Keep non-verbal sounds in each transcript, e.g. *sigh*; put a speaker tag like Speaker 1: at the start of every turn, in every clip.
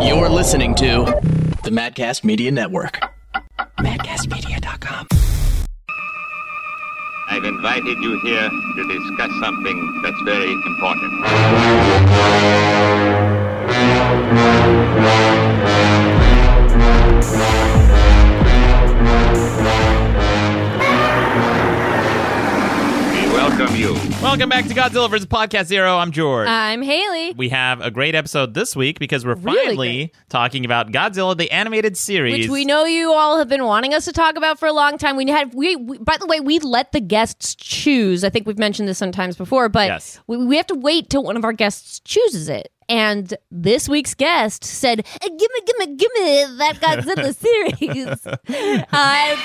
Speaker 1: You're listening to the Madcast Media Network. MadcastMedia.com.
Speaker 2: I've invited you here to discuss something that's very important. We welcome you.
Speaker 3: Welcome back to Godzilla vs. Podcast Zero. I'm George.
Speaker 4: I'm Haley,
Speaker 3: we have a great episode this week because we're
Speaker 4: Really
Speaker 3: finally talking about Godzilla the animated series.
Speaker 4: which we know you all have been wanting us to talk about for a long time. We had we, we by the way, we let the guests choose. I think we've mentioned this sometimes before, but
Speaker 3: Yes.
Speaker 4: we, we have to wait till one of our guests chooses it. And this week's guest said, "Uh, "Gimme, gimme, gimme that
Speaker 3: *laughs*
Speaker 4: Godzilla series." uh,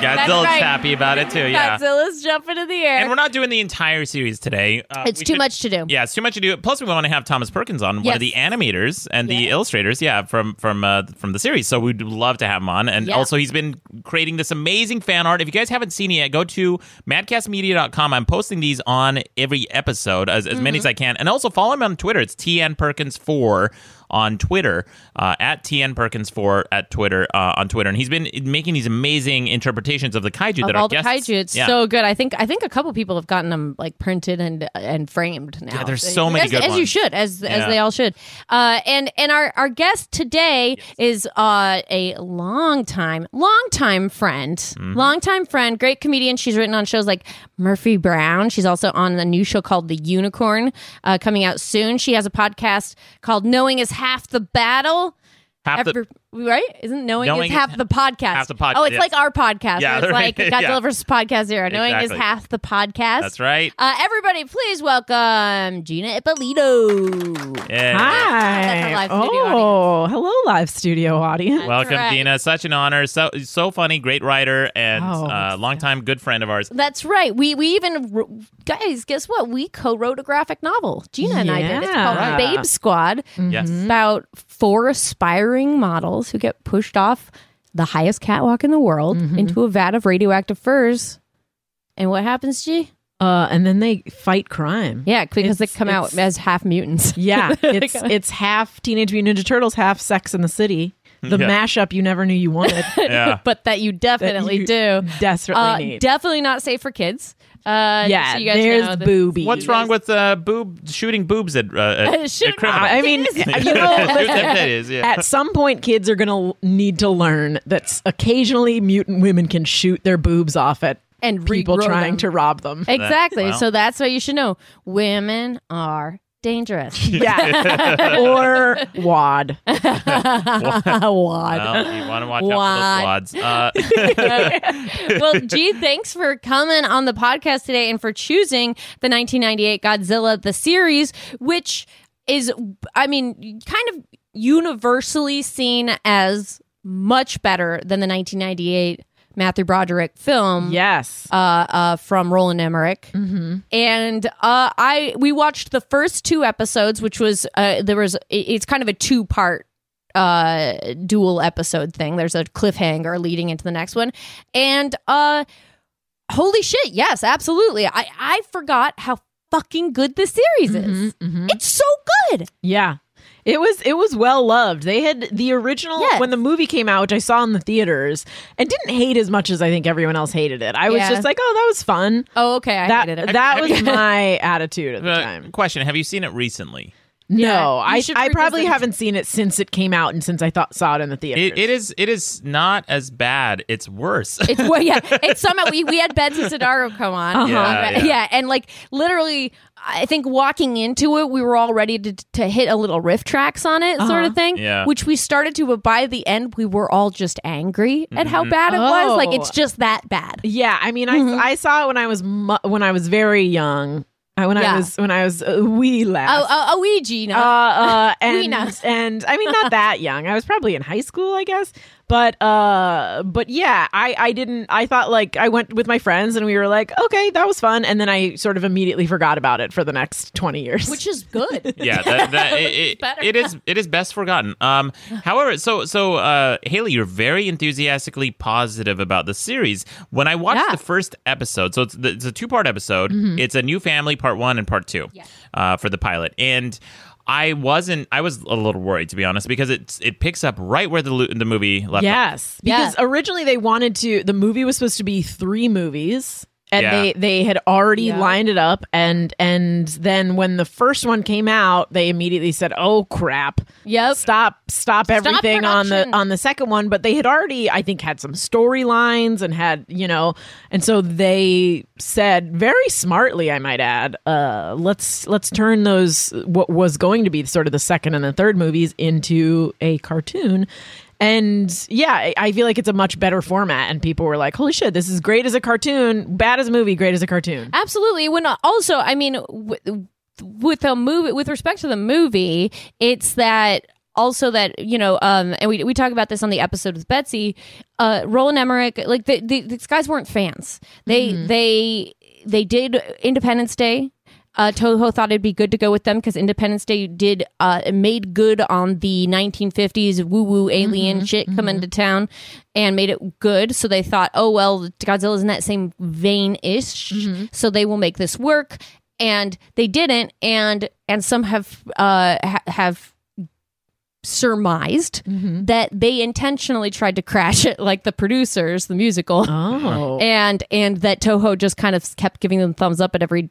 Speaker 4: that's
Speaker 3: Godzilla's
Speaker 4: right.
Speaker 3: happy about it too. Yeah.
Speaker 4: Godzilla's jumping in the air.
Speaker 3: And we're not doing the entire series today. Uh,
Speaker 4: it's
Speaker 3: we
Speaker 4: too
Speaker 3: should-
Speaker 4: much to do.
Speaker 3: Yeah, it's too much to do. Plus, we want to have Thomas Perkins on, one
Speaker 4: Yes.
Speaker 3: of the animators and the
Speaker 4: Yeah.
Speaker 3: illustrators, yeah, from from uh, from the series. So we'd love to have him on. And
Speaker 4: Yeah.
Speaker 3: also, he's been creating this amazing fan art. If you guys haven't seen it yet, go to madcastmedia.com. I'm posting these on every episode, as, as many as
Speaker 4: Mm-hmm.
Speaker 3: I can. And also follow him on Twitter. It's TN Perkins4 on Twitter, uh, at TN Perkins4 at Twitter, uh, on Twitter. And he's been making these amazing interpretations of the kaiju that
Speaker 4: Of
Speaker 3: are
Speaker 4: all the
Speaker 3: guests.
Speaker 4: kaiju, it's
Speaker 3: Yeah.
Speaker 4: so good. I think I think a couple people have gotten them like printed and and framed now.
Speaker 3: Yeah, there's so many
Speaker 4: as,
Speaker 3: good
Speaker 4: as you
Speaker 3: ones.
Speaker 4: should, as
Speaker 3: Yeah.
Speaker 4: as they all should. Uh, and and our our guest today is uh, a long time, long time friend,
Speaker 3: Mm-hmm.
Speaker 4: long time friend, great comedian. She's written on shows like Murphy Brown. She's also on the new show called The Unicorn, uh, coming out soon. She has a podcast called Knowing Is Half the Battle.
Speaker 3: Half the-
Speaker 4: Every, right? Isn't knowing,
Speaker 3: Knowing
Speaker 4: is half
Speaker 3: is-
Speaker 4: the podcast?
Speaker 3: half the pod-
Speaker 4: Oh, it's
Speaker 3: yes.
Speaker 4: like our podcast.
Speaker 3: Yeah,
Speaker 4: Yeah, it's like
Speaker 3: right. *laughs*
Speaker 4: Godzilla
Speaker 3: Yeah.
Speaker 4: versus Podcast Zero. Knowing
Speaker 3: Exactly.
Speaker 4: is half the podcast.
Speaker 3: That's right.
Speaker 4: Uh, everybody, please welcome Gina Ippolito.
Speaker 3: Yeah.
Speaker 4: That's our live
Speaker 5: Hi.
Speaker 4: studio
Speaker 5: oh, hello, live studio audience.
Speaker 3: Welcome,
Speaker 4: Correct.
Speaker 3: Dina. Such an honor. So so funny. Great writer and
Speaker 5: Oh,
Speaker 3: uh, longtime good friend of
Speaker 5: *laughs*
Speaker 3: ours.
Speaker 4: That's right. We we even wr- guys, guess what? We co-wrote a graphic novel. Gina and I did. It's
Speaker 5: Yeah.
Speaker 4: called
Speaker 5: Right.
Speaker 4: Babe Squad.
Speaker 3: Yes.
Speaker 4: It's about four aspiring models who get pushed off the highest catwalk in the world into a vat of radioactive furs. And what happens, G?
Speaker 5: Uh, and then they fight crime.
Speaker 4: Yeah, because
Speaker 5: It's-
Speaker 4: they come out
Speaker 5: it's-
Speaker 4: as half mutants.
Speaker 5: Yeah, it's it's half Teenage Mutant Ninja Turtles, half Sex in the City. The
Speaker 3: Yeah.
Speaker 5: mashup you never knew you wanted.
Speaker 3: Yeah.
Speaker 4: *laughs* but *laughs* that you definitely
Speaker 5: you *laughs*
Speaker 4: do.
Speaker 5: desperately
Speaker 4: Uh,
Speaker 5: need.
Speaker 4: definitely not safe for kids. Uh,
Speaker 5: yeah,
Speaker 4: so you guys know
Speaker 5: there's
Speaker 4: that-
Speaker 5: boobies.
Speaker 3: What's wrong with uh, boob shooting boobs at, uh,
Speaker 5: *laughs*
Speaker 3: at,
Speaker 4: Shooting
Speaker 3: at criminals?
Speaker 5: I mean, *laughs* you know,
Speaker 3: Shoot them
Speaker 5: *laughs*
Speaker 3: titties, yeah.
Speaker 5: at some point, kids are gonna need to learn that s- occasionally mutant women can shoot their boobs off at
Speaker 4: And
Speaker 5: people
Speaker 4: regrow
Speaker 5: trying
Speaker 4: them.
Speaker 5: to rob
Speaker 4: *laughs*
Speaker 5: them.
Speaker 4: Exactly.
Speaker 3: Wow.
Speaker 4: So that's what you should know. Women are
Speaker 3: *laughs*
Speaker 4: dangerous.
Speaker 5: Yeah, or wad.
Speaker 4: *laughs* Wad.
Speaker 3: Well, Oh, you want to
Speaker 5: *laughs*
Speaker 3: watch out for those wads. Uh,
Speaker 4: *laughs* well, G, thanks for coming on the podcast today and for choosing the 1998 Godzilla the series, which is, I mean, kind of universally seen as much better than the 1998 Matthew Broderick film.
Speaker 5: Yes.
Speaker 4: Uh, uh, from Roland Emmerich, and uh, I we watched the first two episodes, which was uh, there was it- it's kind of a two part uh dual episode thing there's a cliffhanger leading into the next one and uh holy shit yes absolutely i i forgot how fucking good this series is it's so good
Speaker 5: Yeah. It was it was well loved. They had the original
Speaker 4: Yes.
Speaker 5: when the movie came out, which I saw in the theaters, and didn't hate as much as I think everyone else hated it. I
Speaker 4: Yeah.
Speaker 5: was just like, oh, that was fun.
Speaker 4: oh okay i
Speaker 5: that
Speaker 4: hated it *laughs*
Speaker 5: that was my attitude at the
Speaker 3: uh,
Speaker 5: time.
Speaker 3: question Have you seen it recently?
Speaker 5: No,
Speaker 4: Yeah, you
Speaker 5: I
Speaker 4: should
Speaker 5: I probably
Speaker 4: revisit.
Speaker 5: haven't seen it since it came out and since I thought saw it in the theaters.
Speaker 3: It, it is It is not as bad. It's worse. *laughs*
Speaker 4: It's well, yeah. It's somehow we, we had Betsy Sidaro come on,
Speaker 5: Uh-huh.
Speaker 4: Um,
Speaker 3: Yeah, yeah.
Speaker 4: and like literally, I think walking into it, we were all ready to, to hit a little riff tracks on it, sort
Speaker 5: Uh-huh.
Speaker 4: of thing.
Speaker 3: Yeah.
Speaker 4: which we started to, but by the end, we were all just angry at how
Speaker 3: Mm-hmm.
Speaker 4: bad it was. Like
Speaker 5: Oh.
Speaker 4: it's just that bad.
Speaker 5: Yeah, I mean, I,
Speaker 4: Mm-hmm.
Speaker 5: I saw it when I was mu- when I was very young. I, when
Speaker 4: Yeah.
Speaker 5: I was when I was a wee
Speaker 4: Oh,
Speaker 5: last.
Speaker 4: oh, oh, we Gina.
Speaker 5: uh,
Speaker 4: *laughs*
Speaker 5: uh,
Speaker 4: We
Speaker 5: and
Speaker 4: know.
Speaker 5: and I mean not that young. I was probably in high school, I guess. But uh, but yeah, I I didn't. I thought like I went with my friends and we were like, okay, that was fun, and then I sort of immediately forgot about it for the next twenty years.
Speaker 4: which is good.
Speaker 3: *laughs* yeah, that,
Speaker 4: *laughs*
Speaker 3: that, it, it,
Speaker 4: better.
Speaker 3: it is it is best forgotten.
Speaker 4: *laughs*
Speaker 3: Um, however, so so uh, Haley, you're very enthusiastically positive about the series. When I watched
Speaker 4: Yeah. Mm-hmm.
Speaker 3: the first episode, so it's, the, it's a two part episode. It's a new family, part one and part two, uh, for the pilot, and. I wasn't. I was a little worried to be honest because it's it picks up right where the lo- the movie left. off.
Speaker 5: *laughs* Yes,
Speaker 4: Yeah.
Speaker 5: because originally they wanted to. The movie was supposed to be three movies, and
Speaker 3: Yeah.
Speaker 5: they they had already
Speaker 4: Yeah.
Speaker 5: lined it up. And and then when the first one came out, they immediately said, "Oh crap!
Speaker 4: Yep.
Speaker 5: *laughs* Stop stop everything on the
Speaker 4: production.
Speaker 5: on the second one." But they had already, I think, had some storylines and had you know, and so they said very smartly, I might add, uh, let's let's turn those what was going to be sort of the second and the third movies into a cartoon. And yeah, I- I feel like it's a much better format. And people were like, holy shit, this is great as a cartoon, bad as a movie, great as a cartoon.
Speaker 4: Absolutely. When also, I mean, w- with a movie, with respect to the movie, it's that also that you know, um, and we we talk about this on the episode with Betsy, uh, Roland Emmerich. Like the, the these guys weren't fans. They they they did Independence Day. Uh, Toho thought it'd be good to go with them because Independence Day did uh, made good on the 1950s woo woo alien shit coming to town, and made it good. So they thought, oh well, Godzilla's in that same vein ish, so they will make this work. And they didn't, and and some have uh, ha- have surmised
Speaker 5: Mm-hmm.
Speaker 4: that they intentionally tried to crash it, like the producers, the musical,
Speaker 5: Oh.
Speaker 4: and and that Toho just kind of kept giving them thumbs up at every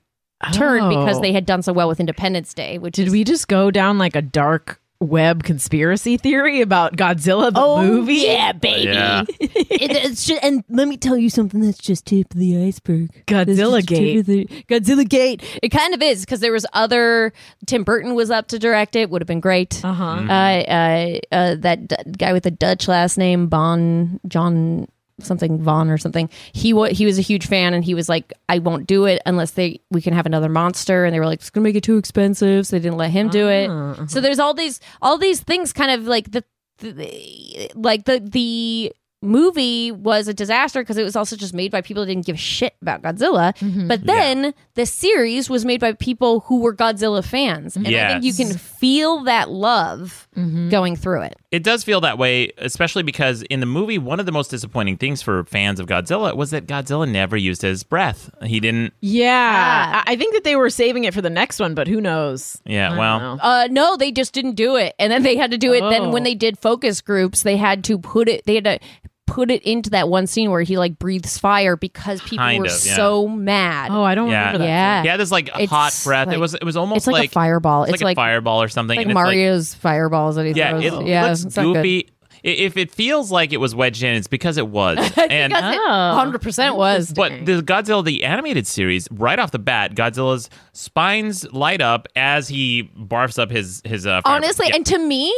Speaker 4: turn because they had done so well with Independence Day, which
Speaker 5: Oh. Did
Speaker 4: is
Speaker 5: we just go down like a dark web conspiracy theory about Godzilla the movie?
Speaker 4: Oh, yeah, baby. *laughs*
Speaker 3: Yeah.
Speaker 4: It- it's ju- and let me tell you something that's just tip of the iceberg. That's
Speaker 5: Godzilla
Speaker 4: just tip
Speaker 5: Gate.
Speaker 4: of the- Godzilla Gate. It kind of is because there was other. Tim Burton was up to direct it. Would have been great.
Speaker 5: Uh huh.
Speaker 4: Uh, uh, uh, that d- guy with the Dutch last name, Bon John something Vaughn or something. He wa- he was a huge fan, and he was like, "I won't do it unless they we can have another monster." And they were like, "It's gonna make it too expensive," so they didn't let him do it.
Speaker 5: Ah, uh-huh.
Speaker 4: So there's all these all these things, kind of like the, the- the like the the movie was a disaster because it was also just made by people that didn't give a shit about Godzilla.
Speaker 5: Mm-hmm.
Speaker 4: But then the series was made by people who were Godzilla fans, and I think you
Speaker 3: Yes.
Speaker 4: can feel that love
Speaker 5: Mm-hmm.
Speaker 4: going through it.
Speaker 3: It does feel that way, especially because in the movie, one of the most disappointing things for fans of Godzilla was that Godzilla never used his breath. He didn't.
Speaker 4: Ah.
Speaker 5: Yeah. I I think that they were saving it for the next one, but who knows? I
Speaker 3: Yeah,
Speaker 5: don't
Speaker 3: well,
Speaker 5: know.
Speaker 4: Uh, no, they just didn't do it, and then they had to do it. Then when
Speaker 5: Oh.
Speaker 4: they did focus groups, they had to put it. They had to put it into that one scene where he like breathes fire because people
Speaker 3: Kind
Speaker 4: were
Speaker 3: of, yeah.
Speaker 4: so mad.
Speaker 5: Oh, I don't
Speaker 3: Yeah.
Speaker 5: remember that.
Speaker 4: yeah,
Speaker 3: yeah, this like
Speaker 4: It's
Speaker 3: hot breath.
Speaker 4: like-
Speaker 3: it was. It was almost
Speaker 4: it's like, a fireball.
Speaker 3: It's like, a fireball or something.
Speaker 4: like
Speaker 3: and it's
Speaker 4: Mario's fireballs that he
Speaker 3: yeah,
Speaker 4: throws.
Speaker 3: it looks
Speaker 4: it's not good.
Speaker 3: goopy. I- If it feels like it was wedged in, it's because it
Speaker 4: *laughs*
Speaker 3: was. and
Speaker 4: Because it
Speaker 5: Oh.
Speaker 4: 100% was.
Speaker 3: But the Godzilla the animated series, right off the bat, Godzilla's spines light up as he barfs up his his. Uh, fire-
Speaker 4: honestly
Speaker 3: Yeah.
Speaker 4: and to me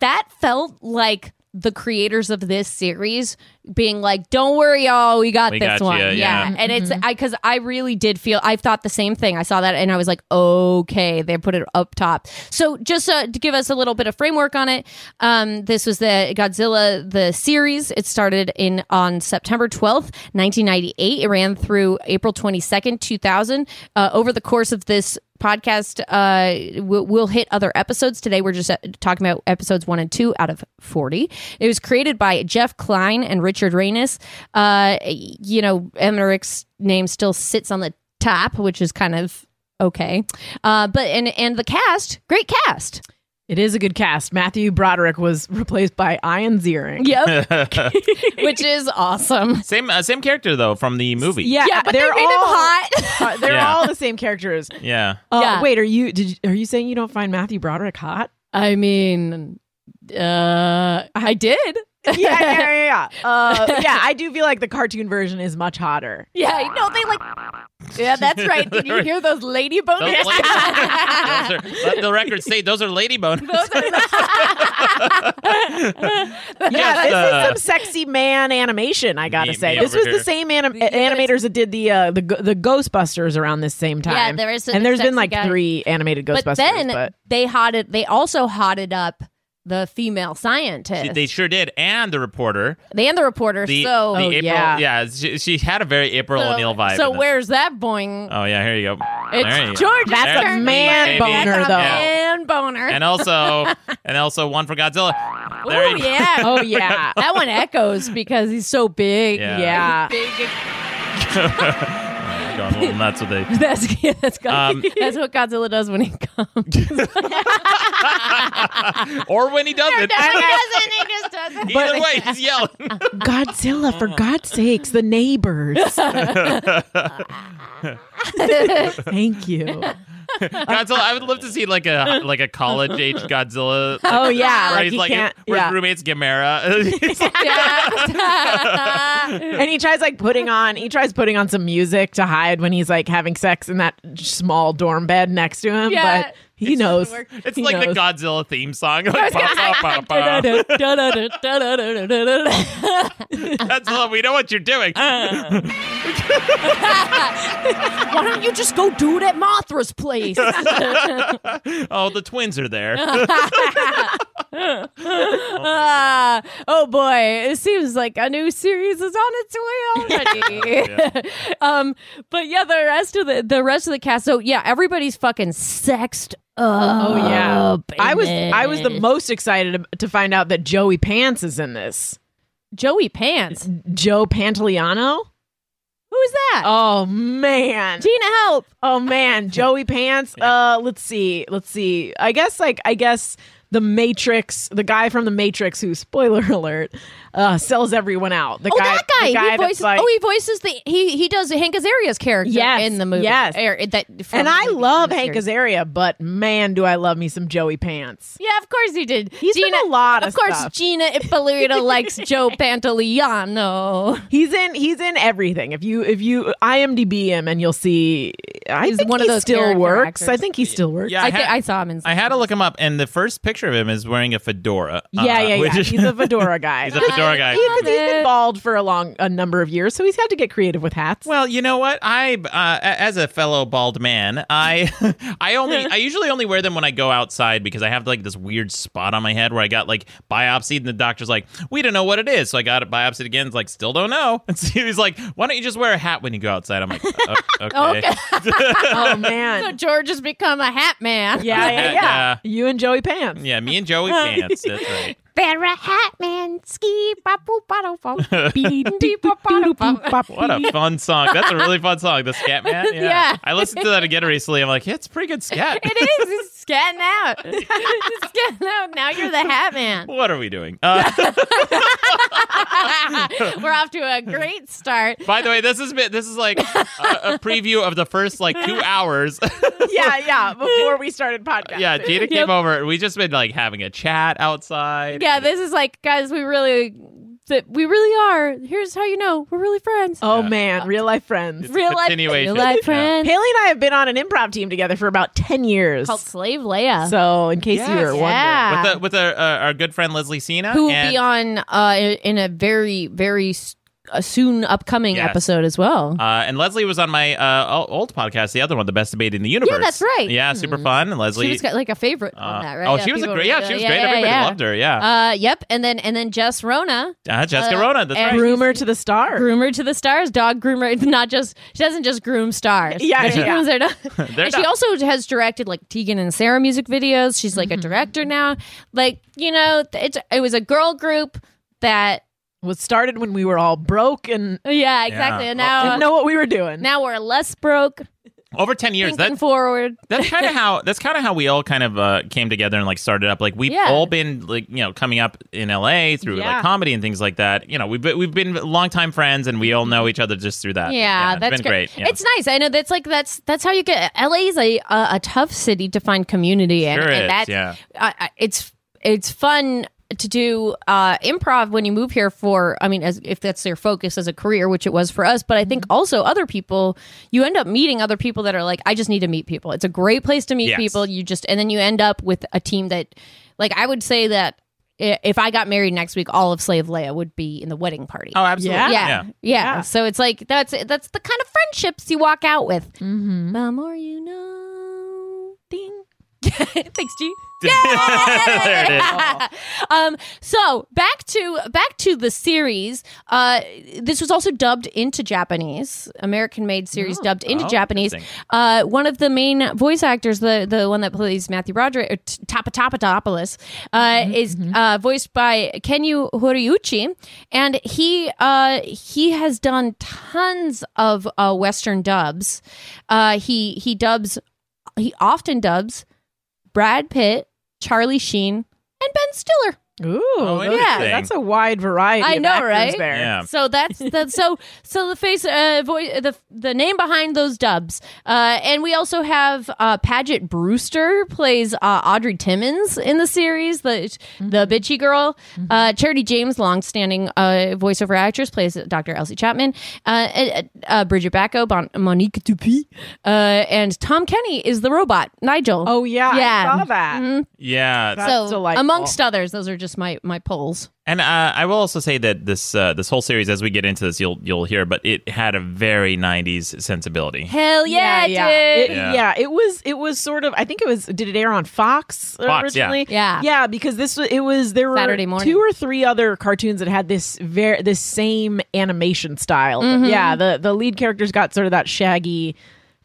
Speaker 4: that felt like the creators of this series being like don't worry y'all we got
Speaker 3: We
Speaker 4: this
Speaker 3: got
Speaker 4: one
Speaker 3: ya, yeah.
Speaker 4: and it's i because i really did feel i thought the same thing i saw that and i was like okay they put it up top so just uh, to give us a little bit of framework on it um, this was the godzilla the series it started in on september 12th 1998 it ran through april 22nd 2000 uh, over the course of this podcast uh we'll, we'll hit other episodes today we're just uh, talking about episodes one and two out of 40 it was created by jeff klein and richard reynes uh you know emmerich's name still sits on the top which is kind of okay uh but and and the cast great cast
Speaker 5: It is a good cast. Matthew Broderick was replaced by Ian Ziering.
Speaker 4: yep *laughs* which is
Speaker 3: *laughs*
Speaker 4: awesome
Speaker 3: same uh, same character though from the movie.
Speaker 4: yeah but
Speaker 5: they're
Speaker 4: they made him
Speaker 5: all
Speaker 4: hot
Speaker 5: uh, they're
Speaker 3: Yeah.
Speaker 5: all the same characters.
Speaker 3: yeah.
Speaker 5: Uh,
Speaker 4: *laughs* Yeah.
Speaker 5: Wait, are you did you, are you saying you don't find Matthew
Speaker 4: *laughs*
Speaker 5: Broderick hot?
Speaker 4: *laughs* i mean uh i did
Speaker 5: yeah, yeah, *laughs* yeah, yeah. Uh, yeah, I do feel like the cartoon version is much hotter.
Speaker 4: Yeah, no, they like. Yeah, that's right. Did you hear those lady boners?
Speaker 3: Those lady- those
Speaker 4: *laughs*
Speaker 3: are, let the record state those are lady bones.
Speaker 5: Yeah,
Speaker 3: *laughs* Yes,
Speaker 5: this
Speaker 3: uh,
Speaker 5: is some sexy man animation. I gotta
Speaker 3: me-
Speaker 5: say,
Speaker 3: me
Speaker 5: this
Speaker 3: over
Speaker 5: was
Speaker 3: here.
Speaker 5: the same anim- animators that did the uh, the Go- the Ghostbusters around this same
Speaker 4: *laughs*
Speaker 5: time.
Speaker 4: Yeah, there is a
Speaker 5: and there's been
Speaker 4: sexy
Speaker 5: like
Speaker 4: guy.
Speaker 5: three animated Ghostbusters.
Speaker 4: but then *laughs*
Speaker 5: but-
Speaker 4: they hotted. They also hotted up the female scientist.
Speaker 3: They sure did, and the reporter,
Speaker 4: They and the reporter.
Speaker 3: the,
Speaker 4: so
Speaker 3: the April,
Speaker 5: Oh, yeah.
Speaker 3: yeah, she, she had a very April
Speaker 4: so,
Speaker 3: O'Neil vibe.
Speaker 4: So
Speaker 3: in it.
Speaker 4: where's that boing?
Speaker 3: Oh yeah, here you go. There you go.
Speaker 4: it's George.
Speaker 5: That's a man boner,
Speaker 4: That's a
Speaker 5: though.
Speaker 4: Man boner.
Speaker 3: and also and also one for Godzilla. There
Speaker 4: oh
Speaker 3: you go.
Speaker 4: yeah.
Speaker 3: *laughs*
Speaker 5: oh yeah,
Speaker 4: that one echoes because he's so big.
Speaker 3: Yeah.
Speaker 5: yeah.
Speaker 4: Big.
Speaker 3: gone a little nuts with the.
Speaker 4: *laughs* That's yeah, that's God-
Speaker 3: Um,
Speaker 4: *laughs* that's what Godzilla does when he comes.
Speaker 3: Or when he does
Speaker 4: *laughs*
Speaker 3: it.
Speaker 4: doesn't. He just
Speaker 3: *laughs*
Speaker 4: doesn't.
Speaker 3: Either way, he's yelling. *laughs*
Speaker 5: Godzilla, for God's sakes, the neighbors. *laughs* Thank you.
Speaker 3: Godzilla. I would love to see like a like a college age Godzilla.
Speaker 5: Oh yeah,
Speaker 3: where
Speaker 5: like
Speaker 3: he's
Speaker 5: he
Speaker 3: like
Speaker 5: can't.
Speaker 3: where his
Speaker 5: Yeah.
Speaker 3: roommate's
Speaker 5: *laughs*
Speaker 3: Gamera. *laughs*
Speaker 4: *laughs*
Speaker 5: and he tries like putting on. He tries putting on some music to hide when he's like having sex in that small dorm bed next to him.
Speaker 4: Yeah.
Speaker 5: but he knows.
Speaker 4: work.
Speaker 3: it's
Speaker 5: He
Speaker 3: like
Speaker 5: *laughs* knows.
Speaker 3: the Godzilla theme song. Like, ba, ba, ba, ba.
Speaker 4: *laughs*
Speaker 3: Godzilla, we know what you're doing.
Speaker 4: Uh. Why don't you just go do it at Mothra's
Speaker 5: *laughs*
Speaker 4: place? *laughs*
Speaker 3: Oh, the twins are there.
Speaker 4: Uh. Ah, oh boy, it seems like a new series is on its
Speaker 5: *laughs*
Speaker 4: way already. *laughs* um, but yeah, the rest of the the rest of the cast. So yeah, everybody's fucking sexed up.
Speaker 5: Oh yeah, I was.
Speaker 4: in
Speaker 5: I was the
Speaker 4: it.
Speaker 5: most excited ab- to find out that Joey Pants is in this.
Speaker 4: Joey Pants.
Speaker 5: Joe Pantoliano.
Speaker 4: Who's that?
Speaker 5: Mm-hmm. Oh man.
Speaker 4: Tina, help!
Speaker 5: Oh man, Joey Pants.
Speaker 4: *laughs*
Speaker 5: Uh, let's see, let's see. I guess like I guess the Matrix, the guy from the Matrix, who spoiler *laughs* alert, uh, sells everyone out. The
Speaker 4: Oh,
Speaker 5: guy,
Speaker 4: that guy.
Speaker 5: The guy
Speaker 4: he
Speaker 5: that's
Speaker 4: voices.
Speaker 5: like,
Speaker 4: oh, he voices the. He he does Hank Azaria's character
Speaker 5: Yes,
Speaker 4: in the movie.
Speaker 5: yes.
Speaker 4: Er, that, from
Speaker 5: and
Speaker 4: the
Speaker 5: I
Speaker 4: movie,
Speaker 5: love
Speaker 4: from the
Speaker 5: Hank
Speaker 4: series.
Speaker 5: Azaria, but man, do I love me some Joey Pants.
Speaker 4: Yeah, of course he did.
Speaker 5: He's in a lot of
Speaker 4: course,
Speaker 5: stuff.
Speaker 4: Gina
Speaker 5: *laughs*
Speaker 4: Ippolita likes Joe Pantoliano.
Speaker 5: He's in. He's in everything. If you if you IMDb him, and you'll see. I
Speaker 4: He's
Speaker 5: think
Speaker 4: one
Speaker 5: he
Speaker 4: of those
Speaker 5: still
Speaker 4: character
Speaker 5: works. I
Speaker 4: actors.
Speaker 5: think he still works.
Speaker 3: Yeah,
Speaker 4: I,
Speaker 3: I,
Speaker 4: thi-
Speaker 3: had,
Speaker 4: I saw him in.
Speaker 3: I had to look him up, and the first picture of him is wearing a fedora. uh,
Speaker 5: Yeah, yeah, yeah.
Speaker 3: which is-
Speaker 5: He's a fedora guy.
Speaker 3: he's a *laughs* fedora guy.
Speaker 5: Because he's
Speaker 4: it.
Speaker 5: been bald for a long a number of years, so he's had to get creative with hats.
Speaker 3: Well, you know what? I, uh, a- as a fellow bald man, I, *laughs* I only, I usually only wear them when I go outside because I have like this weird spot on my head where I got like biopsied, and the doctor's like, "We don't know what it is," so I got it biopsied again. It's like, still don't know. *laughs* And so he was like, "Why don't you just wear a hat when you go outside?" I'm like, "Uh,
Speaker 5: *laughs*
Speaker 3: "Okay."
Speaker 4: Okay.
Speaker 5: oh
Speaker 4: So
Speaker 5: man.
Speaker 4: George has become a hat man.
Speaker 5: Yeah, yeah,
Speaker 3: Yeah,
Speaker 5: yeah,
Speaker 3: yeah.
Speaker 5: You and Joey Pants.
Speaker 3: Yeah, me and
Speaker 5: *laughs*
Speaker 3: Joey pants. That's right.
Speaker 4: Better a hat man. Ski bapu bado
Speaker 5: *laughs*
Speaker 4: bo. Bee dee bo bado bo. *laughs*
Speaker 3: What a fun song. That's a really fun song. The Scat
Speaker 5: *laughs*
Speaker 3: Man. Yeah.
Speaker 4: Yeah.
Speaker 3: I listened to that again recently. I'm like, yeah, it's a pretty good scat.
Speaker 4: It is. It's scatting out. *laughs* It's scatting out. Now you're the hat man.
Speaker 3: What are we doing? Uh,
Speaker 4: *laughs* We're off to a great start.
Speaker 3: *laughs* by the way, this is bit- this is like a,
Speaker 4: *laughs*
Speaker 3: a preview of the first like two hours. *laughs*
Speaker 5: yeah, yeah. *laughs* Before we started podcast.
Speaker 3: yeah, Gina came over. and We just been like having a chat outside. *laughs*
Speaker 4: Yeah, this is like, guys, we really, that we really are. Here's how you know we're really friends.
Speaker 5: Oh man, real life
Speaker 4: *laughs*
Speaker 5: friends.
Speaker 4: real life,
Speaker 3: continuation.
Speaker 4: real life
Speaker 3: Yeah.
Speaker 4: friends.
Speaker 5: Haley and I have been on an improv team together for about ten years.
Speaker 4: Called Slave Leia.
Speaker 5: So in case you
Speaker 3: Yes.
Speaker 5: were wondering.
Speaker 4: yeah.
Speaker 3: With the, with our, uh, our good friend Leslie Cena,
Speaker 4: who will
Speaker 3: and
Speaker 4: be on uh, in a very very s- a soon upcoming
Speaker 3: Yes.
Speaker 4: episode as well.
Speaker 3: Uh, and Leslie was on my uh, o- old podcast, the other one, the best debate in the universe.
Speaker 4: that's right. Mm-hmm.
Speaker 3: Yeah, super fun. And Leslie,
Speaker 4: she was got like a favorite
Speaker 3: uh,
Speaker 4: on that, right?
Speaker 3: oh, she was a
Speaker 4: people
Speaker 3: great.
Speaker 4: really-
Speaker 3: Yeah, she was great. Everybody loved her. Yeah,
Speaker 4: Uh, yep, and then and then Jess Rona,
Speaker 3: uh, Jessica
Speaker 4: uh,
Speaker 3: Rona. That's
Speaker 4: and-
Speaker 3: right.
Speaker 5: Groomer to the star.
Speaker 4: groomer to the stars, dog groomer. *laughs* It's Not just she doesn't just groom stars.
Speaker 5: Yeah, yeah,
Speaker 4: she
Speaker 5: yeah.
Speaker 4: grooms their dog.
Speaker 3: *laughs* They're
Speaker 4: and she
Speaker 3: not-
Speaker 4: also has directed like Tegan and Sarah music videos. She's
Speaker 3: Mm-hmm.
Speaker 4: like a director now. Like you know, th- it's it was a girl group that
Speaker 5: Was started when we were all broke and
Speaker 4: yeah exactly. And now
Speaker 5: didn't know what we were doing.
Speaker 4: Oh. now we're less broke,
Speaker 3: Over ten years.
Speaker 4: thinking
Speaker 3: That,
Speaker 4: forward. *laughs*
Speaker 3: that's kind of how that's kind of how we all kind of uh, came together and like started up. Like we've
Speaker 4: Yeah.
Speaker 3: all been like you know coming up in LA through
Speaker 5: Yeah.
Speaker 3: like comedy and things like that. You know we've been, we've been longtime friends and we all know each other just through that.
Speaker 4: yeah,
Speaker 3: it's
Speaker 4: that's
Speaker 3: been
Speaker 4: great.
Speaker 3: great. Uh, Yeah.
Speaker 4: It's nice. I know that's like that's that's how you get. LA is a a, a tough city to find community in,
Speaker 3: Sure
Speaker 4: and
Speaker 3: is,
Speaker 4: that's
Speaker 3: yeah.
Speaker 4: I I- it's it's fun to do uh, improv when you move here for i mean as if that's their focus as a career which it was for us but i think also other people you end up meeting other people that are like i just need to meet people it's a great place to meet
Speaker 3: Yes.
Speaker 4: people you just and then you end up with a team that like i would say that i- if i got married next week all of slave leia would be in the wedding party
Speaker 3: oh, absolutely.
Speaker 5: Yeah.
Speaker 4: yeah. yeah.
Speaker 5: Yeah.
Speaker 4: So it's like that's that's the kind of friendships you walk out with. The more you know. Ding. *laughs* Thanks,
Speaker 3: *laughs*
Speaker 4: G. there it is. *laughs* um, so back to back to the series. Uh, this was also dubbed into Japanese, American-made series dubbed into
Speaker 3: Oh,
Speaker 4: Japanese.
Speaker 3: interesting.
Speaker 4: Uh, one of the main voice actors, the the one that plays Matthew Broderick, or T- Tapa Tapatopoulos, uh,
Speaker 3: Mm-hmm,
Speaker 4: is uh, voiced by Kenyu Horiuchi, and he uh, he has done tons of uh, Western dubs. Uh, he he dubs he often dubs Brad Pitt, Charlie Sheen, and Ben Stiller.
Speaker 5: Ooh, yeah,
Speaker 3: interesting.
Speaker 5: that's a wide variety.
Speaker 4: I
Speaker 5: of
Speaker 4: know,
Speaker 5: actors
Speaker 4: right?
Speaker 5: There.
Speaker 3: Yeah.
Speaker 4: So that's the so so the face uh voice the the name behind those dubs. Uh and we also have uh Paget Brewster plays uh Audrey Timmons in the series, the
Speaker 5: Mm-hmm.
Speaker 4: the bitchy girl. Uh Charity James, longstanding uh voiceover actress, plays Dr. Elsie Chapman. Uh, uh, uh Bridget Bacco, bon- Monique Dupuy, uh and Tom Kenny is the robot, Nigel.
Speaker 5: Oh yeah,
Speaker 4: Yeah. Mm-hmm.
Speaker 5: I saw that.
Speaker 3: Yeah,
Speaker 5: That's
Speaker 4: so
Speaker 5: delightful.
Speaker 4: amongst others, those are just my my polls.
Speaker 3: And uh, I will also say that this uh, this whole series, as we get into this, you'll you'll hear, but it had a very '90s sensibility.
Speaker 4: Hell yeah,
Speaker 5: yeah.
Speaker 4: dude!
Speaker 5: It,
Speaker 3: Yeah.
Speaker 5: yeah. it was it was sort of I think it was did it air on Fox
Speaker 3: Fox,
Speaker 5: originally?
Speaker 4: yeah. Yeah.
Speaker 5: Yeah, because this was it was there were
Speaker 4: Saturday morning.
Speaker 5: two or three other cartoons that had this very this same animation style.
Speaker 4: Mm-hmm.
Speaker 5: Yeah, the the lead characters got sort of that shaggy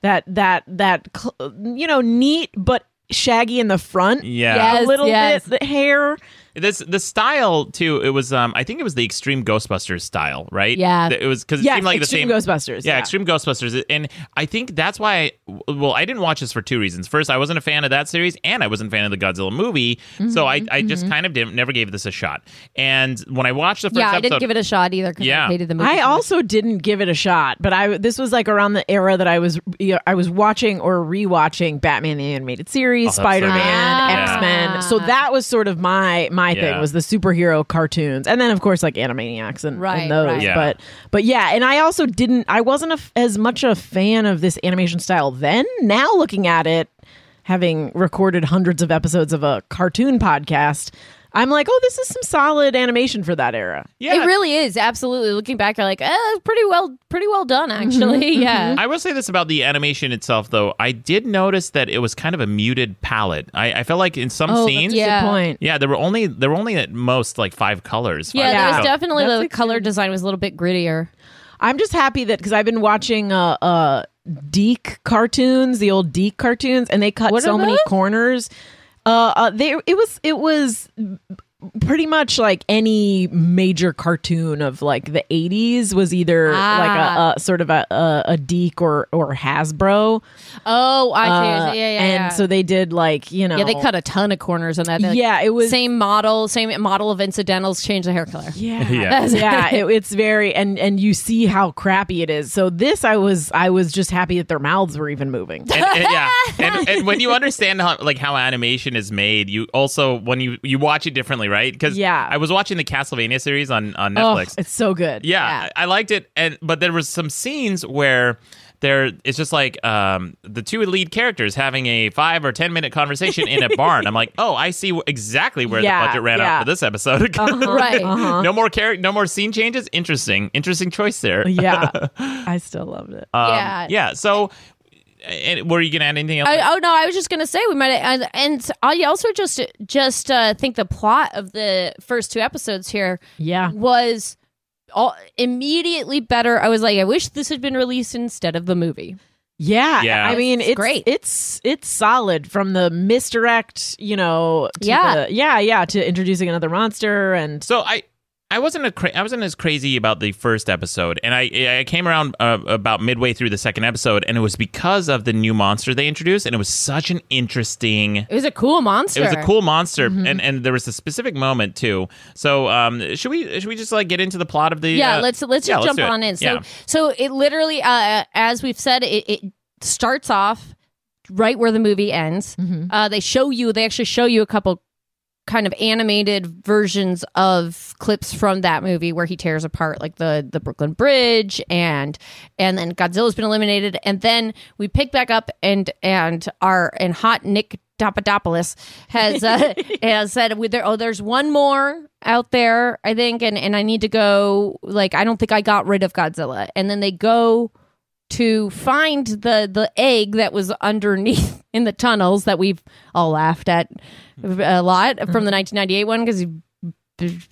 Speaker 5: that that that cl- you know neat but shaggy in the front.
Speaker 3: Yeah,
Speaker 4: Yeah.
Speaker 5: A
Speaker 4: Yes,
Speaker 5: little
Speaker 4: yes.
Speaker 5: bit the hair.
Speaker 3: this the style too. It was um, I think it was the Extreme Ghostbusters style, right?
Speaker 4: Yeah.
Speaker 3: it was because it
Speaker 5: Yeah,
Speaker 3: seemed like
Speaker 5: Extreme
Speaker 3: the same
Speaker 5: Ghostbusters.
Speaker 3: Yeah, Extreme Ghostbusters, and I think that's why. Well, I didn't watch this for two reasons. First, I wasn't a fan of that series, and I wasn't a fan of the Godzilla movie, so
Speaker 4: Mm-hmm,
Speaker 3: I, I just kind of didn't never gave this a shot. And when I watched the first
Speaker 4: yeah,
Speaker 3: episode,
Speaker 4: I didn't give it a shot either because
Speaker 3: Yeah.
Speaker 4: I hated the movie.
Speaker 5: I also didn't give it a shot, but I this was like around the era that I was you know, I was watching or rewatching Batman the animated series,
Speaker 3: Oh, that's so
Speaker 5: Spider Man,
Speaker 3: good.
Speaker 4: Ah.
Speaker 5: X Men. So that was sort of my my
Speaker 3: Yeah.
Speaker 5: thing was the superhero cartoons, and then of course like Animaniacs and,
Speaker 4: Right,
Speaker 5: and those.
Speaker 4: right.
Speaker 3: Yeah.
Speaker 5: But but yeah, and I also didn't I wasn't a f as much a fan of this animation style then. Now looking at it, having recorded hundreds of episodes of a cartoon podcast. I'm like, oh, this is some solid animation for that era.
Speaker 3: yeah,
Speaker 4: It really is absolutely. Looking back, you're like, eh, pretty well, pretty well done actually. yeah.
Speaker 3: I will say this about the animation itself, though. I did notice that it was kind of a muted palette. I, I felt like in some
Speaker 4: Oh, that's
Speaker 3: scenes,
Speaker 4: Yeah.
Speaker 5: Good point.
Speaker 3: yeah, there were only there were only at most like five colors.
Speaker 4: yeah,
Speaker 3: Five
Speaker 4: there was
Speaker 3: colors.
Speaker 4: definitely
Speaker 5: That's
Speaker 4: the
Speaker 5: like-
Speaker 4: color design was a little bit grittier.
Speaker 5: I'm just happy that because I've been watching uh, uh Deke cartoons, the old Deke cartoons, and they cut
Speaker 4: What
Speaker 5: so
Speaker 4: are
Speaker 5: many
Speaker 4: those?
Speaker 5: corners. Uh, uh, they it was it was pretty much like any major cartoon of like the 80s was either
Speaker 4: Ah.
Speaker 5: like a, a sort of a, a a Deke or or Hasbro.
Speaker 4: Oh, I
Speaker 5: Uh,
Speaker 4: see. Yeah, yeah,
Speaker 5: and
Speaker 4: yeah. Oh.
Speaker 5: so they did like you know
Speaker 4: yeah, they *laughs* cut a ton of corners on that. They're like,
Speaker 5: Yeah, it was-
Speaker 4: same model, same model of incidentals. Change the hair color.
Speaker 5: Yeah,
Speaker 3: Yeah.
Speaker 5: yeah, it, it's very and and you see how crappy it is. So this, I was I was just happy that their mouths were even moving.
Speaker 3: and, and- yeah,
Speaker 5: *laughs*
Speaker 3: and, and when you understand how like how animation is made, you also when you you watch it differently, right? Because
Speaker 5: Yeah.
Speaker 3: I was watching the Castlevania series on on
Speaker 5: Oh,
Speaker 3: Netflix.
Speaker 5: it's so good.
Speaker 3: yeah,
Speaker 4: Yeah.
Speaker 3: I I liked it, and but there was some scenes where there it's just like um, the two lead characters having a five or ten minute conversation in a barn. I'm like, oh, I see wh- exactly where
Speaker 5: Yeah,
Speaker 3: the budget ran
Speaker 5: yeah. Uh-huh.
Speaker 3: out for this episode. *laughs*
Speaker 4: *laughs* Right.
Speaker 3: no more character, no more scene changes. Interesting, interesting choice there.
Speaker 5: yeah,
Speaker 3: *laughs*
Speaker 5: I still loved it.
Speaker 3: Um,
Speaker 4: Yeah.
Speaker 3: yeah. So, and, were you gonna add anything else?
Speaker 4: I, oh no, I was just gonna say we might, and, and I also just just uh, think the plot of the first two episodes here
Speaker 5: yeah,
Speaker 4: was all immediately better. I was like, I wish this had been released instead of the movie.
Speaker 5: yeah.
Speaker 3: Yeah.
Speaker 5: I mean,
Speaker 4: It's
Speaker 5: it's,
Speaker 4: great.
Speaker 5: It's it's solid from the misdirect, you know. To
Speaker 4: Yeah.
Speaker 5: the, yeah, yeah. To introducing another monster and
Speaker 3: So I I wasn't a cra- I wasn't as crazy about the first episode, and I I came around uh, about midway through the second episode, and it was because of the new monster they introduced, and it was such an interesting.
Speaker 4: It was a cool monster.
Speaker 3: It was a cool monster, and, and there was a specific moment too. So, um, should we should we just like get into the plot of the?
Speaker 4: Yeah,
Speaker 3: uh,
Speaker 4: let's let's
Speaker 3: yeah, let's
Speaker 4: just jump
Speaker 3: do it.
Speaker 4: on in. So
Speaker 3: Yeah.
Speaker 4: so it literally, uh, as we've said, it, it starts off right where the movie ends. Uh, they show you. They actually show you a couple kind of animated versions of clips from that movie where he tears apart like the the Brooklyn Bridge and and then Godzilla's been eliminated and then we pick back up and and our and hot Nick Papadopoulos has uh, has said with there oh there's one more out there I think and and I need to go like I don't think I got rid of Godzilla and then they go to find the the egg that was underneath *laughs* in the tunnels that we've all laughed at a lot from
Speaker 5: Mm-hmm.
Speaker 4: the 1998 one because he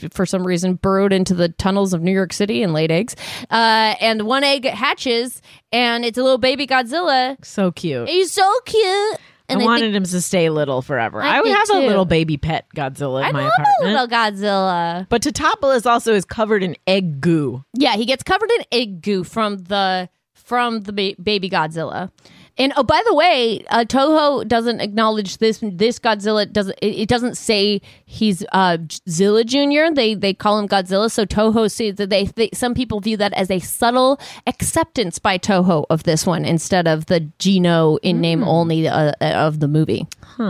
Speaker 4: for some reason burrowed into the tunnels of New York City and laid eggs. Uh, and one egg hatches, and it's a little baby Godzilla.
Speaker 5: So cute.
Speaker 4: He's so cute. And
Speaker 5: I
Speaker 4: they
Speaker 5: wanted him to stay little forever.
Speaker 4: I
Speaker 5: I, would
Speaker 4: did
Speaker 5: have
Speaker 4: too.
Speaker 5: a little baby pet Godzilla
Speaker 4: think,
Speaker 5: in
Speaker 4: I
Speaker 5: my
Speaker 4: love a
Speaker 5: apartment.
Speaker 4: little Godzilla.
Speaker 5: But Totopolis also is covered in egg goo.
Speaker 4: Yeah, he gets covered in egg goo from the from the ba- baby Godzilla. And oh, by the way, uh, Toho doesn't acknowledge this. This Godzilla doesn't. It, it doesn't say he's uh, J- Zilla Junior. They they call him Godzilla. So Toho sees that they, they some people view that as a subtle acceptance by Toho of this one instead of the Gino in name only uh, uh, of the movie.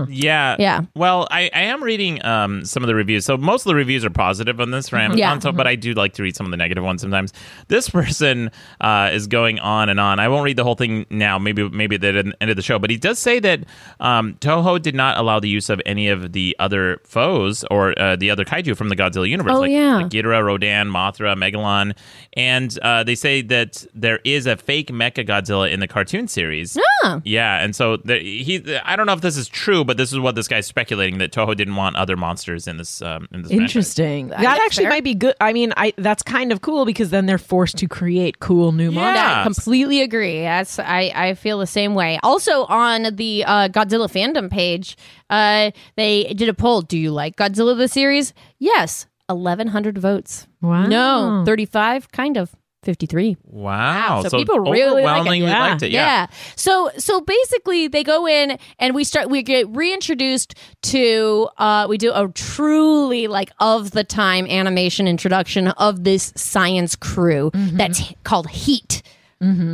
Speaker 3: Yeah.
Speaker 4: Yeah.
Speaker 3: Well, I, I am reading um, some of the reviews. So most of the reviews are positive on this for Amazon,
Speaker 4: Yeah.
Speaker 3: so, but I do like to read some of the negative ones sometimes. This *laughs* person uh, is going on and on. I won't read the whole thing now. Maybe maybe at the end of the show. But he does say that um, Toho did not allow the use of any of the other foes or uh, the other kaiju from the Godzilla universe,
Speaker 4: Oh,
Speaker 3: like,
Speaker 4: yeah.
Speaker 3: like Ghidorah, Rodan, Mothra, Megalon, and uh, they say that there is a fake Mecha Godzilla in the cartoon series.
Speaker 4: Ah.
Speaker 3: Yeah, and so the, he, I don't know if this is true, but this is what this guy's speculating that Toho didn't want other monsters in this. Um, in this franchise.
Speaker 5: Interesting. That
Speaker 4: that's
Speaker 5: actually
Speaker 4: fair.
Speaker 5: might be good. I mean, I that's kind of cool because then they're forced to create cool new
Speaker 3: Yeah.
Speaker 5: monsters.
Speaker 4: I completely agree. That's I, I feel the same way. Also on the uh, Godzilla fandom page, uh, they did a poll. Do you like Godzilla the series? Yes, eleven hundred votes.
Speaker 5: Wow.
Speaker 4: No, thirty five. Kind of fifty three.
Speaker 3: Wow.
Speaker 4: Wow, so people really like it.
Speaker 3: overwhelmingly
Speaker 5: Yeah.
Speaker 3: liked it. Yeah.
Speaker 4: Yeah. So so basically they go in and we start we get reintroduced to uh we do a truly like of the time animation introduction of this science crew
Speaker 3: Mm-hmm.
Speaker 4: that's called Heat.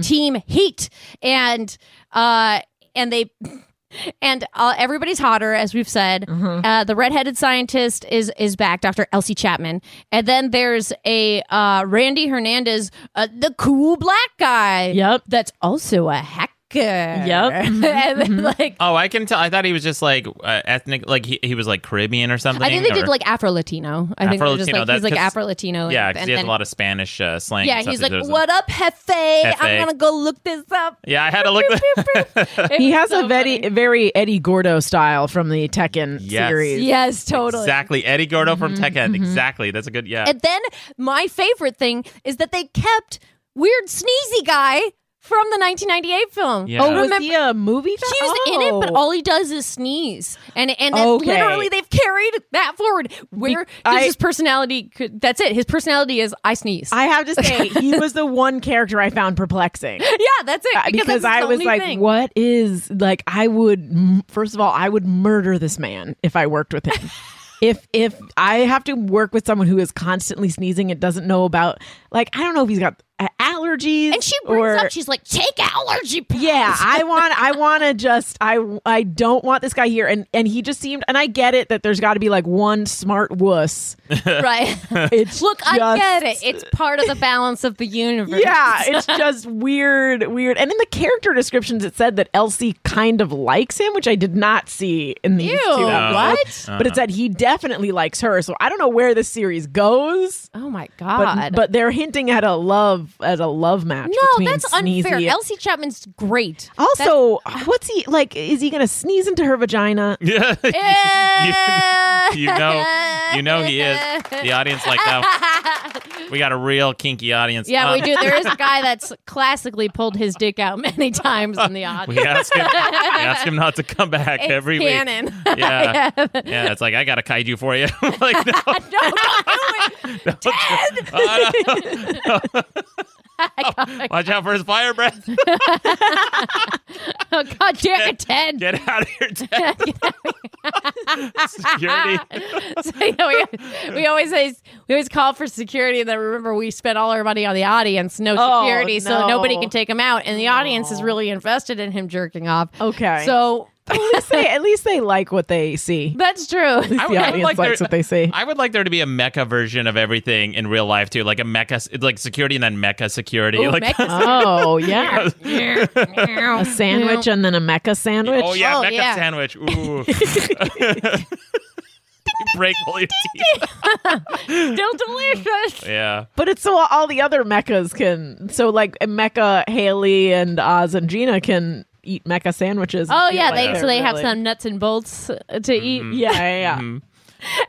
Speaker 4: Team Heat and uh and they and uh, everybody's hotter, as we've said.
Speaker 5: Mm-hmm.
Speaker 4: Uh, the redheaded scientist is is back, Dr. Elsie Chapman, and then there's a uh, Randy Hernandez, uh, the cool black guy.
Speaker 5: Yep.
Speaker 4: that's also a hacker.
Speaker 5: Yep.
Speaker 4: *laughs* and
Speaker 5: Mm-hmm.
Speaker 4: then like
Speaker 3: Oh, I can tell. I thought he was just like uh, ethnic, like he, he was like Caribbean or something.
Speaker 4: I think they did
Speaker 3: or-
Speaker 4: like Afro Latino. I think they're just
Speaker 3: Afro-Latino,
Speaker 4: like
Speaker 3: that-
Speaker 4: he's like
Speaker 3: 'cause-
Speaker 4: Afro Latino.
Speaker 3: yeah, because he has a lot of Spanish uh, slang.
Speaker 4: yeah.
Speaker 3: and stuff
Speaker 4: He's
Speaker 3: that
Speaker 4: like,
Speaker 3: goes in.
Speaker 4: "What up, Hefe?
Speaker 3: Jefe."
Speaker 4: I'm gonna go look this up."
Speaker 3: Yeah, I had to
Speaker 4: *laughs*
Speaker 3: look.
Speaker 5: He has
Speaker 4: So
Speaker 5: a very very Eddie Gordo style from the Tekken
Speaker 3: Yes.
Speaker 5: series.
Speaker 4: yes,
Speaker 3: *laughs*
Speaker 4: totally. Mm-hmm,
Speaker 3: exactly Eddie Gordo from Tekken. Exactly. That's a good. Yeah.
Speaker 4: And then my favorite thing is that they kept weird sneezy guy from the 1998 film.
Speaker 3: Yeah. Oh,
Speaker 5: Was
Speaker 4: remember?
Speaker 5: he a movie? Oh. He
Speaker 4: He was in it, but all he does is sneeze, and and that's
Speaker 5: Okay.
Speaker 4: literally they've carried that forward. Where
Speaker 5: Be-
Speaker 4: does
Speaker 5: I-
Speaker 4: his personality? Could, that's it. His personality is I sneeze.
Speaker 5: I have to say, he was the one character I found perplexing.
Speaker 4: *laughs* yeah, that's it.
Speaker 5: Uh,
Speaker 4: Because,
Speaker 5: because
Speaker 4: that's his
Speaker 5: I was
Speaker 4: only
Speaker 5: like,
Speaker 4: thing.
Speaker 5: what is like? I would m- first of all, I would murder this man if I worked
Speaker 4: *laughs*
Speaker 5: with him. if if I have to work with someone who is constantly sneezing and doesn't know about, like, I don't know if he's got uh, allergies.
Speaker 4: And she brings
Speaker 5: or,
Speaker 4: up, she's like, take allergy pills.
Speaker 5: yeah, I want I want to just I I don't want this guy here and and he just seemed and I get it that there's got to be like one smart wuss.
Speaker 4: right.
Speaker 3: *laughs*
Speaker 5: It's
Speaker 4: Look, I
Speaker 5: just-
Speaker 4: get it. It's part of the balance of the universe.
Speaker 5: Yeah, it's just weird, weird. And in the character descriptions, it said that Elsie kind of likes him, which I did not see in these
Speaker 4: Ew,
Speaker 5: two.
Speaker 4: what?
Speaker 5: But it said he definitely likes her. So I don't know where this series goes,
Speaker 4: Oh my
Speaker 5: but,
Speaker 4: god.
Speaker 5: but they're hinting at a love at a love match.
Speaker 4: no,
Speaker 5: between
Speaker 4: that's unfair.
Speaker 5: Sneezy-
Speaker 4: Elsie Chapman's great.
Speaker 5: also, what's he like? Is he gonna sneeze into her vagina?
Speaker 3: yeah. *laughs*
Speaker 4: Eh.
Speaker 3: you know, you know he
Speaker 5: *laughs*
Speaker 3: is.
Speaker 4: *laughs*
Speaker 3: The audience like that. We got a real kinky audience.
Speaker 4: Yeah,
Speaker 3: Uh,
Speaker 4: we do. There is a guy that's classically pulled his dick out many times in the audience.
Speaker 3: *laughs* *laughs* We ask him. we ask him not to come back
Speaker 4: It's
Speaker 3: every week.
Speaker 4: canon. *laughs*
Speaker 3: Yeah. yeah, it's like I got a kaiju for you. *laughs*
Speaker 4: *laughs*
Speaker 3: like, no,
Speaker 4: no, don't do
Speaker 3: *laughs*
Speaker 4: it.
Speaker 3: oh, no.
Speaker 4: *laughs*
Speaker 3: *laughs* watch out for his fire breath.
Speaker 4: Oh, God, damn it, Ted.
Speaker 3: Get out of here, Ted. *laughs*
Speaker 4: *laughs*
Speaker 3: Security.
Speaker 4: Ah. so, you know, we, we always say we always call for security, and then remember we spent all our money on the audience, no
Speaker 5: Oh,
Speaker 4: security, so
Speaker 5: no. Oh.
Speaker 4: nobody can take him out, and the audience is really invested in him jerking off.
Speaker 5: Okay.
Speaker 4: so
Speaker 5: Say, at least they like what they see.
Speaker 4: that's true.
Speaker 3: I
Speaker 5: The
Speaker 3: would- I would
Speaker 5: audience
Speaker 3: like
Speaker 5: likes
Speaker 3: there-
Speaker 5: what they see.
Speaker 3: *laughs* I would like there to be a mecha version of everything in real life too, like a mecha, it's like security and then mecha security.
Speaker 4: Ooh,
Speaker 3: like, *laughs*
Speaker 4: Mecca's-
Speaker 5: Oh yeah, a sandwich and then a mecha sandwich.
Speaker 3: *laughs* oh yeah,
Speaker 4: Oh,
Speaker 3: mecha
Speaker 4: yeah.
Speaker 3: sandwich. Ooh. break all your teeth.
Speaker 4: Still delicious.
Speaker 3: Yeah.
Speaker 5: But it's so all the other mechas can. So like Mecha, Haley, and Oz and Gina can eat mecha sandwiches. and
Speaker 4: Oh
Speaker 5: feel
Speaker 4: yeah,
Speaker 5: like
Speaker 4: they,
Speaker 5: they're
Speaker 4: so they have
Speaker 5: really-
Speaker 4: some nuts and bolts uh, to
Speaker 3: Mm-hmm.
Speaker 4: eat
Speaker 5: Yeah, yeah, yeah.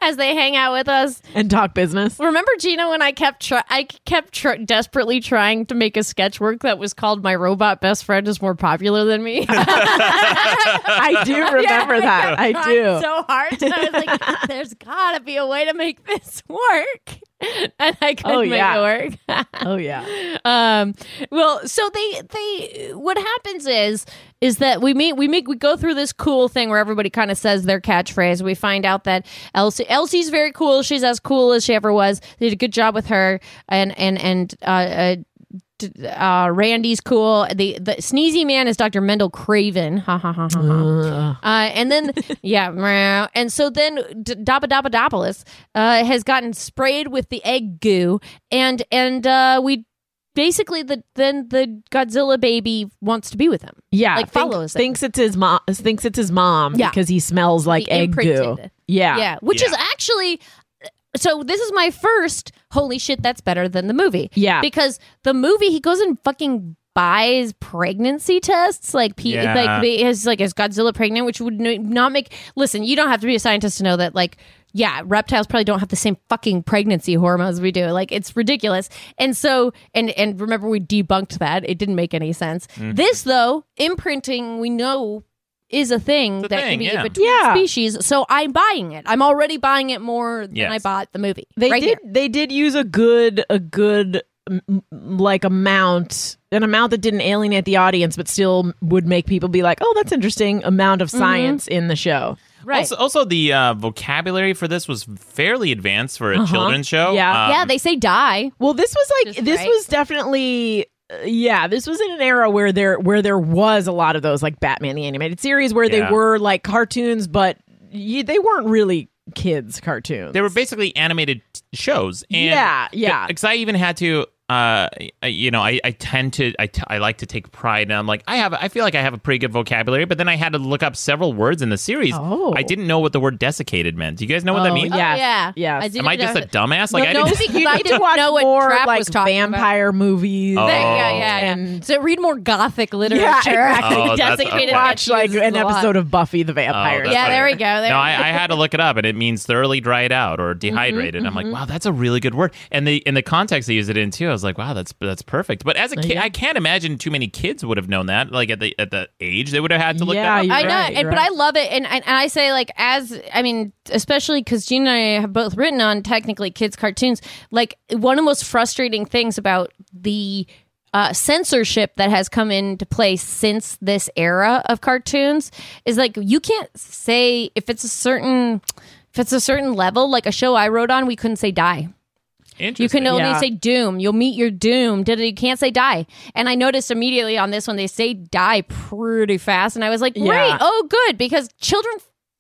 Speaker 4: as they hang out with us.
Speaker 5: and talk business.
Speaker 4: Remember Gina when I kept try- I kept tr- desperately trying to make a sketch work that was called "My Robot Best Friend Is More Popular Than
Speaker 5: *laughs*
Speaker 4: Me." *laughs*
Speaker 5: I
Speaker 3: *laughs*
Speaker 5: do remember that. I
Speaker 4: tried
Speaker 5: do.
Speaker 4: so hard, and I was like, *laughs* "There's got to be a way to make this *laughs* work," and I couldn't
Speaker 5: Oh, yeah.
Speaker 4: make it work. *laughs*
Speaker 5: oh yeah.
Speaker 4: um well so they they what happens is is that we meet we make we go through this cool thing where everybody kind of says their catchphrase we find out that elsie elsie's very cool she's as cool as she ever was they did a good job with her and and and uh, uh d- uh, Randy's cool. The the sneezy man is Dr. Mendel Craven. Ha ha ha ha. ha. Uh, and then *laughs* yeah, meow. and so then D- Dabba Dabba Dopolis, uh has gotten sprayed with the egg goo, and and uh, we basically the then the Godzilla baby wants to be with him.
Speaker 5: Yeah.
Speaker 4: Like,
Speaker 5: think-
Speaker 4: follows it.
Speaker 5: thinks it's his mom thinks it's his mom
Speaker 4: Yeah.
Speaker 5: because he smells like
Speaker 4: He
Speaker 5: egg goo.
Speaker 4: imprinted.
Speaker 5: Yeah.
Speaker 4: Yeah, which is actually so this is my first holy shit that's better than the movie.
Speaker 5: Yeah.
Speaker 4: Because the movie he goes and fucking buys pregnancy tests like P-
Speaker 3: Yeah.
Speaker 4: like the, his like is Godzilla pregnant which would n- not make Listen, you don't have to be a scientist to know that like yeah, reptiles probably don't have the same fucking pregnancy hormones we do. Like it's ridiculous. And so and and remember we debunked that. It didn't make any sense.
Speaker 3: Mm-hmm.
Speaker 4: This though, imprinting we know is a thing
Speaker 3: It's a
Speaker 4: that
Speaker 3: thing,
Speaker 4: can be
Speaker 3: yeah.
Speaker 4: between
Speaker 5: Yeah.
Speaker 4: species. So I'm buying it. I'm already buying it more than
Speaker 3: Yes.
Speaker 4: I bought the movie.
Speaker 5: They
Speaker 4: Right
Speaker 5: did
Speaker 4: there.
Speaker 5: they did use a good a good m- m- like amount an amount that didn't alienate the audience but still would make people be like, "Oh, that's interesting." Amount
Speaker 4: Mm-hmm.
Speaker 5: of science in the show.
Speaker 4: Right.
Speaker 3: Also, also the uh, vocabulary for this was fairly advanced for a children's show.
Speaker 5: Yeah.
Speaker 3: Um,
Speaker 4: yeah, they say die.
Speaker 5: Well, this was like
Speaker 4: Just
Speaker 5: this
Speaker 4: right.
Speaker 5: was definitely uh, yeah, this was in an era where there where there was a lot of those like Batman the animated series where
Speaker 3: Yeah.
Speaker 5: they were like cartoons but you, they weren't really kids cartoons.
Speaker 3: they were basically animated t- shows. And
Speaker 5: Yeah,
Speaker 3: *laughs*
Speaker 5: yeah.
Speaker 3: Because I even had to, uh, I- you know, I, I tend to, I, t- I like to take pride, and I'm like, I have, I feel like I have a pretty good vocabulary, but then I had to look up several words in the series.
Speaker 5: Oh.
Speaker 3: I didn't know what the word desiccated meant. Do you guys know what that
Speaker 5: Oh,
Speaker 3: means?
Speaker 5: yeah. Yes,
Speaker 4: Oh, yeah.
Speaker 5: yes.
Speaker 4: I did
Speaker 3: Am I just a dumbass? Like I
Speaker 4: no,
Speaker 3: didn't.
Speaker 4: because I
Speaker 5: need to
Speaker 4: didn't
Speaker 5: watch
Speaker 4: know what
Speaker 5: more
Speaker 4: Trap
Speaker 5: like
Speaker 4: was talking
Speaker 5: vampire movies.
Speaker 3: Oh.
Speaker 4: about. *laughs* Yeah, yeah, yeah.
Speaker 5: and-
Speaker 4: so read more gothic literature. *laughs*
Speaker 5: exactly.
Speaker 3: Oh, that's-
Speaker 4: Desiccated
Speaker 3: okay. Oh,
Speaker 4: Matthews
Speaker 5: Watch like
Speaker 4: is
Speaker 5: an
Speaker 4: a lot.
Speaker 5: episode of Buffy the Vampire.
Speaker 3: that's
Speaker 5: Slayer.
Speaker 4: Yeah, there we go. There
Speaker 3: No,
Speaker 4: we go.
Speaker 3: I, I had to look it up, and it means thoroughly dried out
Speaker 5: Mm-hmm,
Speaker 3: or dehydrated. I'm like, wow, that's a really good word. And the in the context they use it in too, I was like, wow, that's that's perfect. But as a kid, I can't imagine too many kids would have known that. Like at the at the age they would have had to look
Speaker 5: Yeah,
Speaker 3: that up.
Speaker 5: you're
Speaker 4: I know,
Speaker 5: right,
Speaker 4: and,
Speaker 5: you're
Speaker 4: but I
Speaker 5: right.
Speaker 4: love it, and, and and I say like as I mean, especially because Gina and I have both written on technically kids cartoons. Like one of the most frustrating things about the uh, censorship that has come into play since this era of cartoons is like you can't say if it's a certain if it's a certain level. Like a show I wrote on, we couldn't say die. You
Speaker 3: Interesting.
Speaker 4: can only
Speaker 5: Yeah.
Speaker 4: say doom. You'll meet your doom. Da-da, You can't say die. And I noticed immediately on this one, they say die pretty fast. And I was like, great.
Speaker 5: Yeah.
Speaker 4: Oh, good. Because children,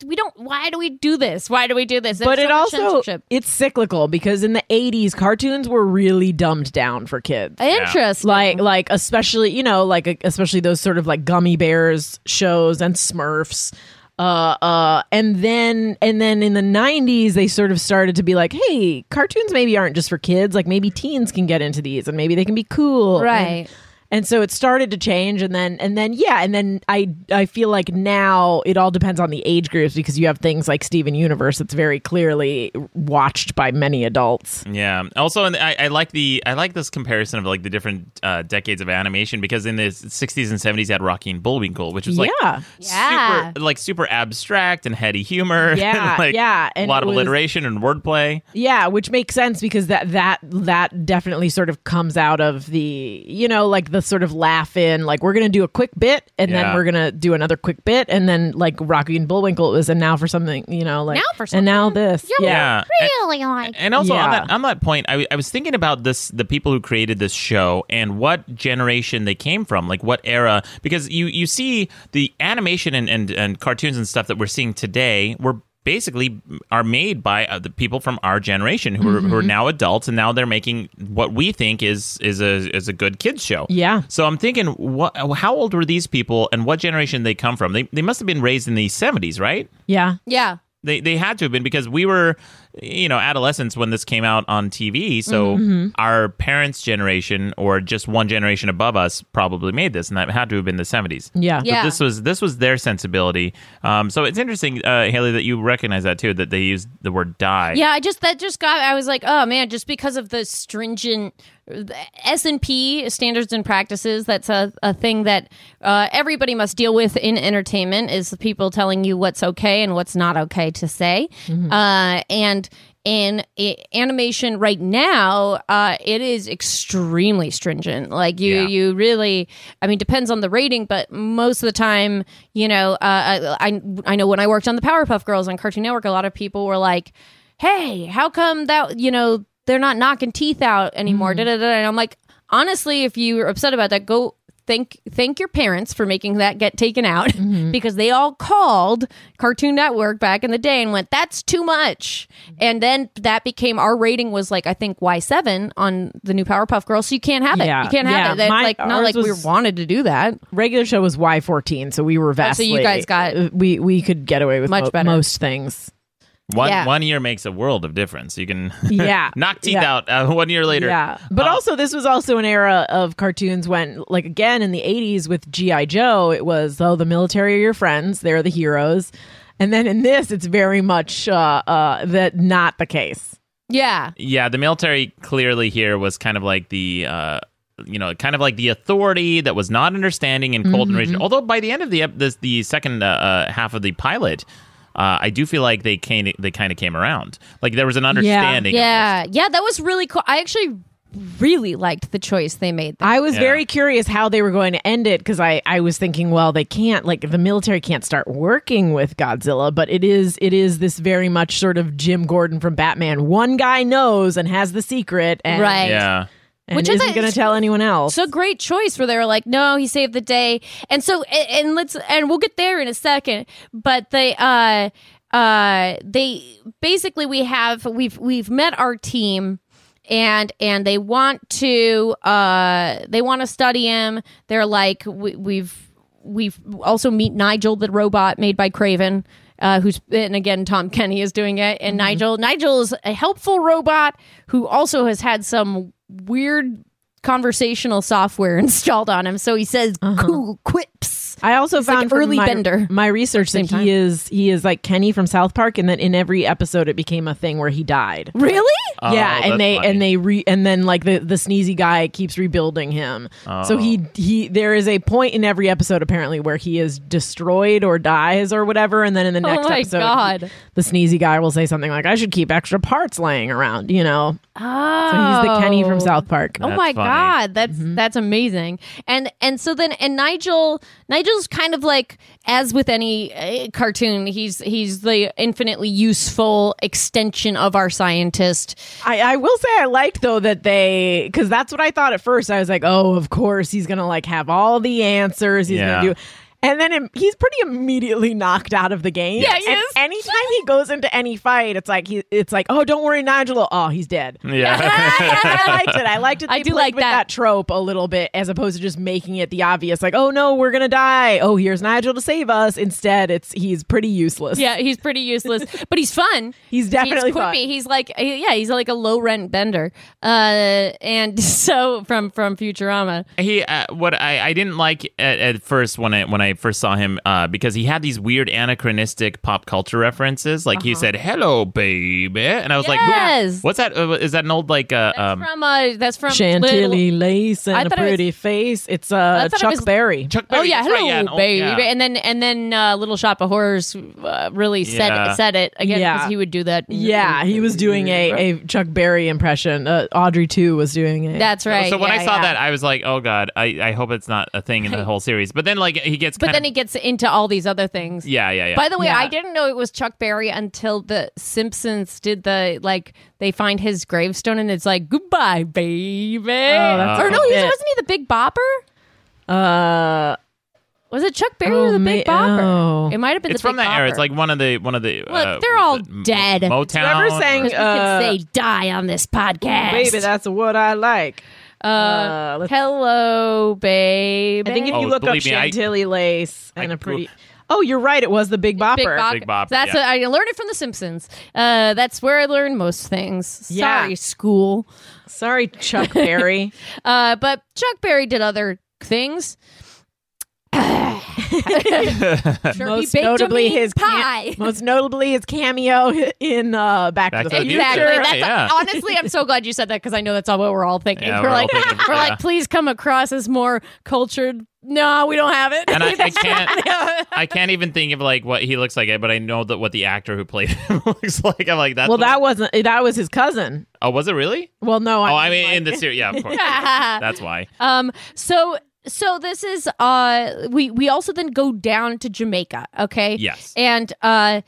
Speaker 4: we don't, why do we do this? Why do we do this?
Speaker 5: But
Speaker 4: There's
Speaker 5: it
Speaker 4: so much
Speaker 5: also
Speaker 4: censorship.
Speaker 5: it's cyclical because in the 80s cartoons were really dumbed down for kids.
Speaker 4: Interesting.
Speaker 5: Like like especially, you know, like especially those sort of like gummy bears shows and Smurfs. Uh uh and then and then in the 90s they sort of started to be like, "Hey, cartoons maybe aren't just for kids. Like maybe teens can get into these and maybe they can be cool." And-
Speaker 4: Right.
Speaker 5: and so it started to change and then and then yeah and then i i feel like now it all depends on the age groups because you have things like steven universe that's very clearly watched by many adults
Speaker 3: Yeah. Also, and I, I like the I like this comparison of like the different uh, decades of animation because in the '60s and '70s you had Rocky and Bullwinkle, which was like
Speaker 5: yeah
Speaker 4: Yeah.
Speaker 3: super like super abstract and heady humor. *laughs*
Speaker 5: Yeah,
Speaker 3: and, like,
Speaker 5: yeah,
Speaker 3: A
Speaker 5: and
Speaker 3: lot
Speaker 5: it
Speaker 3: of
Speaker 5: was-
Speaker 3: alliteration and wordplay.
Speaker 5: yeah which makes sense because that that that definitely sort of comes out of the you know like the sort of laugh in like we're gonna do a quick bit and
Speaker 3: Yeah.
Speaker 5: then we're gonna do another quick bit and then like rocky and bullwinkle is and now for something you know like
Speaker 4: Now for
Speaker 5: and now this
Speaker 3: Yeah.
Speaker 4: Really like.
Speaker 3: And also on
Speaker 5: Yeah.
Speaker 3: that on that point, I, I was thinking about this the people who created this show and what generation they came from, like what era, because you you see the animation and and, and cartoons and stuff that we're seeing today were basically are made by uh, the people from our generation who are, who
Speaker 5: Mm-hmm.
Speaker 3: are now adults and now they're making what we think is is a is a good kids show.
Speaker 5: Yeah.
Speaker 3: So I'm thinking what how old were these people and what generation they come from? They they must have been raised in the 70s, right?
Speaker 5: yeah
Speaker 4: Yeah.
Speaker 3: They they had to have been because we were, you know, adolescents when this came out on TV. So
Speaker 5: Mm-hmm.
Speaker 3: our parents' generation or just one generation above us probably made this, and that had to have been the seventies.
Speaker 5: Yeah.
Speaker 4: Yeah.
Speaker 3: This was this was their sensibility. Um, so it's interesting, uh, Haley, that you recognize that too. That they used the word die.
Speaker 4: Yeah, I just that just got. I was like, oh man, just because of the stringent S and P standards and practices. That's a, a thing that uh, everybody must deal with in entertainment is the people telling you what's okay and what's not okay to say. Uh, and in i animation right now, uh, it is extremely stringent. Like you,
Speaker 3: Yeah.
Speaker 4: you really, I mean, depends on the rating, but most of the time, you know, uh, I, I I know when I worked on the Powerpuff Girls on Cartoon Network, a lot of people were like, "Hey, how come that you know they're not knocking teeth out anymore?"
Speaker 5: Mm.
Speaker 4: Da, da, da. And I'm like, honestly, if you're upset about that, go thank thank your parents for making that get taken out *laughs*
Speaker 5: Mm-hmm.
Speaker 4: because they all called Cartoon Network back in the day and went, "That's too much," and then that became our rating was like I think Y seven on the new Powerpuff Girls, so you can't have it.
Speaker 5: Yeah,
Speaker 4: You can't have
Speaker 5: yeah.
Speaker 4: it. That's
Speaker 5: My-
Speaker 4: like not
Speaker 5: ours
Speaker 4: like
Speaker 5: was-
Speaker 4: we wanted to do that.
Speaker 5: regular show was Y fourteen, so we were
Speaker 4: Oh, so
Speaker 5: vastly. uh,
Speaker 4: you guys got-
Speaker 5: we we could get away with
Speaker 4: Much
Speaker 5: mo-
Speaker 4: better.
Speaker 5: most things.
Speaker 3: One
Speaker 4: Yeah.
Speaker 3: one year makes a world of difference. You can *laughs*
Speaker 5: Yeah.
Speaker 3: knock teeth
Speaker 5: Yeah.
Speaker 3: out uh, one year later.
Speaker 5: Yeah, but
Speaker 3: Uh,
Speaker 5: also this was also an era of cartoons when, like, again in the '80s with GI Joe, it was oh the military are your friends, they're the heroes, and then in this it's very much uh, uh, that not the case.
Speaker 4: Yeah,
Speaker 3: yeah, the military clearly here was kind of like the. Uh, you know, kind of like the authority that was not understanding and cold and
Speaker 4: Mm-hmm.
Speaker 3: rigid. Although by the end of the ep- this, the second uh, uh, half of the pilot, uh, I do feel like they came they kind of came around. Like there was an understanding.
Speaker 4: yeah, yeah. That was really cool. I actually really liked the choice they made.
Speaker 5: I was
Speaker 3: Yeah.
Speaker 5: very curious how they were going to end it because I I was thinking, well, they can't like the military can't start working with Godzilla, but it is it is this very much sort of Jim Gordon from Batman. One guy knows and has the secret, and,
Speaker 4: Right.
Speaker 3: Yeah.
Speaker 5: and
Speaker 4: Which I
Speaker 5: isn't
Speaker 4: thought
Speaker 5: going to
Speaker 4: is-
Speaker 5: tell anyone else.
Speaker 4: It's a great choice where they were like, no, he saved the day. And so, and, and let's, and we'll get there in a second. But they, uh, uh, they basically, we have, we've, we've met our team and, and they want to, uh, they want to study him. They're like, we, we've, we've also meet Nigel, the robot made by Craven. Uh, who's and again Tom Kenny is doing it, and
Speaker 3: Mm-hmm.
Speaker 4: Nigel. Nigel is a helpful robot who also has had some weird conversational software *laughs* installed on him, so he says
Speaker 3: Uh-huh.
Speaker 4: cool quips.
Speaker 5: I also
Speaker 4: like
Speaker 5: found from
Speaker 4: early
Speaker 5: my,
Speaker 4: Bender.
Speaker 5: my research that
Speaker 4: Same
Speaker 5: he
Speaker 4: time.
Speaker 5: is he is like Kenny from South Park, and then in every episode it became a thing where he died.
Speaker 4: Really?
Speaker 3: Oh,
Speaker 5: yeah,
Speaker 3: that's
Speaker 5: and they
Speaker 3: funny.
Speaker 5: and they re and then like the the sneezy guy keeps rebuilding him. So he
Speaker 3: Oh.
Speaker 5: he there is a point in every episode apparently where he is destroyed or dies or whatever, and then in the
Speaker 4: Oh
Speaker 5: next
Speaker 4: my
Speaker 5: episode,
Speaker 4: God.
Speaker 5: the sneezy guy will say something like, "I should keep extra parts laying around," you know.
Speaker 4: Oh,
Speaker 5: So he's the Kenny from South Park.
Speaker 4: Oh
Speaker 3: That's
Speaker 4: my
Speaker 3: funny. Mm-hmm.
Speaker 4: god, that's that's amazing. And and so then and Nigel Nigel's kind of like as with any uh, cartoon, he's he's the infinitely useful extension of
Speaker 3: *laughs*
Speaker 4: our scientist. *laughs*
Speaker 5: I, I will say I liked though that they because that's what I thought at first. I was like, oh, of course he's gonna like have all the answers. He's
Speaker 3: Yeah.
Speaker 5: gonna do. And then im- he's pretty immediately *laughs* knocked out of the game.
Speaker 4: Yeah, he
Speaker 5: and
Speaker 4: is.
Speaker 5: Anytime he goes into any fight, it's like he, it's like, oh, don't worry, Nigel. Oh,
Speaker 4: *laughs*
Speaker 5: he's dead.
Speaker 3: Yeah.
Speaker 5: I liked it. I liked it.
Speaker 4: I
Speaker 5: they
Speaker 4: do
Speaker 5: played
Speaker 4: like
Speaker 5: with
Speaker 4: that.
Speaker 5: that trope a little bit, as opposed to just making it the obvious, like, oh no, we're gonna die. Oh, here's Nigel to save us. Instead, it's he's pretty
Speaker 4: *laughs*
Speaker 5: useless.
Speaker 4: Yeah, he's pretty useless, but he's fun.
Speaker 5: *laughs* He's definitely
Speaker 4: he's quippy.
Speaker 5: fun.
Speaker 4: He's like yeah, he's like a low rent bender. Uh, and *laughs* so from from Futurama,
Speaker 3: he uh, what I, I didn't like at, at first when I when I first saw him uh, because he had these weird anachronistic pop culture references like he said hello baby and I was like
Speaker 4: Uh-huh. Yes.
Speaker 3: "Who- what's that uh, is that an old like uh, um,
Speaker 4: from uh, that's from
Speaker 5: Chantilly
Speaker 4: Little-
Speaker 5: lace
Speaker 4: I
Speaker 5: and a
Speaker 4: thought it was-
Speaker 5: pretty face. It's uh,
Speaker 4: I thought it
Speaker 5: Chuck
Speaker 4: was-
Speaker 5: Berry.
Speaker 3: Chuck
Speaker 4: Oh
Speaker 3: Berry,
Speaker 4: yeah,
Speaker 3: that's
Speaker 4: hello
Speaker 3: right, yeah, an old-
Speaker 4: baby,
Speaker 3: yeah.
Speaker 4: and then and then uh, Little Shop of Horrors uh, really said
Speaker 3: Yeah.
Speaker 4: said it again because
Speaker 5: Yeah.
Speaker 4: he would do that.
Speaker 5: Yeah, he was doing a, a Chuck Berry impression. Uh, Audrey too was doing a.
Speaker 4: that's right.
Speaker 3: so when
Speaker 4: yeah,
Speaker 3: I saw
Speaker 4: yeah.
Speaker 3: that I was like oh god I, I hope it's not a thing
Speaker 4: *laughs*
Speaker 3: in the whole series but then like he gets
Speaker 4: but
Speaker 3: kind
Speaker 4: then
Speaker 3: of,
Speaker 4: he gets into all these other
Speaker 3: *laughs*
Speaker 4: things.
Speaker 3: yeah yeah yeah
Speaker 4: By the way,
Speaker 5: Yeah.
Speaker 4: I didn't know it was Chuck Berry until the Simpsons did the like they find his gravestone and it's like goodbye, baby.
Speaker 5: Oh, that's
Speaker 4: or no, he
Speaker 5: it.
Speaker 4: wasn't he the Big Bopper?
Speaker 5: Uh,
Speaker 4: Was it Chuck Berry
Speaker 5: Oh,
Speaker 4: or the Big
Speaker 5: ma-
Speaker 4: Bopper?
Speaker 5: oh.
Speaker 4: It might have been
Speaker 3: it's
Speaker 4: the
Speaker 3: from
Speaker 4: Big
Speaker 3: that era
Speaker 4: Bopper.
Speaker 3: it's like one of the one of the uh,
Speaker 4: they're
Speaker 3: was
Speaker 4: all
Speaker 3: it M-
Speaker 4: dead.
Speaker 3: Motown
Speaker 5: Whoever
Speaker 3: or-
Speaker 5: sang-
Speaker 4: 'Cause we
Speaker 5: uh,
Speaker 4: could say die on this podcast.
Speaker 5: baby, that's what I like.
Speaker 4: uh,
Speaker 5: uh, let's-
Speaker 4: hello, baby.
Speaker 5: I think if
Speaker 3: Oh,
Speaker 5: you look up
Speaker 3: believe me, I-
Speaker 5: Chantilly lace and
Speaker 3: I
Speaker 5: a pretty.
Speaker 3: grew-
Speaker 5: Oh, you're right. It was the Big Bopper.
Speaker 4: Big Bop.
Speaker 3: Big Bop,
Speaker 4: That's
Speaker 3: yeah.
Speaker 4: what I learned it from The Simpsons. Uh, that's where I learned most things.
Speaker 5: Yeah.
Speaker 4: Sorry, school.
Speaker 5: Sorry, Chuck Berry.
Speaker 4: Uh, but Chuck Berry did other
Speaker 3: *laughs*
Speaker 4: things. Sure, *laughs* he
Speaker 5: most
Speaker 4: baked a
Speaker 5: notably
Speaker 4: meat
Speaker 5: his cam-
Speaker 4: pie.
Speaker 5: *laughs* most notably his cameo *laughs* in uh, Back, to the
Speaker 3: Back to *laughs* the
Speaker 5: Future.
Speaker 4: Exactly.
Speaker 3: Future,
Speaker 4: That's
Speaker 3: yeah.
Speaker 4: honestly, I'm so glad you said that because I know that's all what we're all thinking.
Speaker 3: Yeah,
Speaker 4: we're,
Speaker 3: we're all
Speaker 4: like,
Speaker 3: thinking,
Speaker 4: we're
Speaker 3: yeah.
Speaker 4: like, please come across as more cultured. No, we don't have
Speaker 3: *laughs*
Speaker 4: it.
Speaker 3: And I,
Speaker 4: *laughs*
Speaker 3: I can't, I can't even think of like what he looks like, but I know that what the actor who played *laughs* him looks like. I'm like that's
Speaker 5: Well,
Speaker 3: what-
Speaker 5: that wasn't. That was his cousin.
Speaker 3: oh, was it
Speaker 4: *laughs*
Speaker 3: really?
Speaker 5: Well, no.
Speaker 3: Oh, I mean,
Speaker 5: like-
Speaker 3: in the series, yeah, of course. *laughs* That's why.
Speaker 4: Um, so so this is uh we we also then go down to Jamaica, okay?
Speaker 3: Yes.
Speaker 4: And uh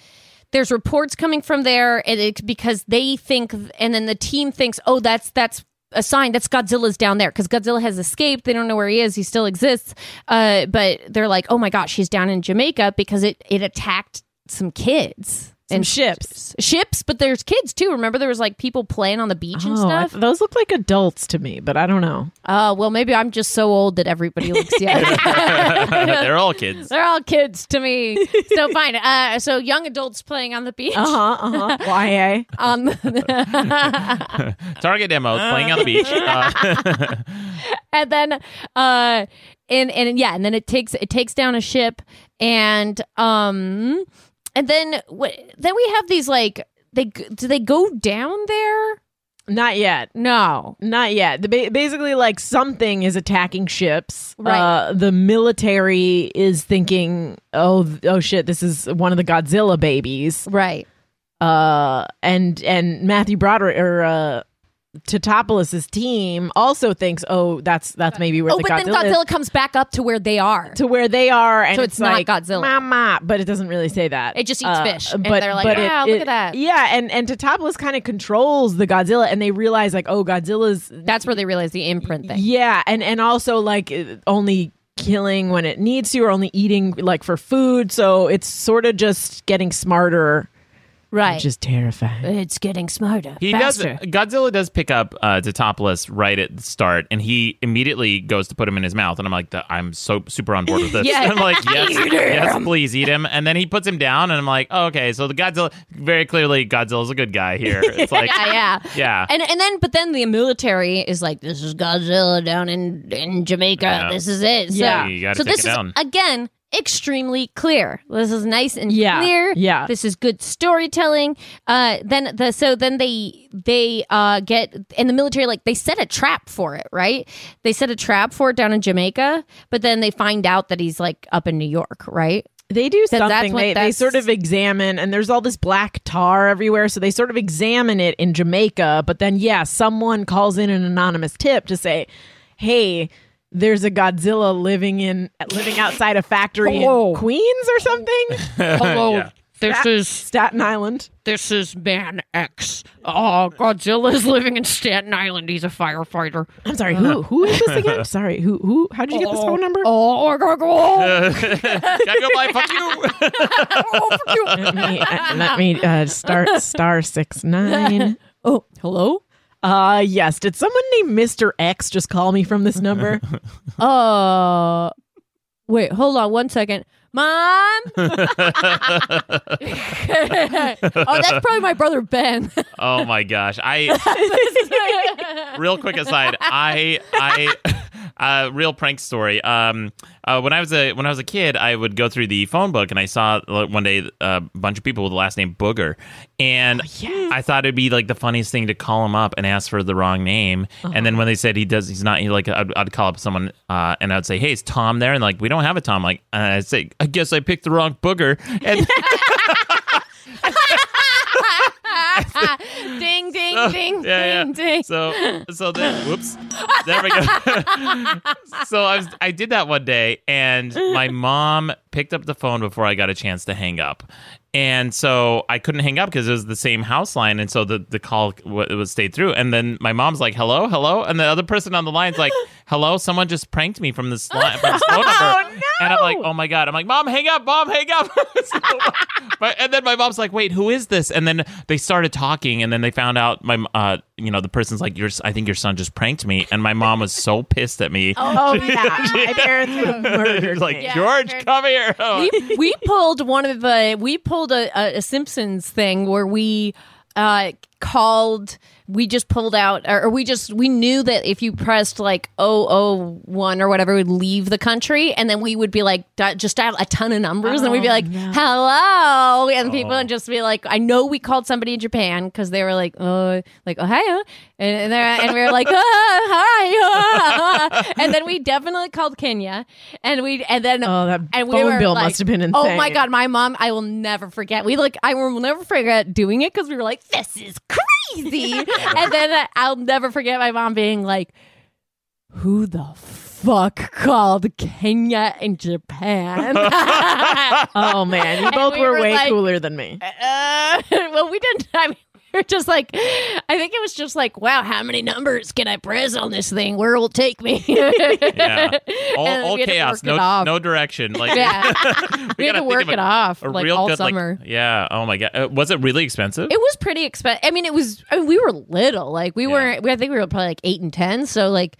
Speaker 4: there's reports coming from there and it, because they think and then the team thinks, "Oh, that's that's a sign that's Godzilla's down there because Godzilla has escaped. They don't know where he is. He still exists. Uh, but they're like, oh my gosh, he's down in Jamaica because it, it attacked some kids
Speaker 5: Some
Speaker 4: and
Speaker 5: ships.
Speaker 4: ships. But there's kids too. Remember, there was like people playing on the beach and
Speaker 5: Oh, I-
Speaker 4: stuff.
Speaker 5: those look like adults to me, but I
Speaker 4: *laughs*
Speaker 5: don't know.
Speaker 4: Uh, well, maybe I'm just so old that everybody looks young.
Speaker 3: *laughs* They're all kids.
Speaker 4: *laughs* They're all kids to me. So fine. Uh, so young adults playing on the beach.
Speaker 5: Uh huh. Uh huh. YA.
Speaker 4: *laughs* On the- *laughs*
Speaker 3: Target demos playing on the beach. Uh, *laughs*
Speaker 4: and then, uh, and and yeah, and then it takes it takes down a ship, and um, and then what? Then we have these like they g- do they go down there?
Speaker 5: Not yet.
Speaker 4: No.
Speaker 5: Not yet. The ba- basically, like something is attacking ships.
Speaker 4: Right.
Speaker 5: Uh, the military is thinking, "Oh, th- oh shit! This is one of the Godzilla babies."
Speaker 4: Right.
Speaker 5: Uh, and and Matthew Broderick or uh, Totopoulos' team also thinks, "Oh, that's that's maybe where
Speaker 4: Oh,
Speaker 5: the
Speaker 4: but
Speaker 5: Godzilla,
Speaker 4: then
Speaker 5: is,
Speaker 4: Godzilla comes back up to where they are.
Speaker 5: to where they are." And
Speaker 4: So
Speaker 5: it's,
Speaker 4: it's not
Speaker 5: like,
Speaker 4: Godzilla.
Speaker 5: Mama, but it doesn't really say that. Uh,
Speaker 4: It just eats fish, and
Speaker 5: But
Speaker 4: they're like,
Speaker 5: but it-
Speaker 4: "Wow, look
Speaker 5: it-
Speaker 4: at that."
Speaker 5: Yeah, and and Totopoulos kind of controls the Godzilla, and they realize like, "Oh, Godzilla's
Speaker 4: That's where they realize the imprint thing.
Speaker 5: Yeah, and and also like uh, only killing when it needs to, or only eating like for food. So it's sort of just getting smarter,
Speaker 4: Right.
Speaker 5: which is terrifying.
Speaker 4: it's getting smarter.
Speaker 3: he
Speaker 5: Faster.
Speaker 3: does. Godzilla does pick up uh, Totopoulos right at the start, and he immediately goes to put him in his mouth, and I'm like, "The- I'm so super on board with *laughs* this.
Speaker 4: Yeah.
Speaker 3: I'm like, yes, yes, please eat him. And then he puts him down, and I'm like, oh, okay, so the Godzilla very clearly Godzilla's a good guy *laughs* here. It's like,
Speaker 4: yeah, yeah.
Speaker 3: yeah.
Speaker 4: And and then but then the military is like, This is Godzilla down in, in Jamaica.
Speaker 3: Yeah.
Speaker 4: This is it. So,
Speaker 5: Yeah.
Speaker 3: You gotta
Speaker 4: so
Speaker 3: take
Speaker 4: this
Speaker 3: it
Speaker 4: is
Speaker 3: down.
Speaker 4: again extremely clear. This is nice and
Speaker 5: Yeah.
Speaker 4: clear.
Speaker 5: Yeah.
Speaker 4: This is good storytelling. Uh then the so then they they uh get and the military like they set a trap for it, right? They set a trap for it down in Jamaica, but then they find out that he's like up in New York,
Speaker 3: *laughs*
Speaker 4: right?
Speaker 5: They do
Speaker 4: that's
Speaker 5: something.
Speaker 4: what
Speaker 5: They, they
Speaker 4: that's-
Speaker 5: sort of examine, and there's all this black tar everywhere. So they sort of examine it in Jamaica, but then yeah, someone calls in an anonymous tip to say, "Hey." There's a Godzilla living in living outside a factory
Speaker 4: Hello.
Speaker 5: in Queens or something,
Speaker 4: Hello.
Speaker 3: Yeah.
Speaker 4: This is
Speaker 5: Staten Island.
Speaker 6: Oh, This is Man X. Oh, Godzilla's living in Staten Island. He's a firefighter.
Speaker 5: I'm sorry.
Speaker 4: Uh-huh.
Speaker 5: Who who is this
Speaker 4: *laughs*
Speaker 5: again? I'm sorry. Who who? How did you get this phone number?
Speaker 6: Oh, Gargoyle.
Speaker 3: *laughs* Gotta go buy, fuck you. *laughs*
Speaker 5: let *laughs* me, uh, let me uh, start star six nine.
Speaker 4: Oh, hello?
Speaker 5: *laughs* Uh yes. Did someone named Mr. X just call me from this *laughs* number?
Speaker 4: Uh, wait, hold on one second.
Speaker 3: *laughs*
Speaker 4: Mom? oh, that's probably my brother Ben. *laughs*
Speaker 3: oh my gosh, I. real quick aside, I *laughs* I uh, real prank story. Um, uh, when I was a when I was a kid, I would go through the phone book and I saw like, one day uh, a bunch of people with the last name Booger, and I thought it'd be like the funniest thing to call him up and ask for the wrong name. And then when they said he does, he's not. He like I'd, I'd call up someone uh, and I'd say, "Hey, is Tom there?" And like we don't have a Tom. Like and I'd say, "I guess I picked the wrong Booger." *laughs* And
Speaker 4: ding, ding, ding,
Speaker 3: yeah,
Speaker 4: ding,
Speaker 3: yeah.
Speaker 4: ding.
Speaker 3: So, so then, whoops, there we go. so I was, I did that one day, and my mom picked up the phone before I got a chance to hang up, and so I couldn't hang up because it was the same house line, and so the the call w- was stayed through, and then my mom's like, "Hello, hello," and the other person on the line's like, "Hello, someone just pranked me from this line." From this phone number. And I'm like, oh my god! I'm like, mom, hang up, mom, hang up. *laughs* So, my- and then my mom's like, wait, who is this? And then they started talking, and then they found out my, uh, you know, the person's like, your, I think your son just pranked me, and my mom was so pissed at me.
Speaker 5: Oh *laughs* yeah, my parents would have
Speaker 3: You're
Speaker 5: murdered
Speaker 3: like,
Speaker 5: me.
Speaker 3: George, come here. Oh,
Speaker 4: we, we pulled one of the we pulled a, a, a Simpsons thing where we uh, called we just pulled out or, or we just we knew that if you pressed like 001 or whatever it would leave the country and then we would be like di- just dial a ton of numbers and we'd be like hello and people would just be like I know we called somebody in Japan because they were like oh like Ohio and and, they're- and we were like *laughs* ah, hi ah, ah." and then we definitely called Kenya and we and then
Speaker 5: Oh, that
Speaker 4: and we
Speaker 5: phone
Speaker 4: were
Speaker 5: bill
Speaker 4: like,
Speaker 5: must have been
Speaker 4: Oh my
Speaker 5: insane."
Speaker 4: god, my mom! I will never forget. We like I will never forget doing it because we were like, this is
Speaker 5: *laughs*
Speaker 4: crazy. and then uh, I'll never forget my mom being like, who the fuck called Kenya and Japan? *laughs*
Speaker 5: Oh *laughs* man, you
Speaker 4: And
Speaker 5: both
Speaker 4: we
Speaker 5: were,
Speaker 4: were
Speaker 5: way
Speaker 4: like-
Speaker 5: cooler than me.
Speaker 4: uh, well, we didn't. I mean, we we're just like, I think it was just like, wow, how many numbers can I press on this thing? Where will it take me? *laughs*
Speaker 3: yeah. All,
Speaker 4: And
Speaker 3: all
Speaker 4: we had to
Speaker 3: chaos,
Speaker 4: work it
Speaker 3: no,
Speaker 4: off.
Speaker 3: no direction. Like, *laughs*
Speaker 4: Yeah. we had
Speaker 3: gotta
Speaker 4: to
Speaker 3: think of
Speaker 4: work
Speaker 3: a-
Speaker 4: it off
Speaker 3: a
Speaker 4: like
Speaker 3: real
Speaker 4: all
Speaker 3: good, like-
Speaker 4: summer.
Speaker 3: yeah. Oh my god. Uh, was it really expensive?
Speaker 4: It was pretty expensive. I mean, it was. I mean, we were little. Like we
Speaker 3: Yeah.
Speaker 4: weren't. We, I think we were probably like eight and ten. So like,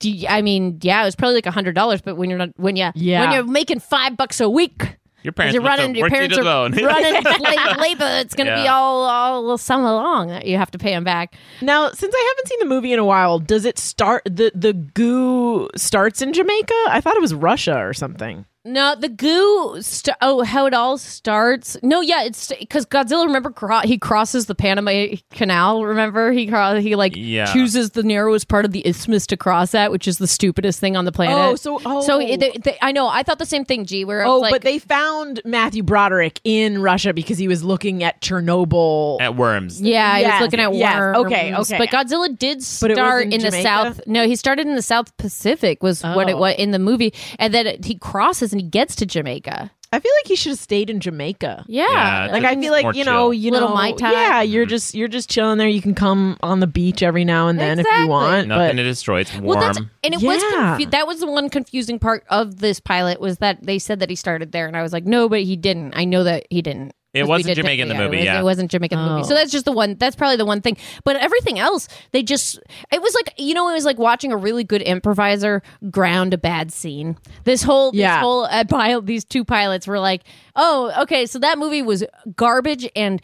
Speaker 4: do you- I mean, yeah, it was probably like a hundred dollars. But when you're not, when you,
Speaker 5: Yeah.
Speaker 4: when you're making five bucks
Speaker 3: *laughs*
Speaker 4: a week,
Speaker 3: your parents
Speaker 4: you're
Speaker 3: must
Speaker 4: running.
Speaker 3: have
Speaker 4: Your
Speaker 3: worked
Speaker 4: parents
Speaker 3: you
Speaker 4: are
Speaker 3: to the bone. *laughs*
Speaker 4: running slave labor. It's gonna be
Speaker 3: Yeah.
Speaker 4: all all summer long that you have to pay them back.
Speaker 5: Now, since I haven't seen the movie in a while, does it start the the goo starts in Jamaica? I thought it was Russia or something.
Speaker 4: No, the goo. St- oh, how it all starts. No, yeah, it's because Godzilla. Remember, cro- he crosses the Panama Canal. Remember, he cro- he like
Speaker 3: Yeah.
Speaker 4: chooses the narrowest part of the isthmus to cross at, which is the stupidest thing on the planet.
Speaker 5: Oh, so- oh.
Speaker 4: so it- they, they, I know. I thought the same thing, G. Where
Speaker 5: Oh,
Speaker 4: like,
Speaker 5: but they found Matthew Broderick in Russia because he was looking at Chernobyl.
Speaker 3: at worms.
Speaker 4: yeah, he was
Speaker 5: Yes,
Speaker 4: looking at
Speaker 5: yes,
Speaker 4: worms.
Speaker 5: okay, okay.
Speaker 4: But Godzilla did
Speaker 5: But it was
Speaker 4: start
Speaker 5: in
Speaker 4: in, the
Speaker 5: Jamaica?
Speaker 4: south. No, he started in the South Pacific. Was what it
Speaker 5: Oh.
Speaker 4: was in the movie, and then it- he crosses and he gets to Jamaica.
Speaker 5: I feel like he should have stayed in Jamaica.
Speaker 4: Yeah,
Speaker 3: Yeah,
Speaker 5: Like I
Speaker 3: Just
Speaker 5: feel like
Speaker 3: more
Speaker 5: you know,
Speaker 3: chill. Mm-hmm.
Speaker 5: you
Speaker 4: Little
Speaker 5: know,
Speaker 4: Mai Tai.
Speaker 5: yeah, you're just you're just chilling there. You can come on the beach every now and then if
Speaker 4: Exactly.
Speaker 5: you want.
Speaker 3: Nothing
Speaker 5: but
Speaker 3: to destroy. It's warm.
Speaker 4: Well, that's and it was
Speaker 5: Yeah.
Speaker 4: confu- that was the one confusing part of this pilot was that they said that he started there, and I was like, no, but he didn't. I know that he didn't.
Speaker 3: It
Speaker 4: 'Cause we
Speaker 3: wasn't
Speaker 4: did
Speaker 3: Jamaica in the
Speaker 4: it
Speaker 3: movie,
Speaker 4: was-
Speaker 3: yeah.
Speaker 4: it wasn't Jamaica in the movie. So
Speaker 5: Oh.
Speaker 4: that's just the one. That's probably the one thing. But everything else, they just it was like you know it was like watching a really good improviser ground a bad scene. This whole
Speaker 5: Yeah.
Speaker 4: this whole uh, pilot, these two pilots were like, oh, okay, so that movie was garbage and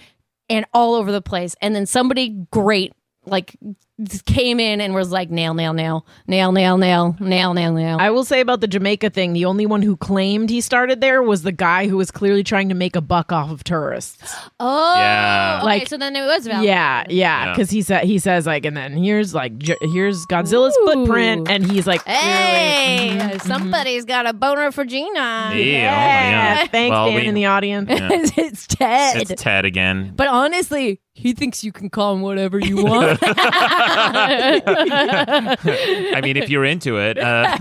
Speaker 4: and all over the place, and then somebody great like came in and was like nail nail nail nail nail nail nail nail nail
Speaker 5: I will say about the Jamaica thing, the only one who claimed he started there was the guy who was clearly trying to make a buck off
Speaker 4: *gasps*
Speaker 5: of tourists.
Speaker 4: oh
Speaker 3: Yeah.
Speaker 4: okay,
Speaker 5: Like-
Speaker 4: so then it was valid.
Speaker 5: Yeah,
Speaker 3: Yeah.
Speaker 5: yeah, because he said he says like, and then here's like j- here's Godzilla's
Speaker 4: Ooh.
Speaker 5: footprint, and he's like, clearly-
Speaker 4: hey
Speaker 5: Mhm.
Speaker 4: somebody's got a boner for gina
Speaker 3: Yeah. Oh my
Speaker 4: *laughs*
Speaker 5: yeah,
Speaker 3: God.
Speaker 5: thanks,
Speaker 3: Well,
Speaker 5: Dan,
Speaker 3: we-
Speaker 5: in the audience.
Speaker 3: Yeah.
Speaker 4: it's ted
Speaker 3: It's Ted again.
Speaker 4: but honestly he thinks you can call him whatever
Speaker 3: *laughs*
Speaker 4: you want
Speaker 3: I mean, if you're into it, uh,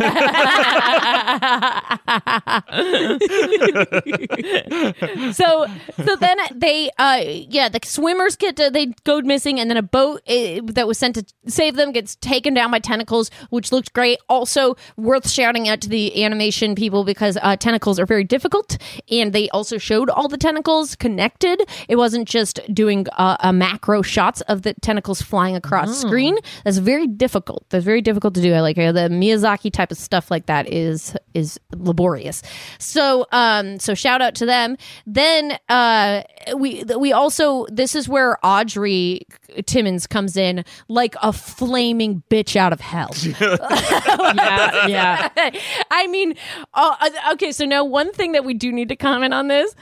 Speaker 4: *laughs* *laughs* so so then they uh yeah the swimmers get to, they go missing and then a boat eh, that was sent to save them gets taken down by tentacles which looked great also worth shouting out to the animation people because uh, tentacles are very difficult and they also showed all the tentacles connected it wasn't just doing uh, a macro shots of the tentacles flying across screen that's very difficult that's very difficult to do I like uh, the Miyazaki type of stuff like that is is laborious so um so shout out to them then uh we th- we also this is where Audrey Timmons comes in like a flaming bitch out of hell
Speaker 5: *laughs* yeah, yeah.
Speaker 4: *laughs* I mean, uh, uh, okay, so now one thing that we do need to comment on this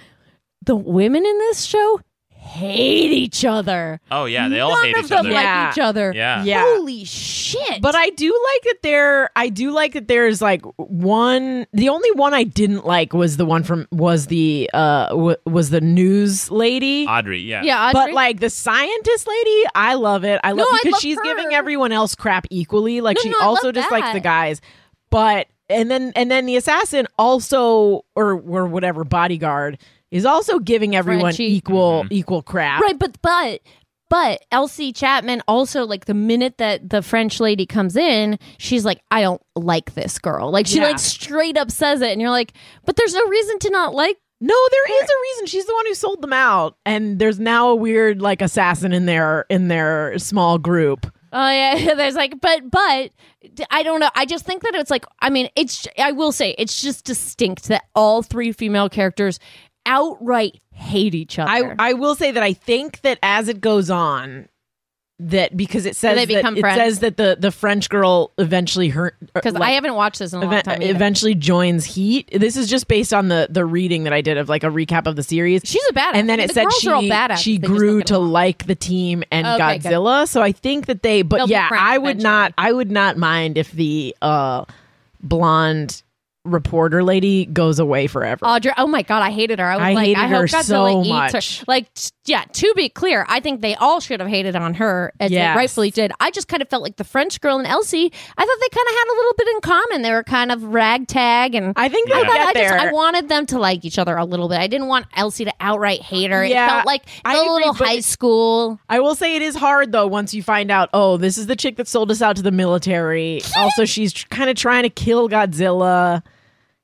Speaker 4: the women in this show hate each other.
Speaker 3: oh yeah, they all
Speaker 4: None
Speaker 3: hate
Speaker 4: of
Speaker 3: each
Speaker 4: them
Speaker 3: other.
Speaker 4: like
Speaker 5: Yeah.
Speaker 4: each other.
Speaker 3: yeah.
Speaker 5: Yeah.
Speaker 4: Holy shit.
Speaker 5: But I do like that there. I do like that there's like one. The only one I didn't like was the one from was the uh w- was the news lady.
Speaker 3: Audrey. Yeah.
Speaker 4: yeah, Audrey,
Speaker 5: But like the scientist lady, I love it. I love
Speaker 4: No, I
Speaker 5: because
Speaker 4: love
Speaker 5: she's
Speaker 4: her.
Speaker 5: giving everyone else crap equally. Like
Speaker 4: No,
Speaker 5: she
Speaker 4: no, I
Speaker 5: also
Speaker 4: love
Speaker 5: dislikes the
Speaker 4: that.
Speaker 5: guys, but and then and then the assassin also or or whatever bodyguard is also giving everyone
Speaker 4: Frenchie.
Speaker 5: equal equal crap.
Speaker 4: right, but but But Elsie Chapman also like the minute that the French lady comes in, she's like, I don't like this girl. Like she
Speaker 5: Yeah.
Speaker 4: like straight up says it, and you're like, but there's no reason to not like. *laughs*
Speaker 5: No, there is a reason. She's the one who sold them out, and there's now a weird like assassin in their in their small group.
Speaker 4: Oh yeah, *laughs* there's like, but but d- I don't know. I just think that it's like, I mean, it's. I will say it's just distinct that all three female characters outright hate each other.
Speaker 5: I I will say that I think that as it goes on, that because it says
Speaker 4: They
Speaker 5: that,
Speaker 4: become
Speaker 5: it
Speaker 4: friends.
Speaker 5: says that the the French girl eventually hurt
Speaker 4: because I haven't watched this in a long time. either.
Speaker 5: eventually joins Heat. This is just based on the the reading that I did of like a recap of the series.
Speaker 4: She's a badass.
Speaker 5: and then it
Speaker 4: the
Speaker 5: said
Speaker 4: girls
Speaker 5: she
Speaker 4: are all badass.
Speaker 5: she
Speaker 4: They just
Speaker 5: grew
Speaker 4: look at
Speaker 5: to
Speaker 4: them.
Speaker 5: like the team and
Speaker 4: Okay, good.
Speaker 5: Godzilla. So I think that they, but
Speaker 4: They'll be
Speaker 5: yeah,
Speaker 4: friends
Speaker 5: I would not, I would not mind if the uh blonde reporter lady goes away forever.
Speaker 4: Audrey. Oh my god, I hated her. I was
Speaker 5: I
Speaker 4: like,
Speaker 5: hated
Speaker 4: I
Speaker 5: her
Speaker 4: hope
Speaker 5: so
Speaker 4: Godzilla eats
Speaker 5: much.
Speaker 4: her. Like, t- yeah. To be clear, I think they all should have hated on her as
Speaker 5: Yes.
Speaker 4: they rightfully did. I just kind of felt like the French girl and Elsie. I thought they kind of had a little bit in common. They were kind of ragtag, and
Speaker 5: I think
Speaker 4: I
Speaker 5: they'll
Speaker 4: thought I
Speaker 5: get
Speaker 4: just
Speaker 5: there.
Speaker 4: I wanted them to like each other a little bit. I didn't want Elsie to outright hate her.
Speaker 5: Yeah,
Speaker 4: it felt like
Speaker 5: I
Speaker 4: a
Speaker 5: agree,
Speaker 4: little
Speaker 5: but-
Speaker 4: high school.
Speaker 5: I will say it is hard though once you find out. Oh, this is the chick that sold us out to the military. also, she's tr- kind of trying to kill Godzilla.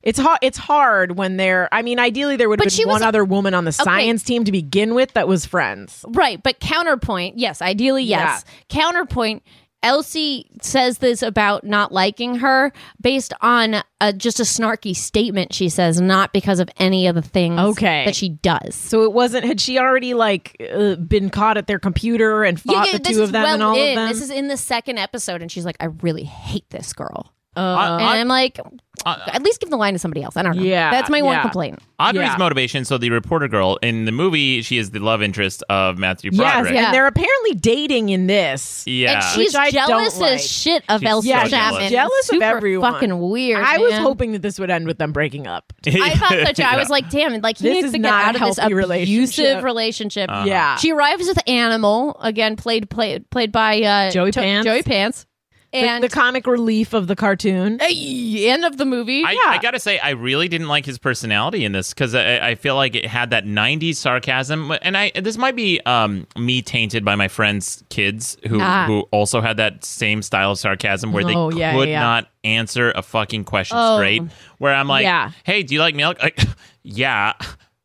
Speaker 5: It's hard. It's hard when they're. I mean, ideally there would have
Speaker 4: But
Speaker 5: been
Speaker 4: she was-
Speaker 5: one other woman on the science team to begin with that was friends.
Speaker 4: Right, but counterpoint, yes, ideally, yes. Counterpoint, Elsie says this about not liking her based on a, just a snarky statement she says, not because of any of the things
Speaker 5: Okay.
Speaker 4: that she does.
Speaker 5: So it wasn't. Had she already like uh, been caught at their computer and fought the
Speaker 4: this
Speaker 5: two of
Speaker 4: is
Speaker 5: them
Speaker 4: well
Speaker 5: and all
Speaker 4: in.
Speaker 5: of them?
Speaker 4: This is in the second episode, and she's like, I really hate this girl.
Speaker 3: Uh,
Speaker 4: and
Speaker 3: I-
Speaker 4: I'm like,
Speaker 3: I-
Speaker 4: at least give the line to somebody else. I don't know.
Speaker 5: uh, Yeah,
Speaker 4: That's my one
Speaker 5: yeah.
Speaker 4: complaint.
Speaker 3: Audrey's
Speaker 5: Yeah.
Speaker 3: motivation. So the reporter girl in the movie, she is the love interest of Matthew
Speaker 5: yes,
Speaker 3: Broderick.
Speaker 4: yeah.
Speaker 5: and they're apparently dating in this.
Speaker 3: Yeah.
Speaker 4: And she's
Speaker 5: Which I don't
Speaker 4: jealous
Speaker 5: like.
Speaker 4: as shit of
Speaker 3: She's
Speaker 4: Elsie
Speaker 3: so
Speaker 5: Yeah,
Speaker 3: she's
Speaker 4: Chapman.
Speaker 5: jealous of
Speaker 4: Super
Speaker 5: everyone.
Speaker 4: fucking weird.
Speaker 5: I was
Speaker 4: man.
Speaker 5: hoping that this would end with them breaking up.
Speaker 3: Uh-huh. *laughs*
Speaker 4: I thought so too. I was
Speaker 3: Yeah.
Speaker 4: like, damn, like he
Speaker 5: This
Speaker 4: needs
Speaker 5: is
Speaker 4: to get
Speaker 5: not a
Speaker 4: out of this
Speaker 5: healthy
Speaker 4: abusive
Speaker 5: relationship.
Speaker 4: relationship.
Speaker 3: Uh-huh.
Speaker 5: Yeah,
Speaker 4: She arrives with Animal again, played played played by uh,
Speaker 5: Joey
Speaker 4: To-
Speaker 5: Pants.
Speaker 4: Joey Pants,
Speaker 5: The-
Speaker 4: and
Speaker 5: the comic relief of the cartoon.
Speaker 4: Ay, end of the movie.
Speaker 3: I, I gotta say, I really didn't like his personality in this because I, I feel like it had that '90s sarcasm, and I this might be um, me tainted by my friends' kids who
Speaker 4: Ah.
Speaker 3: who also had that same style of sarcasm where
Speaker 5: Oh,
Speaker 3: they
Speaker 5: yeah,
Speaker 3: could
Speaker 5: yeah.
Speaker 3: not answer a fucking question
Speaker 4: Oh.
Speaker 3: straight. Where I'm like,
Speaker 5: Yeah.
Speaker 3: "Hey, do you like milk?" *laughs* Like, yeah,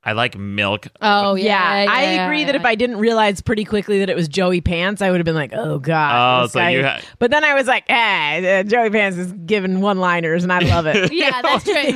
Speaker 3: I like milk. Uh,
Speaker 4: oh yeah,
Speaker 5: yeah, I
Speaker 4: yeah,
Speaker 5: agree
Speaker 4: yeah,
Speaker 5: that if I didn't realize pretty quickly that it was Joey Pants, I would have been like, "Oh God!"
Speaker 3: Oh,
Speaker 5: this
Speaker 3: so
Speaker 5: guy
Speaker 3: you
Speaker 5: is-
Speaker 3: had-
Speaker 5: but then I was like, "Eh, uh, Joey Pants is giving one-liners, and I love
Speaker 4: *laughs*
Speaker 5: it."
Speaker 4: yeah,
Speaker 5: *laughs*
Speaker 4: that's true. I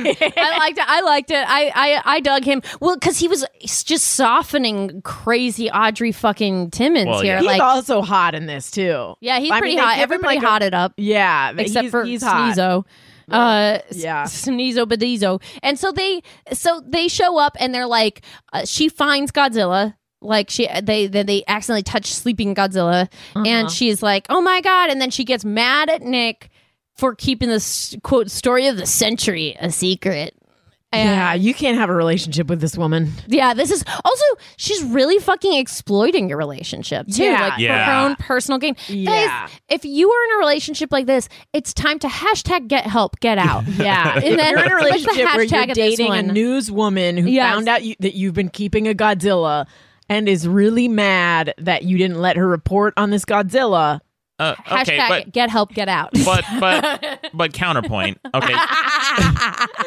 Speaker 4: liked it. I liked it. I I, I dug him. Well, because he was just softening crazy Audrey fucking Timmons
Speaker 3: Well,
Speaker 4: here.
Speaker 3: yeah.
Speaker 5: He's
Speaker 4: Like,
Speaker 5: also hot in this too.
Speaker 4: yeah, he's
Speaker 5: I mean,
Speaker 4: pretty
Speaker 5: they
Speaker 4: hot.
Speaker 5: give him,
Speaker 4: Everybody
Speaker 5: like, a-
Speaker 4: hot it up.
Speaker 5: Yeah,
Speaker 4: except
Speaker 5: he's,
Speaker 4: for
Speaker 5: he's hot.
Speaker 4: Sneezo. Uh,
Speaker 5: Yeah.
Speaker 4: yeah, Sneezo Badizo, and so they so they show up and they're like, uh, she finds Godzilla, like she they they, they accidentally touch sleeping Godzilla,
Speaker 5: Uh-huh.
Speaker 4: and she's like, oh my god, and then she gets mad at Nick for keeping this quote story of the century a secret. And-
Speaker 5: Yeah, you can't have a relationship with this woman.
Speaker 4: yeah. This is also she's really fucking exploiting your relationship too,
Speaker 5: Yeah.
Speaker 4: like for her
Speaker 3: Yeah.
Speaker 4: own personal gain.
Speaker 5: Yeah.
Speaker 4: Guys, if you are in a relationship like this, it's time to hashtag get help,
Speaker 3: *laughs*
Speaker 4: get out. *laughs*
Speaker 5: *laughs* Yeah,
Speaker 4: And
Speaker 5: if
Speaker 4: then- like
Speaker 5: you're in a
Speaker 4: the
Speaker 5: relationship where
Speaker 4: hashtag
Speaker 5: you're
Speaker 4: of this
Speaker 5: dating a
Speaker 4: one.
Speaker 5: newswoman who
Speaker 4: Yes.
Speaker 5: found out you, that you've been keeping a Godzilla and is really mad that you didn't let her report on this Godzilla.
Speaker 3: Uh, okay,
Speaker 4: hashtag
Speaker 3: but
Speaker 4: get help, get out.
Speaker 3: *laughs* but
Speaker 4: *laughs*
Speaker 3: but but counterpoint. Okay, *laughs*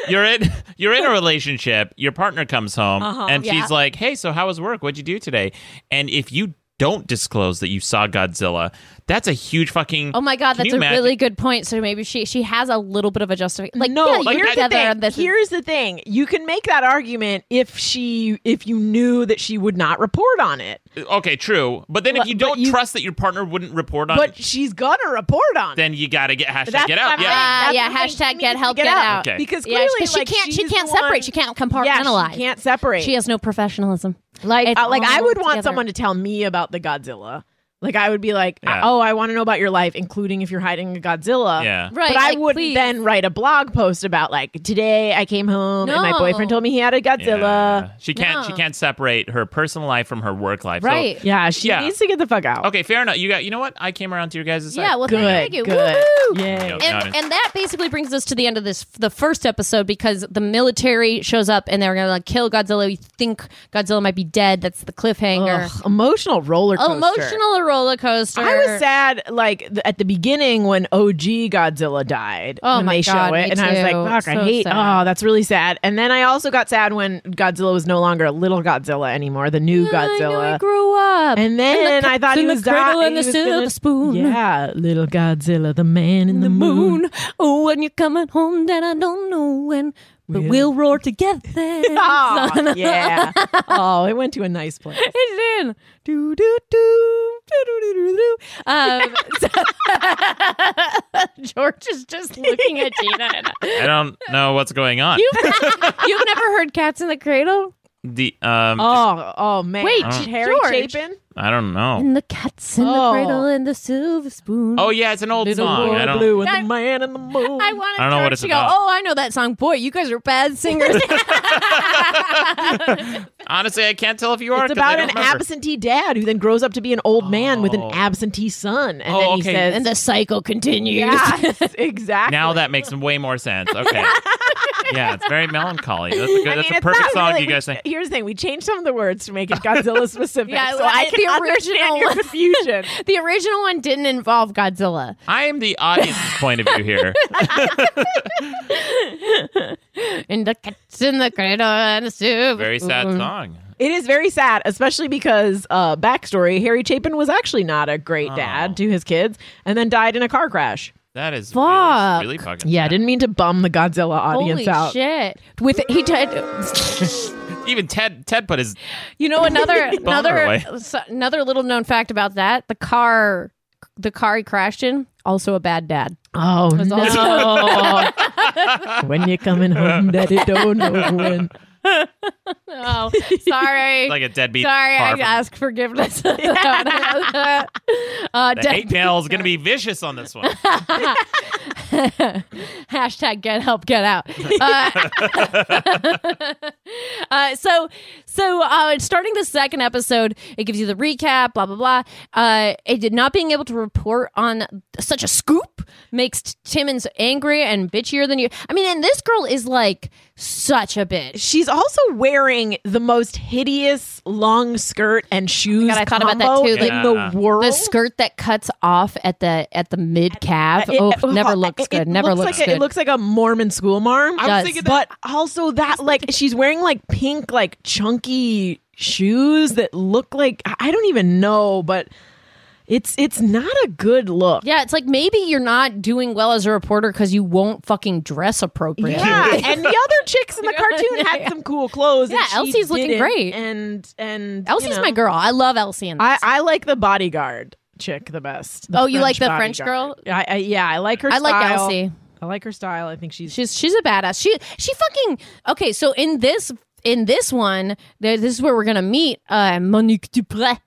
Speaker 3: you're in you're in a relationship. Your partner comes home and she's
Speaker 4: Uh-huh. Yeah.
Speaker 3: like, "Hey, so how was work? What'd you do today?" And if you don't disclose that you saw Godzilla, that's a huge fucking.
Speaker 4: oh my god,
Speaker 3: Can
Speaker 4: that's
Speaker 3: you
Speaker 4: a
Speaker 3: imagine-
Speaker 4: really good point. So maybe she she has a little bit of a justification. Like
Speaker 5: no,
Speaker 4: yeah,
Speaker 5: like,
Speaker 4: you're
Speaker 5: here's the
Speaker 4: together.
Speaker 5: thing.
Speaker 4: and this is-
Speaker 5: here's the thing. You can make that argument if she, if you knew that she would not report on it,
Speaker 3: Okay, true. But then if
Speaker 5: Well,
Speaker 3: you
Speaker 5: but
Speaker 3: don't
Speaker 5: you-
Speaker 3: trust that your partner wouldn't report on
Speaker 5: but
Speaker 3: it,
Speaker 5: she's gonna report on it.
Speaker 3: then you gotta get hashtag
Speaker 5: That's
Speaker 3: get
Speaker 5: what
Speaker 3: out.
Speaker 5: I'm
Speaker 3: Yeah.
Speaker 4: Ah,
Speaker 5: That's
Speaker 4: yeah,
Speaker 5: what I'm saying.
Speaker 4: hashtag
Speaker 5: She
Speaker 4: get
Speaker 5: needs to
Speaker 4: help,
Speaker 5: get
Speaker 4: get
Speaker 5: out.
Speaker 4: out.
Speaker 3: Okay.
Speaker 5: Because
Speaker 4: Yeah,
Speaker 5: clearly,
Speaker 4: because she
Speaker 5: like,
Speaker 4: can't she
Speaker 5: she's
Speaker 4: can't
Speaker 5: the
Speaker 4: separate.
Speaker 5: one-
Speaker 4: She can't
Speaker 5: Yeah,
Speaker 4: compartmentalize.
Speaker 5: she can't separate.
Speaker 4: She has no professionalism.
Speaker 5: Like,
Speaker 4: It's
Speaker 5: uh, like
Speaker 4: all
Speaker 5: I would want
Speaker 4: together.
Speaker 5: someone to tell me about the Godzilla. Like I would be like,
Speaker 3: Yeah.
Speaker 5: oh, I want to know about your life, including if you're hiding a Godzilla.
Speaker 3: Yeah.
Speaker 4: Right,
Speaker 5: But I
Speaker 4: like,
Speaker 5: wouldn't
Speaker 4: please.
Speaker 5: then write a blog post about like today I came home and my
Speaker 4: No.
Speaker 5: boyfriend told me he had a Godzilla.
Speaker 3: Yeah. She can't. She
Speaker 4: No.
Speaker 3: can't separate her personal life from her work life. So-
Speaker 4: Right.
Speaker 5: Yeah, she
Speaker 3: Yeah.
Speaker 5: needs to get the fuck out.
Speaker 3: okay, fair enough. You got. You know what? I came around to your guys' side.
Speaker 4: Yeah, well,
Speaker 5: Good.
Speaker 4: thank you.
Speaker 5: Good.
Speaker 4: Woohoo!
Speaker 5: Yay.
Speaker 3: Yep. Got it.
Speaker 4: And, and that basically brings us to the end of this the first episode because the military shows up and they're gonna like, kill Godzilla. We think Godzilla might be dead. That's the cliffhanger.
Speaker 5: Ugh, emotional roller coaster.
Speaker 4: Emotional roller coaster.
Speaker 5: I was sad, like th- at the beginning when OG Godzilla died.
Speaker 4: Oh
Speaker 5: when
Speaker 4: my
Speaker 5: they
Speaker 4: God,
Speaker 5: show
Speaker 4: me
Speaker 5: it, and I was
Speaker 4: too.
Speaker 5: like, "Fuck,
Speaker 4: So
Speaker 5: I hate."
Speaker 4: sad.
Speaker 5: Oh, that's really sad. And then I also got sad when Godzilla was no longer a little Godzilla anymore, the
Speaker 4: I know
Speaker 5: new
Speaker 4: he
Speaker 5: Godzilla.
Speaker 4: grew up.
Speaker 5: And then
Speaker 4: the
Speaker 5: I
Speaker 4: cats
Speaker 5: thought he
Speaker 4: in the
Speaker 5: was
Speaker 4: cradle and
Speaker 5: dying.
Speaker 4: the
Speaker 5: he was gonna-
Speaker 4: silver spoon.
Speaker 5: Yeah, little Godzilla, the man in the, *laughs* moon.
Speaker 4: moon. Oh, when you're coming home, then I don't know when, but we'll, roar together.
Speaker 5: *laughs*
Speaker 4: *laughs*
Speaker 5: Oh, yeah. Oh, it went to a nice place.
Speaker 4: It's in. Do do do do do do do. Um, so- *laughs* George is just looking at
Speaker 5: *laughs*
Speaker 4: Gina. And,
Speaker 3: I don't know what's going on.
Speaker 4: you've never heard "Cats in the Cradle"?
Speaker 3: the um,
Speaker 5: Oh, oh man.
Speaker 4: Wait,
Speaker 5: Harry
Speaker 4: George.
Speaker 5: Chapin.
Speaker 3: I don't know.
Speaker 4: And the cats in the
Speaker 5: Oh.
Speaker 4: cradle and the silver spoon.
Speaker 3: Oh yeah, it's an old
Speaker 5: Little
Speaker 3: song.
Speaker 5: boy
Speaker 3: I don't.
Speaker 5: blue and
Speaker 4: I-
Speaker 5: the man in the moon.
Speaker 4: I wanted
Speaker 3: I don't know
Speaker 4: George
Speaker 3: what it's
Speaker 4: to
Speaker 3: about.
Speaker 4: go. Oh, I know that song. Boy, you guys are bad singers.
Speaker 3: Honestly, I can't tell if you are.
Speaker 5: It's
Speaker 3: 'cause I
Speaker 5: about
Speaker 3: don't
Speaker 5: an
Speaker 3: remember.
Speaker 5: absentee dad who then grows up to be an old man with an
Speaker 3: Oh.
Speaker 5: absentee son, and
Speaker 3: Oh,
Speaker 5: then he
Speaker 3: okay.
Speaker 4: *laughs*
Speaker 5: says,
Speaker 4: and the cycle continues. *laughs*
Speaker 5: *laughs* "Yes, *laughs*
Speaker 3: *laughs*
Speaker 5: exactly."
Speaker 3: Now that makes way more sense. Okay.
Speaker 5: *laughs*
Speaker 3: yeah, it's very melancholy. That's a good.
Speaker 5: I
Speaker 3: that's
Speaker 5: mean,
Speaker 3: a
Speaker 5: it's
Speaker 3: perfect
Speaker 5: not
Speaker 3: song.
Speaker 5: really-
Speaker 3: you
Speaker 5: *laughs*
Speaker 3: guys think?
Speaker 5: Here's the thing: we changed some of the words to make it
Speaker 3: *laughs*
Speaker 5: Godzilla specific,
Speaker 4: Yeah,
Speaker 5: so
Speaker 4: I-
Speaker 5: I
Speaker 4: the
Speaker 5: can understand
Speaker 4: original
Speaker 5: your
Speaker 4: one.
Speaker 5: confusion.
Speaker 4: The original one didn't involve Godzilla.
Speaker 3: I am the audience's point of view
Speaker 5: *laughs*
Speaker 3: here.
Speaker 4: And the cats in the cradle and the soup.
Speaker 3: Very sad
Speaker 5: Mm.
Speaker 3: song.
Speaker 5: It is very sad, especially because uh, backstory: Harry Chapin was actually not a great
Speaker 3: Oh.
Speaker 5: dad to his kids, and then died in a car crash.
Speaker 3: That is
Speaker 4: Fuck.
Speaker 3: really, really fucking.
Speaker 5: Yeah, I didn't mean to bum the Godzilla audience
Speaker 4: Holy
Speaker 5: out.
Speaker 4: shit! With he did, *laughs*
Speaker 3: Even Ted Ted put his
Speaker 4: you know another another
Speaker 3: away.
Speaker 4: so- another little known fact about that the car the car he crashed in also a bad dad.
Speaker 5: Oh
Speaker 4: was also-
Speaker 5: no!
Speaker 3: *laughs*
Speaker 5: *laughs* when you're coming home, that it don't know when.
Speaker 4: Oh, *laughs* sorry.
Speaker 3: like a deadbeat.
Speaker 4: Sorry,
Speaker 3: car
Speaker 4: I
Speaker 3: from-
Speaker 4: ask forgiveness. *laughs*
Speaker 5: *laughs*
Speaker 4: uh,
Speaker 3: The
Speaker 4: dead-
Speaker 3: hate mail is going to be vicious on this
Speaker 5: *laughs*
Speaker 3: one.
Speaker 4: Hashtag get help, get out. Uh, *laughs* uh, so, so uh, starting the second episode, it gives you the recap, blah blah blah. Uh, it did not being able to report on such a scoop makes T- Timmons angry and bitchier than you. I mean, and this girl is like such a bitch.
Speaker 5: She's also wearing the most hideous long skirt and shoes.
Speaker 4: God, I thought about that
Speaker 5: combo
Speaker 4: too,
Speaker 5: In
Speaker 4: like-
Speaker 3: Yeah.
Speaker 5: the world,
Speaker 4: The skirt that cuts off at the at the mid calf.
Speaker 5: It-
Speaker 4: Oh,
Speaker 5: it-
Speaker 4: never
Speaker 5: uh, it-
Speaker 4: looks
Speaker 5: it
Speaker 4: good. Never looks,
Speaker 5: like
Speaker 4: good.
Speaker 5: A, it looks like a Mormon school marm.
Speaker 3: I
Speaker 4: Does.
Speaker 3: was thinking that.
Speaker 5: But also that, like, she's wearing like pink, like chunky shoes that look like I- I don't even know, but it's it's not a good look.
Speaker 4: yeah, it's like maybe you're not doing well as a reporter because you won't fucking dress appropriately.
Speaker 5: Yeah, *laughs* and the other chicks
Speaker 4: *laughs*
Speaker 5: in the cartoon had some cool clothes. and
Speaker 4: Yeah,
Speaker 5: she
Speaker 4: Elsie's looking
Speaker 5: didn't.
Speaker 4: great.
Speaker 5: and and you
Speaker 4: Elsie's
Speaker 5: know.
Speaker 4: my girl. I love Elsie in this.
Speaker 5: I, I like the bodyguard chick the best.
Speaker 4: Oh, you like the French
Speaker 5: bodyguard. I, I, yeah, I like her.
Speaker 4: I like
Speaker 5: style.
Speaker 4: Elsie.
Speaker 5: I like her style. I think she's.
Speaker 4: She's she's a badass. She she fucking okay. So in this in this one, th- this is where we're gonna meet uh, Monique Dupre,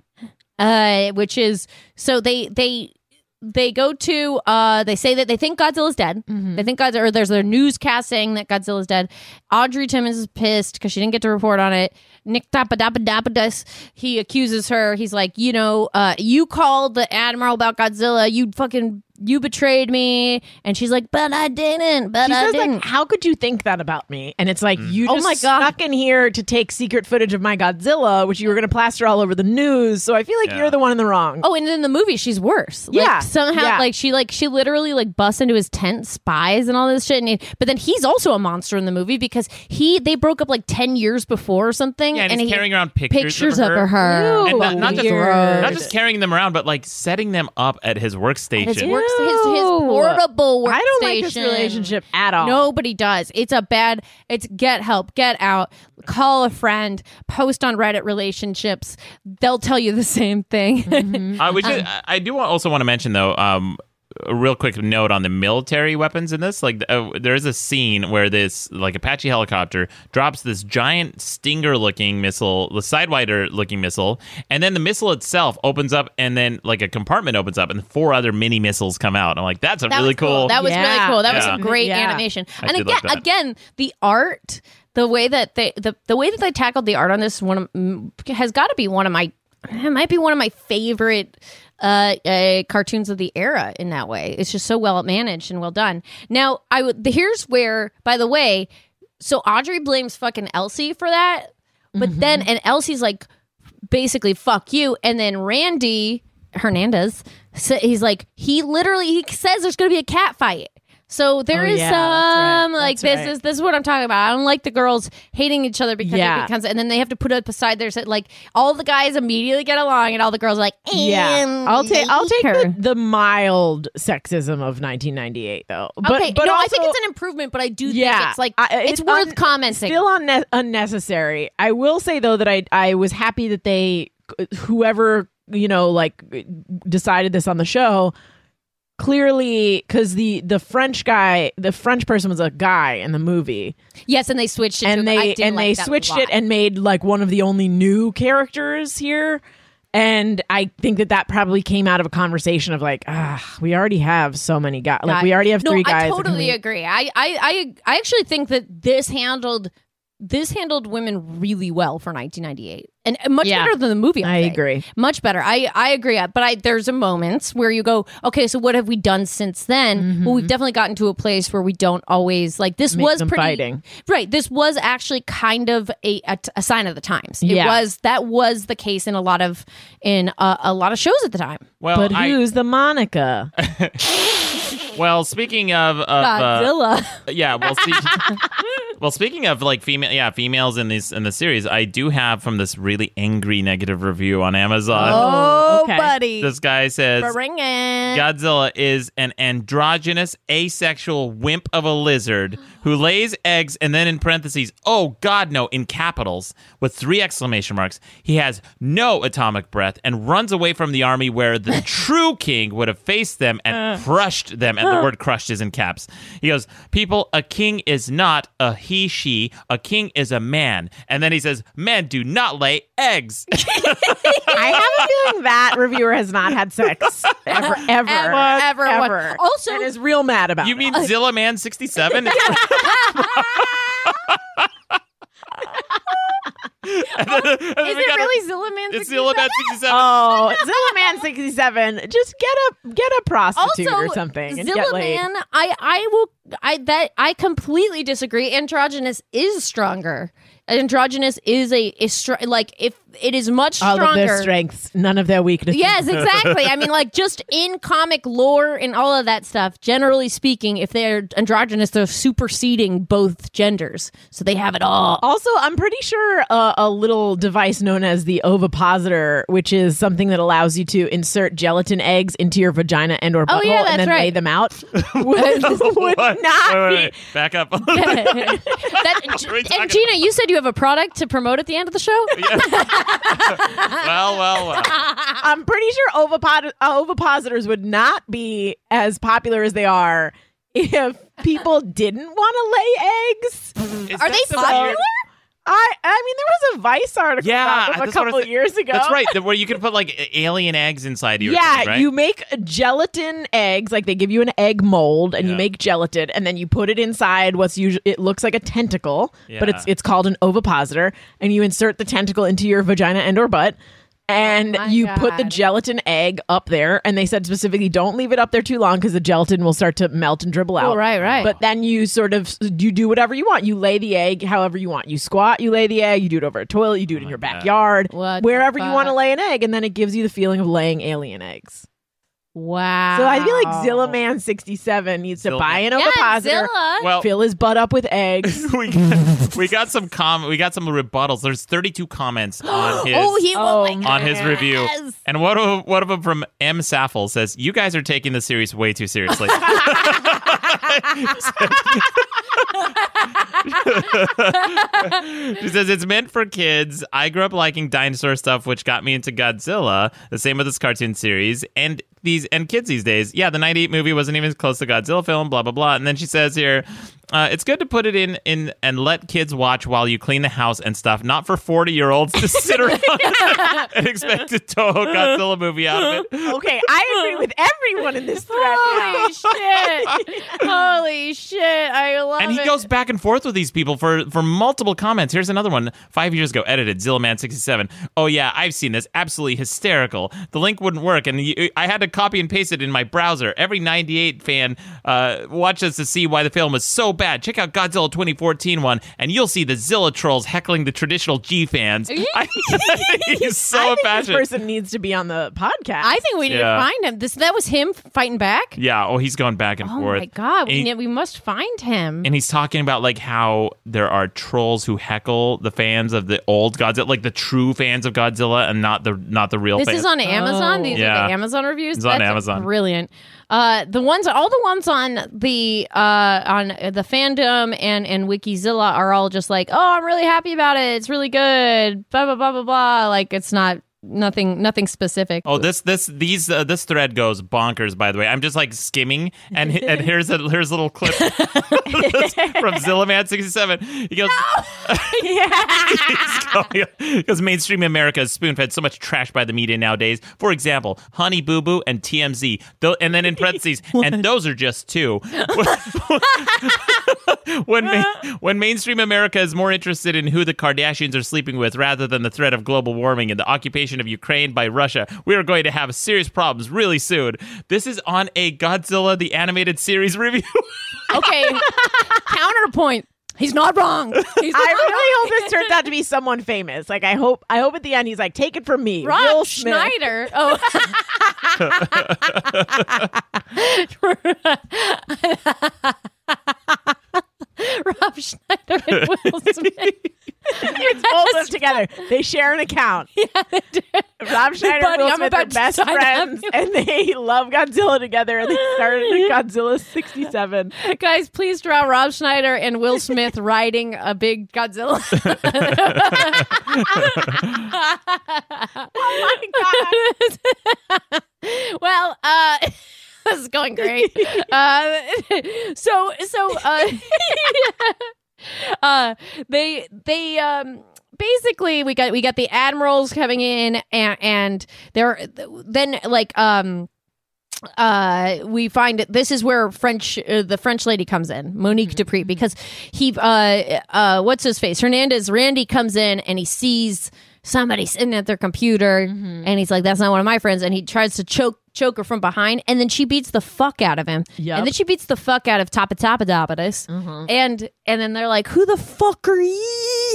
Speaker 4: uh, which is so they they they go to uh they say that they think Godzilla's dead.
Speaker 5: Mm-hmm.
Speaker 4: They think Godzilla or there's their newscast saying that Godzilla's dead. Audrey Timmons is pissed because she didn't get to report on it. Nick Tapadapadapidus, he accuses her. He's like, you know, uh, you called the admiral about Godzilla. You fucking you betrayed me. And she's like, but I didn't. But
Speaker 5: she
Speaker 4: I
Speaker 5: says
Speaker 4: didn't.
Speaker 5: like, "How could you think that about me?" And it's like you
Speaker 4: Oh
Speaker 5: just
Speaker 4: my God.
Speaker 5: snuck in here to take secret footage of my Godzilla, which you were going to plaster all over the news. So I feel like
Speaker 3: Yeah.
Speaker 5: you're the one in the wrong.
Speaker 4: Oh, and in the movie, she's worse. Like,
Speaker 5: Yeah,
Speaker 4: somehow,
Speaker 5: yeah.
Speaker 4: like she like she literally like busts into his tent, spies and all this shit. And he, but then he's also a monster in the movie because he they broke up like ten years before or something.
Speaker 3: Yeah, and he's
Speaker 4: he-
Speaker 3: carrying around pictures of
Speaker 4: pictures of
Speaker 3: her.
Speaker 4: her.
Speaker 5: Ew.
Speaker 3: And not, not just
Speaker 4: Weird.
Speaker 3: not just carrying them around, but like setting them up at his workstation.
Speaker 4: His works, his, his portable workstation.
Speaker 5: I don't like this relationship at all.
Speaker 4: Nobody does. It's a bad. It's get help, get out, call a friend, post on Reddit relationships. They'll tell you the same thing. *laughs*
Speaker 3: Uh, I would. just- I I do want- also want to mention though. Um, a real quick note on the military weapons in this. Like, uh, there is a scene where this like Apache helicopter drops this giant Stinger-looking missile, the Sidewinder-looking missile, and then the missile itself opens up, and then like a compartment opens up, and four other mini missiles come out. I'm like, that's a
Speaker 4: That
Speaker 3: really
Speaker 4: was cool. That was really
Speaker 5: Yeah.
Speaker 4: cool. That was
Speaker 3: Yeah.
Speaker 4: some great
Speaker 5: Yeah.
Speaker 4: animation.
Speaker 3: I
Speaker 4: and
Speaker 3: did
Speaker 4: again,
Speaker 3: like that.
Speaker 4: again, the art, the way that they the, the way that they tackled the art on this is one of, mm, has got to be one of my it might be one of my favorite uh, uh cartoons of the era in that way. It's just so well managed and well done. Now, I would here's where by the way, so Audrey blames fucking Elsie for that, but
Speaker 5: Mm-hmm.
Speaker 4: then and Elsie's like basically fuck you and then randy hernandez so he's like he literally he says there's gonna be a cat fight so there
Speaker 5: Oh,
Speaker 4: is
Speaker 5: yeah, that's
Speaker 4: some
Speaker 5: right,
Speaker 4: like
Speaker 5: that's
Speaker 4: this
Speaker 5: right.
Speaker 4: is this is what I'm talking about. I don't like the girls hating each other because
Speaker 5: Yeah.
Speaker 4: it becomes and then they have to put up a side there so like all the guys immediately get along and all the girls are like
Speaker 5: Yeah,
Speaker 4: "Um,
Speaker 5: I'll take I'll take
Speaker 4: her."
Speaker 5: the, the mild sexism of 1998 though. But
Speaker 4: okay,
Speaker 5: but
Speaker 4: no,
Speaker 5: also,
Speaker 4: I think it's an improvement, but I do
Speaker 5: Yeah,
Speaker 4: think it's like
Speaker 5: I- I-
Speaker 4: it's,
Speaker 5: it's
Speaker 4: worth
Speaker 5: un-
Speaker 4: commenting.
Speaker 5: still unne- unnecessary. I will say though that I I was happy that they whoever you know like decided this on the show clearly because the the French guy the French person was a guy in the movie
Speaker 4: yes, and they switched it to-
Speaker 5: and
Speaker 4: I
Speaker 5: they
Speaker 4: did
Speaker 5: and
Speaker 4: like
Speaker 5: they
Speaker 4: that a
Speaker 5: switched
Speaker 4: lot.
Speaker 5: it and made like one of the only new characters here and i think that that probably came out of a conversation of like ah we already have so many guys like we already have
Speaker 4: no,
Speaker 5: three guys
Speaker 4: I
Speaker 5: and
Speaker 4: totally
Speaker 5: we-
Speaker 4: agree. I, I, I, I actually think that this handled this handled women really well for 1998, and and much
Speaker 6: Yeah.
Speaker 4: better than the movie. I'll
Speaker 5: I
Speaker 4: say.
Speaker 5: agree.
Speaker 4: much better. I, I agree. Uh, But I, there's a moments where you go, okay, so what have we done since then? Well, we've definitely gotten to a place where we don't always like this
Speaker 5: Mm-hmm. Make
Speaker 4: was
Speaker 5: them
Speaker 4: pretty
Speaker 5: fighting.
Speaker 4: right. This was actually kind of a a, a sign of the times. It
Speaker 5: Yeah.
Speaker 4: was that was the case in a lot of in uh, a, a lot of shows at the time.
Speaker 3: well,
Speaker 5: but
Speaker 3: I-
Speaker 5: who's the monica
Speaker 3: well, speaking of, of uh,
Speaker 4: Godzilla.
Speaker 3: yeah well see *laughs* well speaking of like female yeah females in these in the series i do have from this really angry negative review on amazon
Speaker 4: *laughs* oh,
Speaker 5: okay.
Speaker 4: buddy.
Speaker 3: this guy says
Speaker 4: Bring it.
Speaker 3: Godzilla is an androgynous, asexual wimp of a lizard who lays eggs and then in parentheses, oh God, no, in capitals with three exclamation marks. He has no atomic breath and runs away from the army where the true king would have faced them and crushed them. And the word crushed is in caps. He goes, People, a king is not a he, she. A king is a man. And then he says, Men do not lay eggs. *laughs*
Speaker 5: i have a feeling that reviewer has not had sex
Speaker 4: *laughs*
Speaker 5: ever ever
Speaker 4: Ever, ever,
Speaker 5: ever.
Speaker 4: one. Also-
Speaker 5: and is real mad about
Speaker 3: you
Speaker 5: it.
Speaker 3: mean Zilla Man 67? It's
Speaker 4: Is it really Zilliman?
Speaker 3: It's Zilla Man 67.
Speaker 5: Oh, Zilla Man 67. Just get a get a prostitute
Speaker 4: Also,
Speaker 5: or something and get laid.
Speaker 4: Zilliman, I, I will, I that I completely disagree. Androgynous is stronger. Androgynous is a is str- like if it is much
Speaker 5: all
Speaker 4: stronger.
Speaker 5: of their strengths, none of their weaknesses.
Speaker 4: Yes, exactly. I mean, like just in comic lore and all of that stuff. Generally speaking, if they're androgynous, they're superseding both genders, so they have
Speaker 3: *laughs*
Speaker 4: it all.
Speaker 5: Also, I'm pretty sure uh, a little device known as the ovipositor, which is something that allows you to insert gelatin eggs into your vagina and or butthole
Speaker 4: Oh, yeah, that's
Speaker 5: and then lay
Speaker 4: right.
Speaker 3: *laughs*
Speaker 5: them out, would, would
Speaker 3: What?
Speaker 5: not
Speaker 3: Wait,
Speaker 5: be
Speaker 3: wait, wait. Back up. *laughs*
Speaker 4: that,
Speaker 3: are we talking
Speaker 4: and Gina, you said you have a product to promote at the end of the show.
Speaker 3: well, well, well.
Speaker 5: *laughs* I'm pretty sure ovipod- uh, ovipositors would not be as popular as they are if
Speaker 4: *laughs*
Speaker 5: people didn't want to lay eggs.
Speaker 3: Is
Speaker 4: Are
Speaker 3: that
Speaker 4: they
Speaker 3: some
Speaker 4: popular?
Speaker 3: weird-
Speaker 5: I I mean, there was a Vice article
Speaker 3: Yeah,
Speaker 5: about them a
Speaker 3: that's what I
Speaker 5: couple
Speaker 3: thi-
Speaker 5: years ago.
Speaker 3: That's right. the- Where you can put like a- alien eggs inside you. or
Speaker 5: Yeah,
Speaker 3: something, right?
Speaker 5: you make gelatin eggs. Like they give you an egg mold, and you
Speaker 3: Yeah.
Speaker 5: make gelatin, and then you put it inside what's usually it looks like a tentacle, but it's
Speaker 3: Yeah.
Speaker 5: it's called an ovipositor, and you insert the tentacle into your vagina and or butt. And
Speaker 4: Oh my
Speaker 5: you put the
Speaker 4: God.
Speaker 5: gelatin egg up there, and they said specifically, don't leave it up there too long because the gelatin will start to melt and dribble out.
Speaker 4: right, right.
Speaker 5: But then you sort of you do whatever you want. You lay the egg however you want. You squat, you lay the egg. You do it over a toilet. You do it in your backyard,
Speaker 4: What the
Speaker 5: wherever you want to
Speaker 4: fuck?
Speaker 5: lay an egg, and then it gives you the feeling of laying alien eggs.
Speaker 4: Wow.
Speaker 5: So I feel like Zilla Man 67 needs to
Speaker 3: Zilla
Speaker 5: buy an
Speaker 4: Yeah,
Speaker 5: ovipositor,
Speaker 4: Zilla.
Speaker 3: Well,
Speaker 5: fill his butt up with eggs.
Speaker 3: *laughs* we got, we got some com. We got some rebuttals. There's 32 comments on his.
Speaker 4: oh, he
Speaker 5: Oh,
Speaker 4: oh my
Speaker 3: on his review,
Speaker 4: Yes.
Speaker 3: and one of one of them from M. Saffel says, "You guys are taking the series way too seriously." she says it's meant for kids. I grew up liking dinosaur stuff, which got me into Godzilla. The same with this cartoon series, and these and kids these days. Yeah, the 98 movie wasn't even close to Godzilla film, blah blah blah. And then she says here, uh, it's good to put it in in and let kids watch while you clean the house and stuff, not for 40-year-olds to sit around *laughs* and expect a Toho Godzilla movie out of
Speaker 4: *laughs*
Speaker 3: it.
Speaker 5: Okay, I agree with everyone in
Speaker 4: Oh,
Speaker 5: this thread. now.
Speaker 4: Holy shit! *laughs* Holy shit! I love
Speaker 3: and he
Speaker 4: it.
Speaker 3: goes back and forth with these people for for multiple comments. Here's another one. Five years ago, edited Zillaman sixty seven. Oh yeah, I've seen this. Absolutely hysterical. The link wouldn't work, and you, I had to copy and paste it in my browser. Every ninety eight fan uh, watches to see why the film was so bad. Check out Godzilla 2014 one, and you'll see the Zilla trolls heckling the traditional G fans. *laughs* I, *laughs* he's
Speaker 5: I
Speaker 3: so
Speaker 5: think this
Speaker 3: passionate.
Speaker 5: person needs to be on the podcast.
Speaker 4: I think we need
Speaker 3: Yeah.
Speaker 4: to find him. This that was him fighting back.
Speaker 3: Yeah. Oh, he's going back and
Speaker 4: Oh
Speaker 3: forth.
Speaker 4: my god!
Speaker 3: And-
Speaker 4: We, need, we must find him.
Speaker 3: and he's talking about like how there are trolls who heckle the fans of the old Godzilla, like the true fans of Godzilla, and not the not the real
Speaker 4: This
Speaker 3: fans.
Speaker 4: is on Amazon. These
Speaker 3: Yeah.
Speaker 4: are the Amazon reviews.
Speaker 3: It's on
Speaker 4: That's
Speaker 3: Amazon.
Speaker 4: Brilliant. Uh, the ones, all the ones on the uh, on the fandom and and Wikizilla are all just like, oh, I'm really happy about it. It's really good. Blah blah blah blah blah. Like it's not nothing nothing specific.
Speaker 3: Oh, this this these uh, this thread goes bonkers. By the way, I'm just like skimming, and and here's a here's a little
Speaker 4: *laughs*
Speaker 3: clip *laughs* from Zillaman sixty seven. He goes, *laughs*
Speaker 4: *laughs*
Speaker 3: because mainstream America is spoon fed so much trash by the media nowadays. For example, Honey Boo Boo and TMZ, Tho- and then in
Speaker 4: *laughs*
Speaker 3: parentheses, and those are just two. when
Speaker 5: *laughs*
Speaker 3: ma- when mainstream America is more interested in who the Kardashians are sleeping with rather than the threat of global warming and the occupation of Ukraine by Russia, we are going to have serious problems really soon. This is on a Godzilla the animated series *laughs* review.
Speaker 4: Okay. Counterpoint. He's not wrong. He's not
Speaker 5: I
Speaker 4: *laughs*
Speaker 5: really hope this turns out to be someone famous. Like I hope I hope at the end he's like, take it from me.
Speaker 4: Rob
Speaker 5: Will Smith.
Speaker 4: Schneider. Oh. Rob Schneider and Will Smith.
Speaker 5: It's both
Speaker 4: *laughs*
Speaker 5: of them together. They share an account. Rob Schneider
Speaker 4: Buddy,
Speaker 5: and Will
Speaker 4: I'm
Speaker 5: Smith
Speaker 4: about
Speaker 5: are
Speaker 4: to
Speaker 5: best
Speaker 4: sign up.
Speaker 5: friends and they *laughs* love Godzilla together and they
Speaker 4: *laughs*
Speaker 5: started in Godzilla sixty seven.
Speaker 4: Guys, please draw Rob Schneider and Will Smith riding a big
Speaker 5: *laughs*
Speaker 4: Godzilla. Oh
Speaker 5: God.
Speaker 4: *laughs* well, uh, this is going great. uh, *laughs* so, so, uh, *laughs* uh, they, they, um, basically we got, we got the admirals coming in and, and they're then like, um, uh we find this is where french uh, the french lady comes in monique dupree because he uh uh what's his face hernandez randy comes in and he sees somebody sitting at their computer and he's like that's not one of my friends and he tries to choke choke her from behind and then she beats the fuck out of him
Speaker 5: Yep.
Speaker 4: and then she beats the fuck out of tapa tapa and and then they're like who the fuck are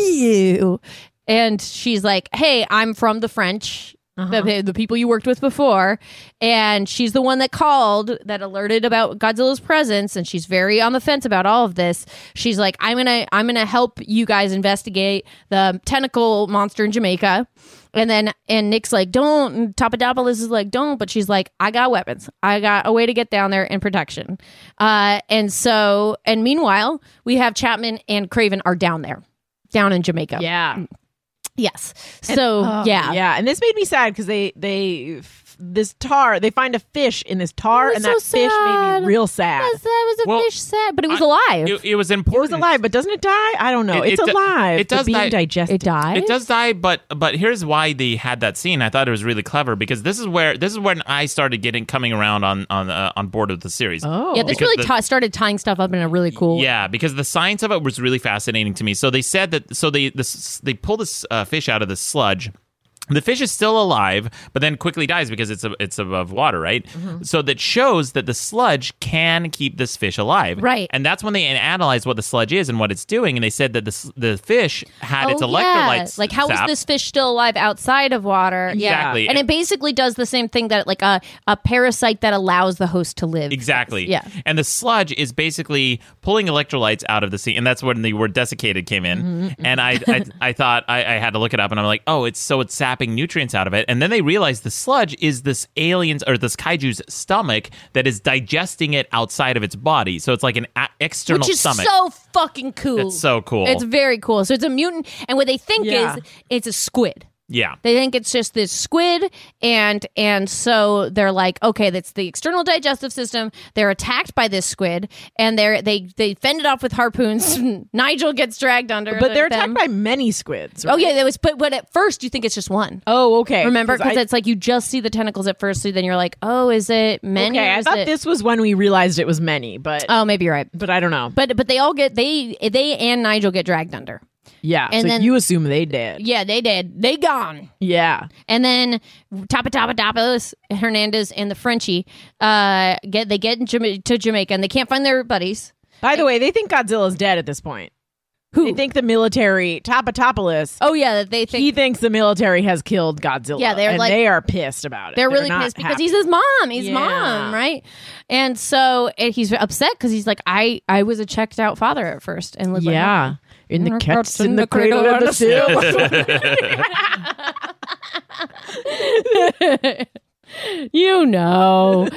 Speaker 4: you and she's like hey i'm from the french the, the people you worked with before. And she's the one that called, that alerted about Godzilla's presence, and she's very on the fence about all of this. She's like, I'm gonna, I'm gonna help you guys investigate the tentacle monster in Jamaica. And then, and Nick's like, don't. And Papadopoulos is like, don't. But she's like, I got weapons. I got a way to get down there and protection. Uh, and so, and meanwhile, we have Chapman and Craven are down there, down in Jamaica.
Speaker 5: Yeah.
Speaker 4: Yes. So, yeah.
Speaker 5: Yeah. And this made me sad because they they f- this tar they find a fish in this tar
Speaker 4: It
Speaker 5: and
Speaker 4: was
Speaker 5: that
Speaker 4: so
Speaker 5: fish made
Speaker 4: sad.
Speaker 5: me real sad.
Speaker 4: Yes, that was a
Speaker 3: Well,
Speaker 4: fish set, but it was
Speaker 3: I-
Speaker 4: alive.
Speaker 3: It, it was
Speaker 5: It was
Speaker 3: important.
Speaker 5: alive, but doesn't it die? I don't know.
Speaker 3: It-
Speaker 5: it's
Speaker 3: it do-
Speaker 5: alive.
Speaker 3: it
Speaker 5: but
Speaker 3: does
Speaker 5: being
Speaker 3: die-
Speaker 5: digested.
Speaker 4: It died.
Speaker 3: It does die, but but here's why they had that scene. I thought it was really clever because this is where this is when I started getting coming around on on uh, on board with the series.
Speaker 5: Oh.
Speaker 4: Yeah, this
Speaker 3: Because
Speaker 4: really
Speaker 3: the-
Speaker 4: ti- started tying stuff up in a really cool.
Speaker 3: Yeah, because the science of it was really fascinating to me. So they said that so they this they pull this uh, fish out of the sludge. The fish is still alive, but then quickly dies because it's a, it's above water, right?
Speaker 4: Mm-hmm.
Speaker 3: So that shows that the sludge can keep this fish alive,
Speaker 4: Right.
Speaker 3: And that's when they analyzed what the sludge is and what it's doing, and they said that the s- the fish had its
Speaker 4: Oh, yeah.
Speaker 3: electrolytes.
Speaker 4: Like, how is
Speaker 3: sapped.
Speaker 4: this fish still alive outside of water?
Speaker 3: Exactly.
Speaker 4: Yeah. And it basically does the same thing that, like, a, a parasite that allows the host to live.
Speaker 3: Exactly.
Speaker 4: Yeah.
Speaker 3: And the sludge is basically pulling electrolytes out of the sea, and that's when the word desiccated came in.
Speaker 4: Mm-hmm,
Speaker 3: And I,
Speaker 4: *laughs*
Speaker 3: I, I thought I, I had to look it up, and I'm like, oh, it's so it's sapping nutrients out of it. And then they realized the sludge is this alien's or this kaiju's stomach that is digesting it outside of its body. So it's like an a- external
Speaker 4: Which is
Speaker 3: stomach.
Speaker 4: so fucking cool.
Speaker 3: It's so cool.
Speaker 4: It's very cool. So, it's a mutant. And what they think
Speaker 5: Yeah.
Speaker 4: is it's a squid.
Speaker 3: Yeah.
Speaker 4: They think it's just this squid, and and so they're like, okay, that's the external digestive system. They're attacked by this squid, and they're they they fend it off with harpoons. *laughs* Nigel gets dragged under,
Speaker 5: But they're attacked
Speaker 4: them.
Speaker 5: by many squids.
Speaker 4: Oh yeah, that was. But but at first you think it's just one.
Speaker 5: Oh, okay.
Speaker 4: Remember, because
Speaker 5: I-
Speaker 4: it's like you just see the tentacles at first, so then you're like, oh, is it many?
Speaker 5: okay,
Speaker 4: or
Speaker 5: I
Speaker 4: is
Speaker 5: thought
Speaker 4: it-
Speaker 5: this was when we realized it was many, but
Speaker 4: Oh, maybe you're right.
Speaker 5: but I don't know.
Speaker 4: But but they all get they they and Nigel get dragged under.
Speaker 5: yeah,
Speaker 4: and
Speaker 5: so
Speaker 4: then-
Speaker 5: you assume they did.
Speaker 4: Yeah, they did. They gone.
Speaker 5: Yeah,
Speaker 4: And then Tapa Tapa Tapas, Hernandez, and the Frenchie uh, get they get in Jama- to Jamaica and they can't find their buddies.
Speaker 5: By the way, they think Godzilla's dead at this point.
Speaker 4: Who?
Speaker 5: They think the military, Tapatopolis,
Speaker 4: oh yeah, that they think
Speaker 5: he thinks the military has killed Godzilla.
Speaker 4: Yeah, they're
Speaker 5: and
Speaker 4: like-
Speaker 5: they are pissed about it.
Speaker 4: they're really
Speaker 5: not
Speaker 4: pissed because
Speaker 5: happy.
Speaker 4: he's his mom. He's
Speaker 5: Yeah.
Speaker 4: mom, right? And so and he's upset because he's like, I I was a checked out father at first, and look what happened.
Speaker 5: yeah. In the cat's in the cradle of the *laughs* seal.
Speaker 4: you
Speaker 5: *laughs*
Speaker 4: know.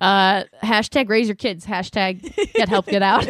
Speaker 4: Uh, hashtag raise your kids. Hashtag get help, get out.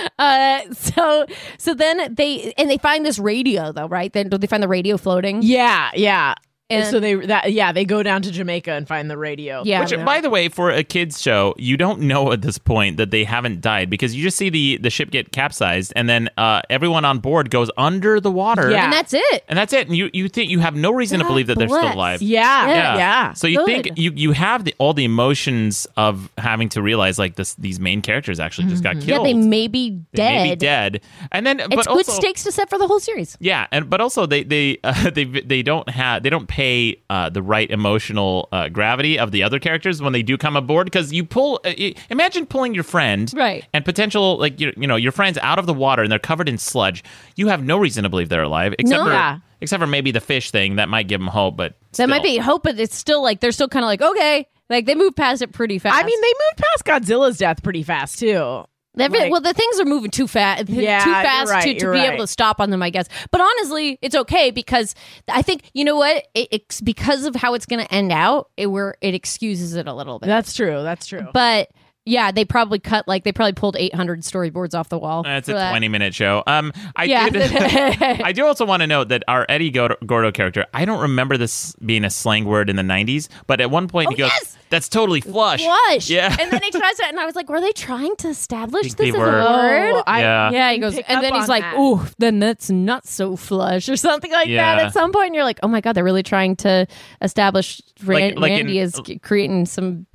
Speaker 4: *laughs* uh, so so then they and they find this radio though, right? Then don't they find the radio floating?
Speaker 5: yeah, yeah. And
Speaker 4: And-
Speaker 5: so they that yeah they go down to Jamaica and find the radio.
Speaker 4: Yeah.
Speaker 3: Which, by the way, for a kids show, you don't know at this point that they haven't died because you just see the the ship get capsized and then uh, everyone on board goes under the water.
Speaker 5: Yeah.
Speaker 4: And that's it.
Speaker 3: And that's it. And you, you think you have no reason
Speaker 4: God
Speaker 3: to believe that they're
Speaker 4: bless.
Speaker 3: still alive.
Speaker 5: yeah,
Speaker 4: Yeah.
Speaker 5: yeah,
Speaker 3: So you think
Speaker 4: Good.
Speaker 3: you you have the, all the emotions of having to realize like this these main characters actually just got
Speaker 4: Mm-hmm. Yeah,
Speaker 3: killed.
Speaker 4: they may be dead.
Speaker 3: They may be dead. And then but
Speaker 4: It's good
Speaker 3: also
Speaker 4: stakes to set for the whole series.
Speaker 3: yeah, and but also they they *laughs* uh, they they don't have they don't pay uh, the right emotional uh, gravity of the other characters when they do come aboard because you pull uh, i- imagine pulling your friend
Speaker 4: Right.
Speaker 3: and potential like you you know your friends out of the water and they're covered in sludge you have no reason to believe they're alive except
Speaker 4: No.
Speaker 3: for
Speaker 5: Yeah.
Speaker 3: except for maybe the fish thing that might give them hope but
Speaker 4: That might
Speaker 3: still.
Speaker 4: be hope, but it's still like they're still kind of like okay, like they move past it pretty fast.
Speaker 5: I mean, they moved past Godzilla's death pretty fast too.
Speaker 4: Every-
Speaker 5: Like-
Speaker 4: well, the things are moving too fast,
Speaker 5: Yeah,
Speaker 4: too
Speaker 5: you're
Speaker 4: fast
Speaker 5: right,
Speaker 4: to, to be
Speaker 5: you're
Speaker 4: able
Speaker 5: right.
Speaker 4: to stop on them, I guess. But honestly, it's okay because I think you know what? It, it's because of how it's going to end out. It where it excuses it a little bit.
Speaker 5: That's true. That's true.
Speaker 4: but yeah, they probably cut like they probably pulled 800 storyboards off the wall.
Speaker 3: That's
Speaker 4: for
Speaker 3: a
Speaker 4: that.
Speaker 3: 20 minute show. Um, I
Speaker 4: Yeah.
Speaker 3: did, *laughs* I do also want to note that our Eddie Gordo, Gordo character, I don't remember this being a slang word in the 90s, but at one point he goes,
Speaker 4: Oh, yes!
Speaker 3: That's totally flush.
Speaker 4: Flush.
Speaker 3: Yeah.
Speaker 4: And then he tries to, and I was like, were they trying to establish
Speaker 3: Think they
Speaker 4: this as a
Speaker 3: were.
Speaker 4: word?
Speaker 5: Oh, I-
Speaker 3: Yeah.
Speaker 4: yeah, he goes,
Speaker 5: pick
Speaker 4: and
Speaker 5: up
Speaker 4: then he's
Speaker 5: on
Speaker 4: like,
Speaker 5: that.
Speaker 4: "Ooh, then that's not so flush" or something like that.
Speaker 3: Yeah.
Speaker 4: At some point, and you're like, "Oh my god, they're really trying to establish Ran-
Speaker 3: Like- like in-
Speaker 4: Randy is c- creating some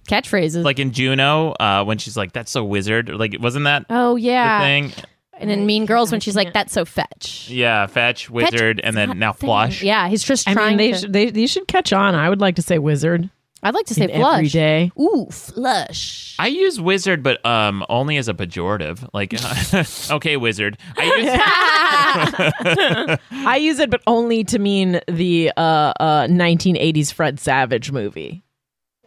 Speaker 3: *laughs*
Speaker 4: catchphrases."
Speaker 3: Like in Juno, uh, when she's like, That's so wizard. Like, wasn't that
Speaker 4: "Oh yeah,"
Speaker 3: the thing?
Speaker 4: and in Mean Girls when she's like, "That's so fetch."
Speaker 3: Yeah, fetch,
Speaker 4: Fetch
Speaker 3: wizard, and
Speaker 4: is
Speaker 3: then now
Speaker 4: not thing.
Speaker 3: flush.
Speaker 4: Yeah, he's just
Speaker 5: I
Speaker 4: trying.
Speaker 5: mean, they
Speaker 4: to,
Speaker 5: should, they they should catch on. I would like to say wizard.
Speaker 4: I'd like to say
Speaker 5: in
Speaker 4: flush.
Speaker 5: every day.
Speaker 4: Ooh, flush.
Speaker 3: I use wizard, but um, only as a pejorative. Like, *laughs* okay, wizard. I
Speaker 4: *laughs*
Speaker 3: use *laughs*
Speaker 5: I use it, but only to mean the uh, uh, 1980s Fred Savage movie.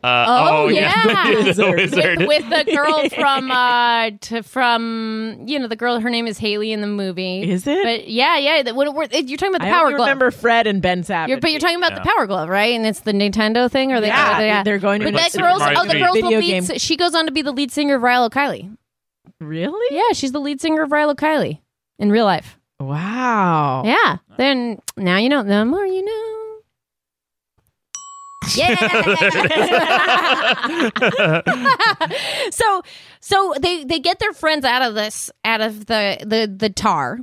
Speaker 3: uh,
Speaker 4: Oh, yeah.
Speaker 3: the
Speaker 5: Wizard.
Speaker 3: *laughs* wizard.
Speaker 4: with, with the
Speaker 5: *laughs*
Speaker 4: girl from uh to, from you know the girl her name is Haley in the movie
Speaker 5: Is it?
Speaker 4: but yeah yeah that what, what, you're talking about the
Speaker 5: I
Speaker 4: power
Speaker 5: only
Speaker 4: glove
Speaker 5: remember Fred and Ben Savage.
Speaker 4: You're, but you're talking about the Power Glove, right? And it's the Nintendo thing, or the
Speaker 5: yeah,
Speaker 4: or the-
Speaker 5: they're going to
Speaker 4: But
Speaker 3: Like
Speaker 4: that
Speaker 3: Super
Speaker 4: girl's
Speaker 3: Mario
Speaker 4: oh, the
Speaker 3: Three.
Speaker 4: girl's the
Speaker 5: Video
Speaker 4: lead.
Speaker 5: game.
Speaker 4: She goes on to be the lead singer of Rilo Kiley.
Speaker 5: really
Speaker 4: Yeah, she's the lead singer of Rilo Kiley in real life.
Speaker 5: wow.
Speaker 3: Oh.
Speaker 4: Yeah. Then now you know. The more you know. *laughs* Yeah. so so they they get their friends out of this out of the the the tar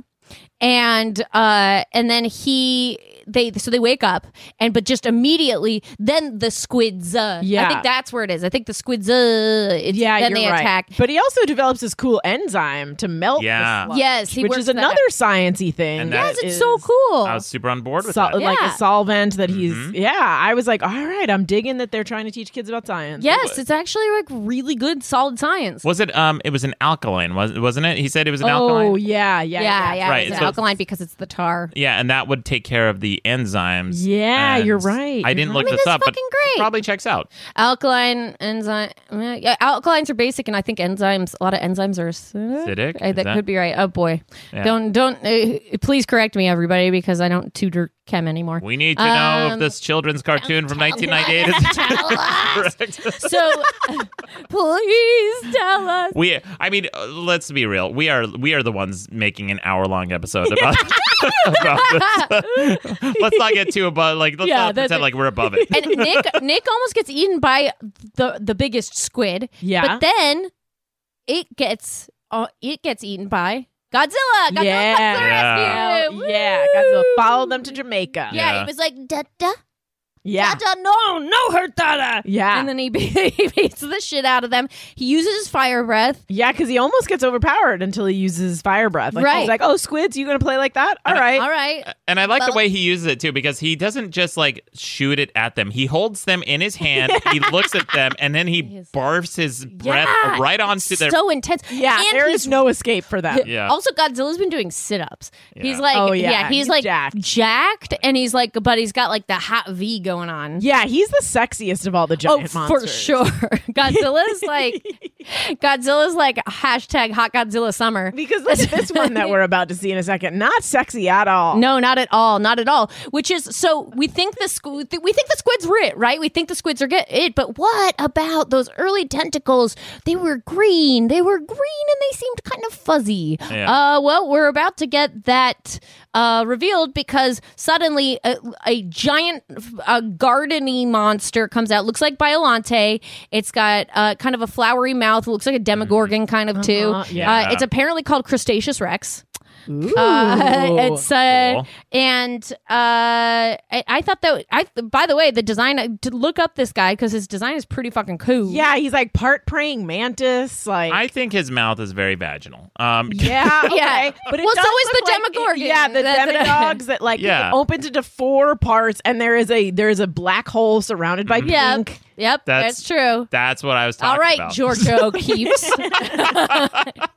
Speaker 4: and uh and then he they so they wake up and but just immediately then the squids uh i
Speaker 5: Yeah.
Speaker 4: think that's where it is i think the squids uh it's,
Speaker 5: Yeah,
Speaker 4: then
Speaker 5: you're
Speaker 4: they
Speaker 5: right.
Speaker 4: attack
Speaker 5: But he also develops this cool enzyme to melt. the
Speaker 3: Yeah.
Speaker 5: sludge,
Speaker 4: Yes, he
Speaker 5: which
Speaker 4: works
Speaker 5: is
Speaker 4: that
Speaker 5: another sciencey thing.
Speaker 3: And
Speaker 5: that
Speaker 4: yes it's
Speaker 5: is
Speaker 4: so cool
Speaker 3: I was super on board with
Speaker 5: sol-
Speaker 3: that.
Speaker 5: like
Speaker 4: Yeah.
Speaker 5: a solvent that he's.
Speaker 3: Mm-hmm.
Speaker 5: Yeah, I was like, all right, I'm digging that they're trying to teach kids about science.
Speaker 4: yes it's actually like really good solid science
Speaker 3: Was it? Um, it was an alkaline, was wasn't it? He said it was an
Speaker 5: Oh
Speaker 3: alkaline.
Speaker 5: yeah, yeah,
Speaker 4: yeah yeah
Speaker 3: Right,
Speaker 4: it's an
Speaker 3: so-
Speaker 4: alkaline because it's the tar
Speaker 3: Yeah, and that would take care of the enzymes.
Speaker 5: Yeah,
Speaker 3: And
Speaker 5: you're right. Mm-hmm.
Speaker 3: I didn't look
Speaker 4: mean,
Speaker 3: this
Speaker 4: that's
Speaker 3: up, but
Speaker 4: fucking great.
Speaker 3: it probably checks out.
Speaker 4: alkaline enzyme uh, yeah alkalines are basic and i think enzymes a lot of enzymes are acidic,
Speaker 3: Acidic,
Speaker 4: Uh,
Speaker 3: is
Speaker 4: that,
Speaker 3: that-
Speaker 4: could be right oh boy
Speaker 3: Yeah.
Speaker 4: don't don't uh, please correct me everybody because i don't tutor Chem anymore.
Speaker 3: We need to know if
Speaker 4: Um,
Speaker 3: this children's cartoon from 1998 is correct.
Speaker 4: *laughs*
Speaker 3: *laughs*
Speaker 4: So *laughs* please tell us.
Speaker 3: We, I mean, uh, let's be real. We are we are the ones making an hour long episode about, *laughs* about this. *laughs* let's not get too above. Like, let's
Speaker 4: Yeah,
Speaker 3: not
Speaker 4: that's
Speaker 3: pretend
Speaker 4: like-
Speaker 3: like we're above it.
Speaker 4: And Nick Nick almost gets eaten by the the biggest squid.
Speaker 5: Yeah.
Speaker 4: But then it gets uh, it gets eaten by Godzilla. Godzilla
Speaker 5: Yeah.
Speaker 4: comes to the
Speaker 3: Yeah.
Speaker 5: Hell
Speaker 4: rescue.
Speaker 5: Oh,
Speaker 4: Woo!
Speaker 5: yeah, Godzilla followed them to Jamaica.
Speaker 4: Yeah,
Speaker 3: Yeah.
Speaker 4: he was like da da
Speaker 5: yeah,
Speaker 4: da no no hurt da
Speaker 5: yeah,
Speaker 4: And then he, *laughs* be- he beats the shit out of them. He uses his fire breath.
Speaker 5: yeah. Because he almost gets overpowered until he uses his fire breath. Like,
Speaker 4: Right.
Speaker 5: He's like, "Oh, squids, you gonna play like that? All right,
Speaker 4: All right.
Speaker 3: And I like the
Speaker 4: Well-
Speaker 3: way he uses it too, because he doesn't just like shoot it at them. He holds them in his hand, he looks at them, and then he
Speaker 4: He's-
Speaker 3: barfs his breath
Speaker 4: Yeah,
Speaker 3: right onto their.
Speaker 4: so intense.
Speaker 5: yeah."
Speaker 4: and
Speaker 5: there
Speaker 4: he's
Speaker 5: is no escape for that.
Speaker 3: Yeah.
Speaker 4: Also, Godzilla's been doing sit ups. He's
Speaker 3: Yeah.
Speaker 4: like,
Speaker 5: Oh,
Speaker 4: yeah.
Speaker 5: yeah.
Speaker 4: he's,
Speaker 5: He's
Speaker 4: like jacked.
Speaker 5: jacked.
Speaker 4: and he's like, but he's got like the hot V going on.
Speaker 5: Yeah, he's the sexiest of all
Speaker 4: Oh,
Speaker 5: the giant monsters.
Speaker 4: for sure. *laughs* Godzilla's
Speaker 5: *laughs*
Speaker 4: like, Godzilla's like hashtag hot Godzilla summer.
Speaker 5: Because look at this one that we're about to see in a second. Not sexy at all.
Speaker 4: No, not at all, not at all. Which is so we think the squ- th- we think the squids were it, right? We think the squids are get- it, but what about those early tentacles? They were green, they were green, and they seemed kind of fuzzy.
Speaker 3: Yeah.
Speaker 4: Uh, well, we're about to get that uh, revealed because suddenly a, a giant uh, gardeny monster comes out. Looks like Biolante. It's got uh, kind of a flowery mouth. Looks like a Demogorgon kind of too.
Speaker 5: Uh-huh, yeah.
Speaker 4: Uh, it's apparently called Crustaceous Rex.
Speaker 5: Ooh.
Speaker 4: Uh, *laughs* it's uh,
Speaker 3: Cool.
Speaker 4: and uh, I, I thought that I. By the way, the design I- to look up this guy because his design is pretty fucking cool.
Speaker 5: yeah, he's like part praying mantis. Like
Speaker 3: I think his mouth is very vaginal. Um,
Speaker 5: *laughs* Yeah, okay.
Speaker 4: Yeah.
Speaker 5: But it
Speaker 4: Well, so
Speaker 5: does
Speaker 4: is
Speaker 5: look
Speaker 4: the
Speaker 5: like-
Speaker 4: Demogorgon.
Speaker 5: Yeah, the
Speaker 4: That's what I-
Speaker 5: demagogues that like
Speaker 3: Yeah.
Speaker 5: opened into four parts, and there is a there is a black hole surrounded
Speaker 3: Mm-hmm.
Speaker 5: by
Speaker 4: Yep.
Speaker 5: pink.
Speaker 4: Yep.
Speaker 3: That's-
Speaker 4: That's, true.
Speaker 3: That's what I was talking
Speaker 4: All right,
Speaker 3: about. *laughs*
Speaker 4: George O'Keefe's. *laughs*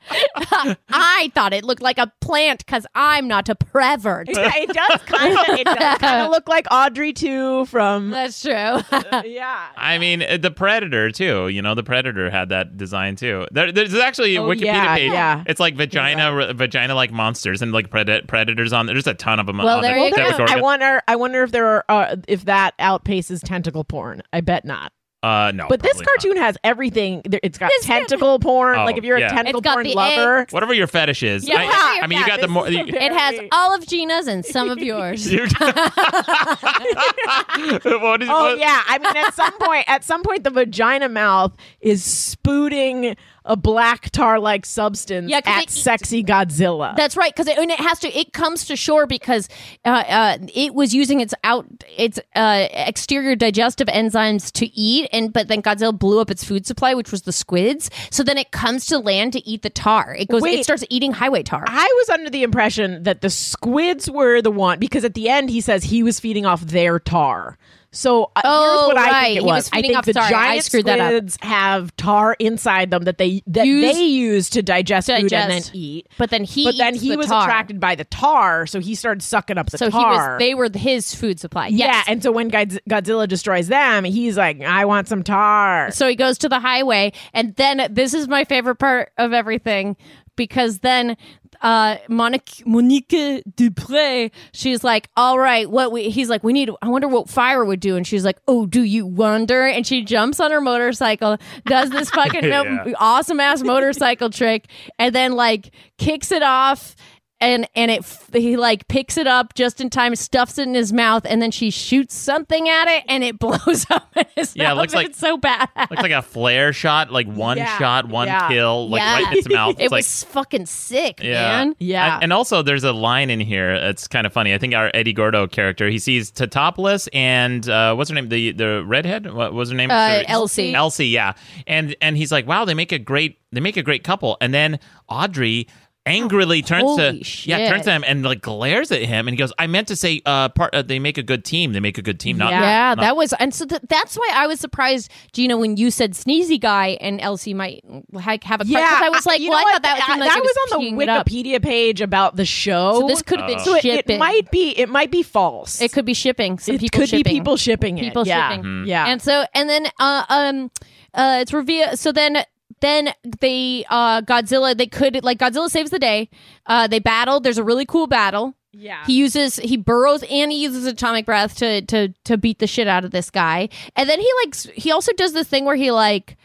Speaker 4: I thought it looked like a plant because I'm not a
Speaker 5: *laughs*
Speaker 4: pervert.
Speaker 5: Yeah, it does kind of it does kind of look like Audrey too
Speaker 4: *laughs*
Speaker 5: from
Speaker 4: That's true.
Speaker 5: yeah.
Speaker 3: I mean, uh, the Predator too. You know, the Predator had that design too. There, there's actually a
Speaker 5: Oh,
Speaker 3: Wikipedia
Speaker 5: yeah,
Speaker 3: page.
Speaker 5: yeah.
Speaker 3: It's like vagina, vagina like monsters and like pred- predators on. There's a ton of them.
Speaker 4: Well,
Speaker 3: on
Speaker 4: there
Speaker 3: the,
Speaker 4: you go.
Speaker 5: Well,
Speaker 3: Demogorgon.
Speaker 5: I wonder. I wonder if there are uh, if that outpaces tentacle porn. I bet not.
Speaker 3: Uh, no,
Speaker 5: But this
Speaker 3: probably not.
Speaker 5: cartoon has everything. There- It's got
Speaker 4: It's got-
Speaker 5: tentacle porn.
Speaker 3: Oh,
Speaker 5: like if you're
Speaker 3: yeah.
Speaker 5: a tentacle
Speaker 4: It's got
Speaker 5: porn
Speaker 4: the
Speaker 5: lover,
Speaker 3: whatever your fetish is.
Speaker 4: Yeah,
Speaker 3: I,
Speaker 4: whatever your
Speaker 3: I mean, you
Speaker 4: fetish
Speaker 3: got the more.
Speaker 5: is.
Speaker 3: You,
Speaker 4: it *laughs* has
Speaker 5: Very.
Speaker 4: all of Gina's and some of yours.
Speaker 3: you- What is-
Speaker 5: Oh
Speaker 3: what-
Speaker 5: yeah, I mean at some point, at some point, the vagina mouth is spooting a black tar-like substance
Speaker 4: Yeah, 'cause
Speaker 5: at
Speaker 4: it eats-
Speaker 5: sexy Godzilla.
Speaker 4: That's right, because it, and it has to. It comes to shore because uh, uh, it was using its out its uh, exterior digestive enzymes to eat, and but then Godzilla blew up its food supply, which was the squids. So then it comes to land to eat the tar. It goes. it
Speaker 5: Wait.
Speaker 4: starts eating highway tar.
Speaker 5: I was under the impression that the squids were the one because at the end he says he was feeding off their tar. So uh,
Speaker 4: Oh,
Speaker 5: here's what I
Speaker 4: right.
Speaker 5: think
Speaker 4: He
Speaker 5: it
Speaker 4: was
Speaker 5: was. I
Speaker 4: feeding
Speaker 5: think
Speaker 4: off-
Speaker 5: the
Speaker 4: sorry, I
Speaker 5: giant
Speaker 4: screwed that up.
Speaker 5: squids have tar inside them that they that
Speaker 4: Use-
Speaker 5: they use to digest, food and then
Speaker 4: Digest.
Speaker 5: eat.
Speaker 4: but then he.
Speaker 5: but then
Speaker 4: eats
Speaker 5: he
Speaker 4: the
Speaker 5: was
Speaker 4: tar.
Speaker 5: attracted by the tar, so he started sucking up the
Speaker 4: So
Speaker 5: tar.
Speaker 4: he was. They were his food supply. Yes.
Speaker 5: Yeah, and so when Godz- Godzilla destroys them, he's like, "I want some tar."
Speaker 4: So he goes to the highway, and then this is my favorite part of everything because then uh, Monique, Monique Dupre, she's like, "All right, what we?" He's like, "We need. I wonder what fire would do." And she's like, "Oh, do you wonder?" And she jumps on her motorcycle, does this fucking
Speaker 3: Yeah.
Speaker 4: awesome ass motorcycle trick, and then like kicks it off. And and it f- he like picks it up just in time, stuffs it in his mouth, and then she shoots something at it, and it *laughs* blows up. In his
Speaker 3: Yeah, it
Speaker 4: mouth,
Speaker 3: looks
Speaker 4: and
Speaker 3: like-
Speaker 4: it's so bad.
Speaker 3: *laughs* Looks like a flare shot, like one
Speaker 5: Yeah,
Speaker 3: shot, one
Speaker 5: yeah.
Speaker 3: kill, like
Speaker 4: Yeah.
Speaker 3: right in its mouth.
Speaker 4: *laughs* It
Speaker 3: It's like,
Speaker 4: was fucking sick,
Speaker 3: Yeah.
Speaker 4: man.
Speaker 5: yeah,
Speaker 3: And, and also, there's a line in here that's kind of funny. I think our Eddie Gordo character, he sees Totopolis and uh, what's her name? The the redhead. What was her name?
Speaker 4: Uh,
Speaker 3: Sure.
Speaker 4: Elsie.
Speaker 3: Elsie, yeah. And and he's like, wow, they make a great they make a great couple. And then Audrey angrily turns
Speaker 4: Holy
Speaker 3: to yeah
Speaker 4: shit.
Speaker 3: turns to him and like glares at him and he goes i meant to say uh part uh, they make a good team they make a good team not
Speaker 4: Yeah,
Speaker 5: Yeah.
Speaker 4: that was, and so th- that's why I was surprised, Gina, when you said sneezy guy and Elsie might like have a crush. 'cause I was like,
Speaker 5: you
Speaker 4: well,
Speaker 5: know
Speaker 4: I thought that
Speaker 5: what?
Speaker 4: was,
Speaker 5: that was on the Wikipedia page about the show.
Speaker 4: So this could have been
Speaker 3: Oh. So
Speaker 5: it, it
Speaker 4: shipping.
Speaker 5: might be it might be false.
Speaker 4: It could be shipping. Some
Speaker 5: It
Speaker 4: people
Speaker 5: could
Speaker 4: shipping.
Speaker 5: be people shipping it.
Speaker 4: People
Speaker 5: yeah.
Speaker 4: shipping.
Speaker 3: Mm-hmm.
Speaker 5: Yeah.
Speaker 4: And so, and then, uh, um, uh, it's revealed. So then, then they, uh, Godzilla, they could, like, Godzilla saves the day. Uh, they battle. There's a really cool battle.
Speaker 5: Yeah.
Speaker 4: He uses he burrows and he uses atomic breath to to to beat the shit out of this guy. And then he like s- he also does this thing where he like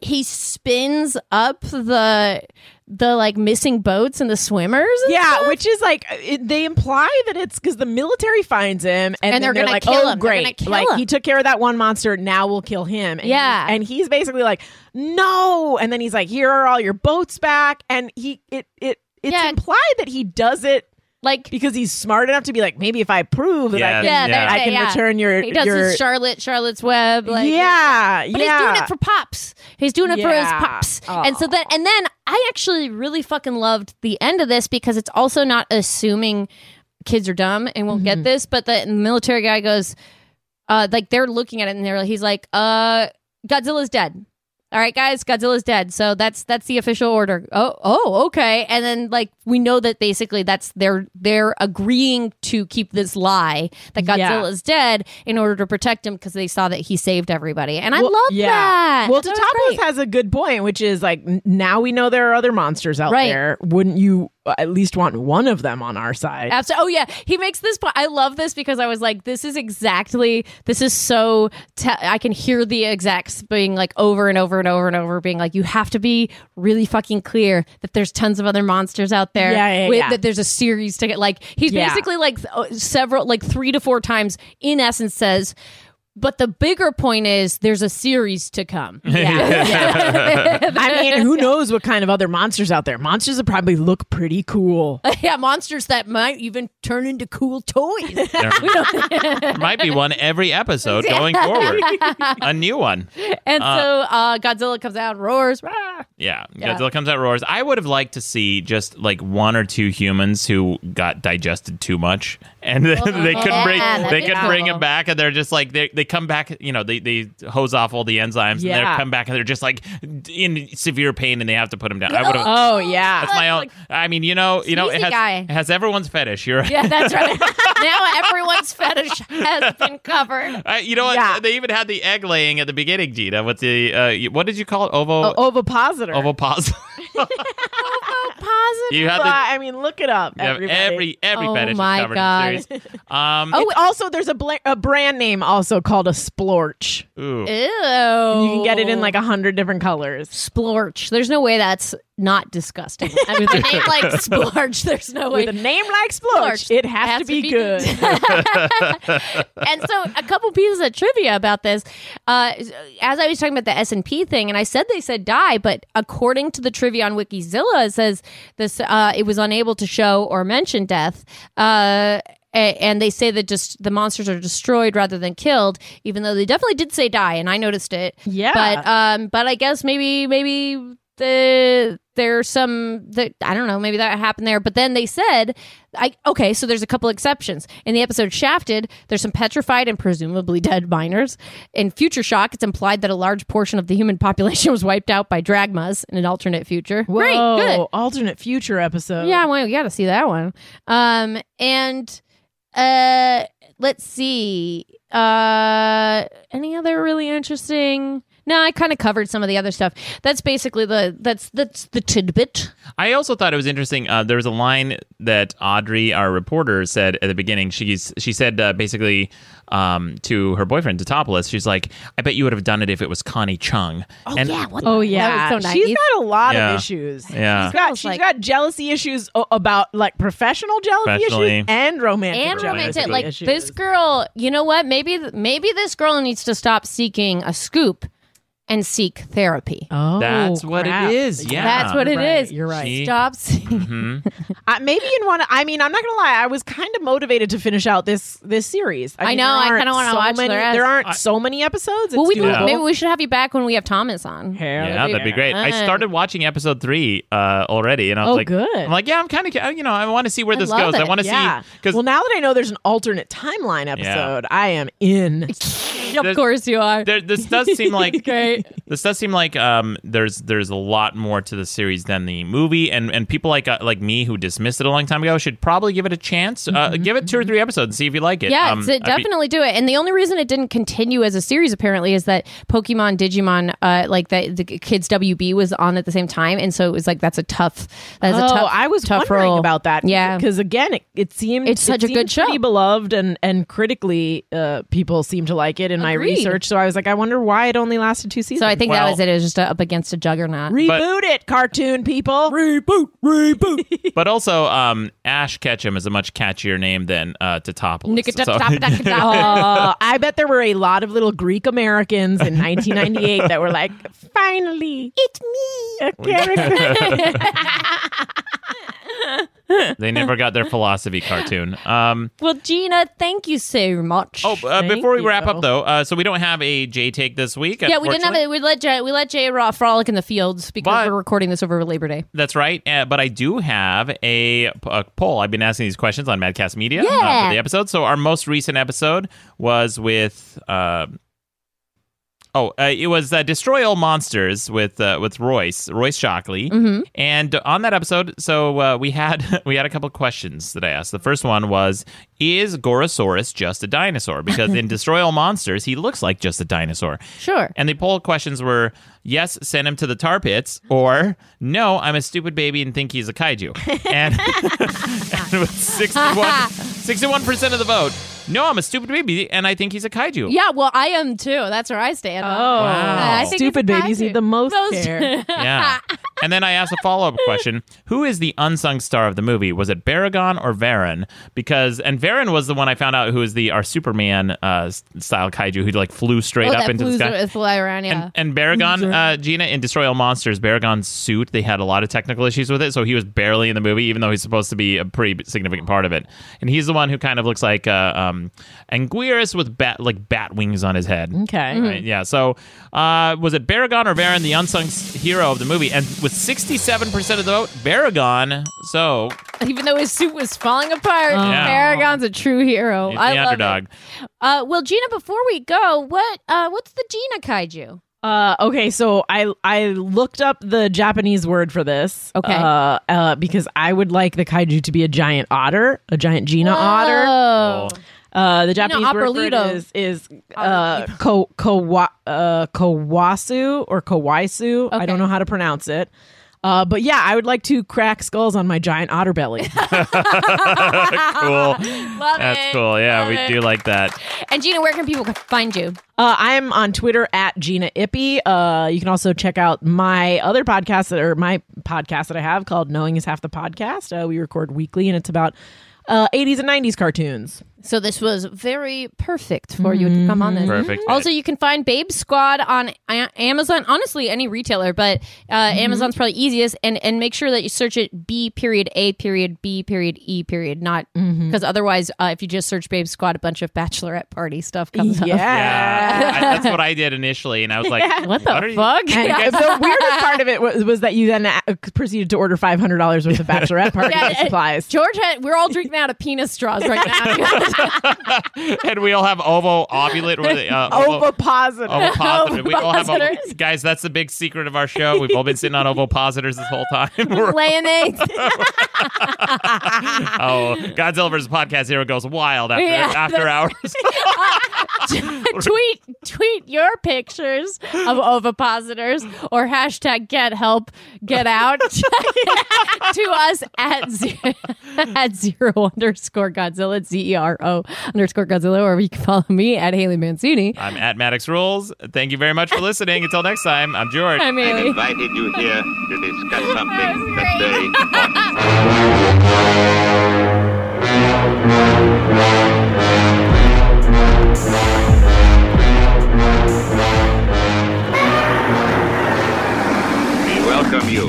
Speaker 4: he spins up the the like missing boats and the swimmers. and
Speaker 5: Yeah,
Speaker 4: stuff.
Speaker 5: which is like uh, it, they imply that it's because the military finds him, and, then
Speaker 4: they're gonna
Speaker 5: like,
Speaker 4: kill
Speaker 5: "Oh,
Speaker 4: him. They're
Speaker 5: great!
Speaker 4: gonna kill
Speaker 5: like
Speaker 4: him."
Speaker 5: he took care of that one monster. Now we'll kill him." And
Speaker 4: Yeah.
Speaker 5: he- and he's basically like, "No!" And then he's like, "Here are all your boats back." And he it it it's
Speaker 4: Yeah.
Speaker 5: implied that he does it
Speaker 4: like
Speaker 5: because he's smart enough to be like, maybe if I prove that
Speaker 3: Yeah.
Speaker 5: I can,
Speaker 4: yeah,
Speaker 3: Yeah.
Speaker 4: yeah.
Speaker 5: I can
Speaker 4: yeah.
Speaker 5: return your
Speaker 4: He does
Speaker 5: your
Speaker 4: his Charlotte, Charlotte's Web. Like,
Speaker 5: yeah,
Speaker 4: But
Speaker 5: yeah.
Speaker 4: he's doing it for pops. He's doing it for his
Speaker 5: Yeah. Oh.
Speaker 4: pops. And so then and then I actually really fucking loved the end of this because it's also not assuming kids are dumb and won't
Speaker 5: Mm-hmm.
Speaker 4: get this, but the, the military guy goes, uh, like they're looking at it and they're he's like, uh, Godzilla's dead. All right, guys, Godzilla's dead. So that's that's the official order. Oh, oh, okay. And then like we know that basically that's they're they're agreeing to keep this lie that
Speaker 5: Yeah.
Speaker 4: Godzilla's dead in order to protect him because they saw that he saved everybody. And I
Speaker 5: Well,
Speaker 4: love that.
Speaker 5: Well,
Speaker 4: That was great.
Speaker 5: Tatopos has a good point, which is like n- now we know there are other monsters out
Speaker 4: Right.
Speaker 5: there. Wouldn't you uh, at least want one of them on our side?
Speaker 4: *laughs* Absolutely. Oh yeah, he makes this point. I love this because I was like, this is exactly. This is so. Te- I can hear the execs being like over and over and over and over, being like, you have to be really fucking clear that there's tons of other monsters out there.
Speaker 5: Yeah, yeah, yeah.
Speaker 4: That there's a series to get. Like he's
Speaker 5: Yeah.
Speaker 4: basically like uh, several, like three to four times. In essence, says. But the bigger point is there's a series to come.
Speaker 5: I mean, who knows what kind of other monsters out there? Monsters that probably look pretty
Speaker 4: *laughs*
Speaker 5: cool.
Speaker 4: *laughs* yeah, monsters that might even turn into cool toys.
Speaker 3: There might be one every episode going
Speaker 4: *laughs*
Speaker 3: forward. A new one.
Speaker 4: and so uh, Godzilla comes out, roars. "Rah!"
Speaker 3: Yeah.
Speaker 4: Yeah.
Speaker 3: Godzilla comes out roars. I would have liked to see just like one or two humans who got digested too much and then they couldn't bring
Speaker 4: yeah, that'd
Speaker 3: they
Speaker 4: be
Speaker 3: couldn't bring
Speaker 4: cool.
Speaker 3: him back and they're just like they they come back, you know, they they hose off all the enzymes and
Speaker 5: Yeah.
Speaker 3: they come back and they're just like in severe pain and they have to put him down. I would have
Speaker 4: *laughs*
Speaker 5: Oh yeah,
Speaker 3: that's my own. I mean, you know, you know, it
Speaker 4: Sneezy
Speaker 3: has,
Speaker 4: guy.
Speaker 3: it has everyone's fetish. You're,
Speaker 4: Yeah, that's right. *laughs* now everyone's fetish has been covered.
Speaker 3: I, you know what?
Speaker 5: Yeah.
Speaker 3: They even had the egg laying at the beginning, Gina. What's the uh, you- what did you call it? Ovo
Speaker 5: Oh, ovipositor.
Speaker 3: *laughs* ovopos.
Speaker 4: Positive.
Speaker 3: you had
Speaker 5: But,
Speaker 3: the
Speaker 5: I mean, look it up.
Speaker 3: you have
Speaker 5: everybody.
Speaker 3: every every
Speaker 4: Oh
Speaker 3: fetish is
Speaker 4: my
Speaker 3: covered
Speaker 4: God.
Speaker 3: in series. Um,
Speaker 4: Oh,
Speaker 5: It's also, there's a, bla- a brand name also called a splorch.
Speaker 3: ooh.
Speaker 4: Ew.
Speaker 5: You can get it in
Speaker 4: Oh.
Speaker 5: like a hundred different colors.
Speaker 4: splorch. There's no way that's not disgusting. I mean, the name like splorch. There's no way.
Speaker 5: With a name like splorch, it has, to, be, good.
Speaker 4: *laughs*
Speaker 5: *laughs*
Speaker 4: and so a couple pieces of trivia about this uh, as i was talking about the s&p thing and i said they said die but according to the trivia on wikizilla it says this uh, it was unable to show or mention death uh, a- and they say that just the monsters are destroyed rather than killed, even though they definitely did say die, and I noticed it.
Speaker 5: Yeah.
Speaker 4: But um, but I guess maybe maybe the there's some that I don't know. Maybe that happened there. But then they said, I okay. So there's a couple exceptions in the episode Shafted. There's some petrified and presumably dead miners. In Future Shock, it's implied that a large portion of the human population was wiped out by dragmas in an alternate future. *laughs* Great, good.
Speaker 5: alternate future episode.
Speaker 4: Yeah, well, you got to see that one. Um, and uh, let's see. Uh, any other really interesting? No, I kind of covered some of the other stuff. That's basically the that's that's the tidbit.
Speaker 3: I also thought it was interesting. Uh, there was a line that Audrey, our reporter, said at the beginning. She's she said uh, basically um, to her boyfriend Totopoulos, she's like, "I bet you would have done it if it was Connie Chung." Oh
Speaker 4: yeah, what
Speaker 5: Oh yeah,
Speaker 4: that was so
Speaker 5: she's
Speaker 4: nice.
Speaker 5: got a lot
Speaker 3: Yeah.
Speaker 5: of issues.
Speaker 3: Yeah.
Speaker 5: she's got
Speaker 4: Girls,
Speaker 5: she's
Speaker 4: like-
Speaker 5: got jealousy issues o- about like professional jealousy
Speaker 3: Professionally.
Speaker 5: issues and romantic
Speaker 4: and
Speaker 5: jealousy
Speaker 4: romantic. Like
Speaker 5: issues.
Speaker 4: this girl, you know what? Maybe maybe this girl needs to stop seeking a scoop and seek therapy.
Speaker 5: Oh,
Speaker 3: That's what it
Speaker 5: crap.
Speaker 3: is, yeah.
Speaker 4: That's what
Speaker 5: You're
Speaker 4: it
Speaker 5: right,
Speaker 4: is.
Speaker 5: You're right.
Speaker 3: She-
Speaker 5: *laughs*
Speaker 4: Stop. seeking-
Speaker 5: Uh, maybe in one. I mean, I'm not gonna lie. I was kind of motivated to finish out this this series.
Speaker 4: I
Speaker 5: mean,
Speaker 4: know,
Speaker 5: there
Speaker 4: I
Speaker 5: aren't
Speaker 4: kinda wanna
Speaker 5: so
Speaker 4: watch the
Speaker 5: many-
Speaker 4: rest.
Speaker 5: There aren't so many episodes. It's
Speaker 4: well, we can-
Speaker 5: doable.
Speaker 4: maybe we should have you back when we have Thomas on.
Speaker 5: Hell
Speaker 3: Yeah, that'd be great. I started watching episode three uh, already, and I was
Speaker 5: Oh,
Speaker 3: like,
Speaker 5: good.
Speaker 3: I'm like, yeah, I'm kind of, you know, I want to see where
Speaker 4: I
Speaker 3: this
Speaker 4: love
Speaker 3: goes. I
Speaker 4: it,
Speaker 3: want to
Speaker 5: Yeah.
Speaker 3: see because
Speaker 5: well, now that I know there's an alternate timeline episode, I am in.
Speaker 4: *laughs* of
Speaker 3: There's-
Speaker 4: course you are.
Speaker 3: There, this does
Speaker 4: *laughs*
Speaker 3: seem like
Speaker 4: Great.
Speaker 3: this does seem like um, there's there's a lot more to the series than the movie, and and people like uh, like me who dismissed it a long time ago should probably give it a chance. Uh, give it two or three episodes and see if you like it.
Speaker 4: Yeah,
Speaker 3: Um,
Speaker 4: it's- Mm-hmm. it
Speaker 3: I'd be-
Speaker 4: definitely do it. And the only reason it didn't continue as a series apparently is that Pokemon, Digimon, uh, like the, the kids WB was on at the same time, and so it was like that's a tough. That's
Speaker 5: oh,
Speaker 4: a tough.
Speaker 5: I was
Speaker 4: tough
Speaker 5: wondering
Speaker 4: role.
Speaker 5: about that.
Speaker 4: Yeah.
Speaker 5: because again, it, it seemed
Speaker 4: It's
Speaker 5: it
Speaker 4: such a good
Speaker 5: seemed pretty
Speaker 4: show.
Speaker 5: beloved and and critically, uh, people seem to like it in my
Speaker 4: Agreed.
Speaker 5: research. So I was like, I wonder why it only lasted two seasons.
Speaker 4: So I think
Speaker 3: Well-
Speaker 4: that was it. It was just uh up against a juggernaut.
Speaker 5: reboot
Speaker 3: But-
Speaker 5: it, cartoon people.
Speaker 3: *laughs* Reboot, reboot. but also, um, Ash Ketchum is a much catchier name than uh, Totopoulos.
Speaker 5: *laughs* Uh, I bet there were a lot of little Greek Americans in 1998 that were like, finally, it's me, a character.
Speaker 3: *laughs* *laughs* they never got their philosophy cartoon. Um,
Speaker 4: well, Gina, thank you so much.
Speaker 3: oh, uh,
Speaker 5: Thank
Speaker 3: before we
Speaker 5: you,
Speaker 3: wrap up though,
Speaker 5: though.
Speaker 3: uh, so we don't have a J take this week.
Speaker 4: yeah, we didn't have
Speaker 3: unfortunately.
Speaker 4: it. We let Jay, we let Jay Raw frolic in the fields because
Speaker 3: But-
Speaker 4: we're recording this over Labor Day.
Speaker 3: That's right. Uh, but I do have a, a poll. I've been asking these questions on Madcast Media uh,
Speaker 4: Yeah.
Speaker 3: for the episode. So our most recent episode was with. Uh, Oh, uh, it was uh, "Destroy All Monsters" with uh, with Royce Royce Shockley,
Speaker 4: Mm-hmm.
Speaker 3: and on that episode, so uh, we had *laughs* we had a couple of questions that I asked. The first one was, "Is Gorosaurus just a dinosaur?" Because
Speaker 4: *laughs*
Speaker 3: in "Destroy All Monsters," he looks like just a dinosaur.
Speaker 4: Sure.
Speaker 3: And the poll questions were yes, send him to the tar pits, or no, I'm a stupid baby and think he's a
Speaker 4: *laughs*
Speaker 3: kaiju. And, and with 61, percent of the vote, no, I'm a stupid baby and I think he's a kaiju.
Speaker 4: Yeah, well, I am too. That's where I stand. on it.
Speaker 5: Oh.
Speaker 3: Wow.
Speaker 4: I think it's
Speaker 5: Stupid babies
Speaker 4: kaiju.
Speaker 5: need the most
Speaker 4: Most- *laughs*
Speaker 5: care.
Speaker 3: *laughs* Yeah. And then I asked a follow up question Who is the unsung star of the movie? Was it Baragon or Varen? Because, and Varen was the one I found out who is the our Superman uh, s- style kaiju who like flew straight
Speaker 4: oh,
Speaker 3: up
Speaker 4: that
Speaker 3: into the
Speaker 4: blues
Speaker 3: sky.
Speaker 4: will fly around. Yeah.
Speaker 3: And, and Baragon, uh, Gina, in Destroy All Monsters, Baragon's suit, they had a lot of technical issues with it, so he was barely in the movie, even though he's supposed to be a pretty significant part of it. And he's the one who kind of looks like uh, um, Anguirus with bat like bat wings on his head.
Speaker 5: Okay.
Speaker 3: Right, yeah. So, uh, was it Baragon or Varen, the unsung s- hero of the movie? And with 67% of the vote, Baragon. So,
Speaker 4: even though his suit was falling apart,
Speaker 3: Yeah.
Speaker 4: Paragon's a true hero.
Speaker 3: Oh. he's
Speaker 4: Oh, I
Speaker 3: the
Speaker 4: love
Speaker 3: underdog.
Speaker 4: It. Uh, well, Gina, before we go, what uh, what's the Gina kaiju?
Speaker 5: Uh, okay, so I I looked up the Japanese word for this.
Speaker 4: Okay.
Speaker 5: uh, uh, because I would like the kaiju to be a giant otter, a giant Gina otter.
Speaker 4: Whoa.
Speaker 5: Uh, the Japanese word for it
Speaker 4: Operlito.
Speaker 5: is is uh, ko, kowa, uh, kowasu or kawaisu. I
Speaker 4: Okay.
Speaker 5: don't know how to pronounce it. Uh, but yeah, I would like to crack skulls on my giant otter belly.
Speaker 3: *laughs* cool.
Speaker 4: *laughs* Love
Speaker 3: Oh, That's
Speaker 4: it.
Speaker 3: cool. Yeah,
Speaker 4: Love
Speaker 3: we
Speaker 4: it.
Speaker 3: do like that.
Speaker 4: And Gina, where can people find you?
Speaker 5: Uh, I'm on Twitter at Gina Ippy. Uh, you can also check out my other podcast that, or my podcast that I have called Knowing is Half the Podcast. Uh, we record weekly and it's about uh, 80s and 90s cartoons.
Speaker 4: So this was very perfect for you to come on this.
Speaker 3: Mm-hmm. Perfect.
Speaker 4: Also, you can find Babe Squad on A- Amazon. Honestly, any retailer, but uh, Amazon's probably easiest. And and make sure that you search it B period A period B period E period, not because otherwise, uh, if you just search Babe Squad, a bunch of bachelorette party stuff comes up.
Speaker 3: Yeah, I- that's what I did initially, and I was like, "What the are you-
Speaker 4: Fuck.
Speaker 5: And uh, the weirdest part of it was, was that you then uh, proceeded to order $500 worth of bachelorette party
Speaker 4: Yeah, it- *laughs* *laughs*
Speaker 5: supplies.
Speaker 4: George, had, we're all drinking out of penis straws
Speaker 3: *laughs*
Speaker 4: right now.
Speaker 3: and we all have ovo ovulate. What are they, uh, ovo,
Speaker 5: Ovipositor.
Speaker 3: Ovipositor. We all have ovo-
Speaker 4: Ovipositors.
Speaker 3: guys. That's the big secret of our show. We've all been sitting on ovopositors this whole time. *laughs* We're-
Speaker 4: *laughs* Laying
Speaker 3: *laughs*
Speaker 4: eggs.
Speaker 3: oh, Godzilla vs. Podcast Hero goes wild after
Speaker 4: Yeah, *laughs*
Speaker 3: after hours.
Speaker 4: tweet, tweet your pictures of ovipositors or hashtag get help,
Speaker 3: *laughs*
Speaker 4: get out *laughs* to us at zero, *laughs* at zero underscore Godzilla, Z E R O underscore Godzilla, or you can follow me at Haley Mancini.
Speaker 3: I'm at Maddox Rules. Thank you very much for listening. Until next time, I'm George.
Speaker 4: I'm
Speaker 2: I
Speaker 4: Haley.
Speaker 2: invited you here to discuss something that's very important. We welcome you.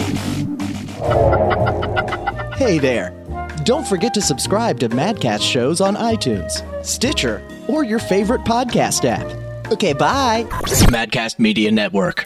Speaker 1: Hey there! Don't forget to subscribe to Madcast shows on iTunes, Stitcher, or your favorite podcast app. Okay, bye! Madcast Media Network.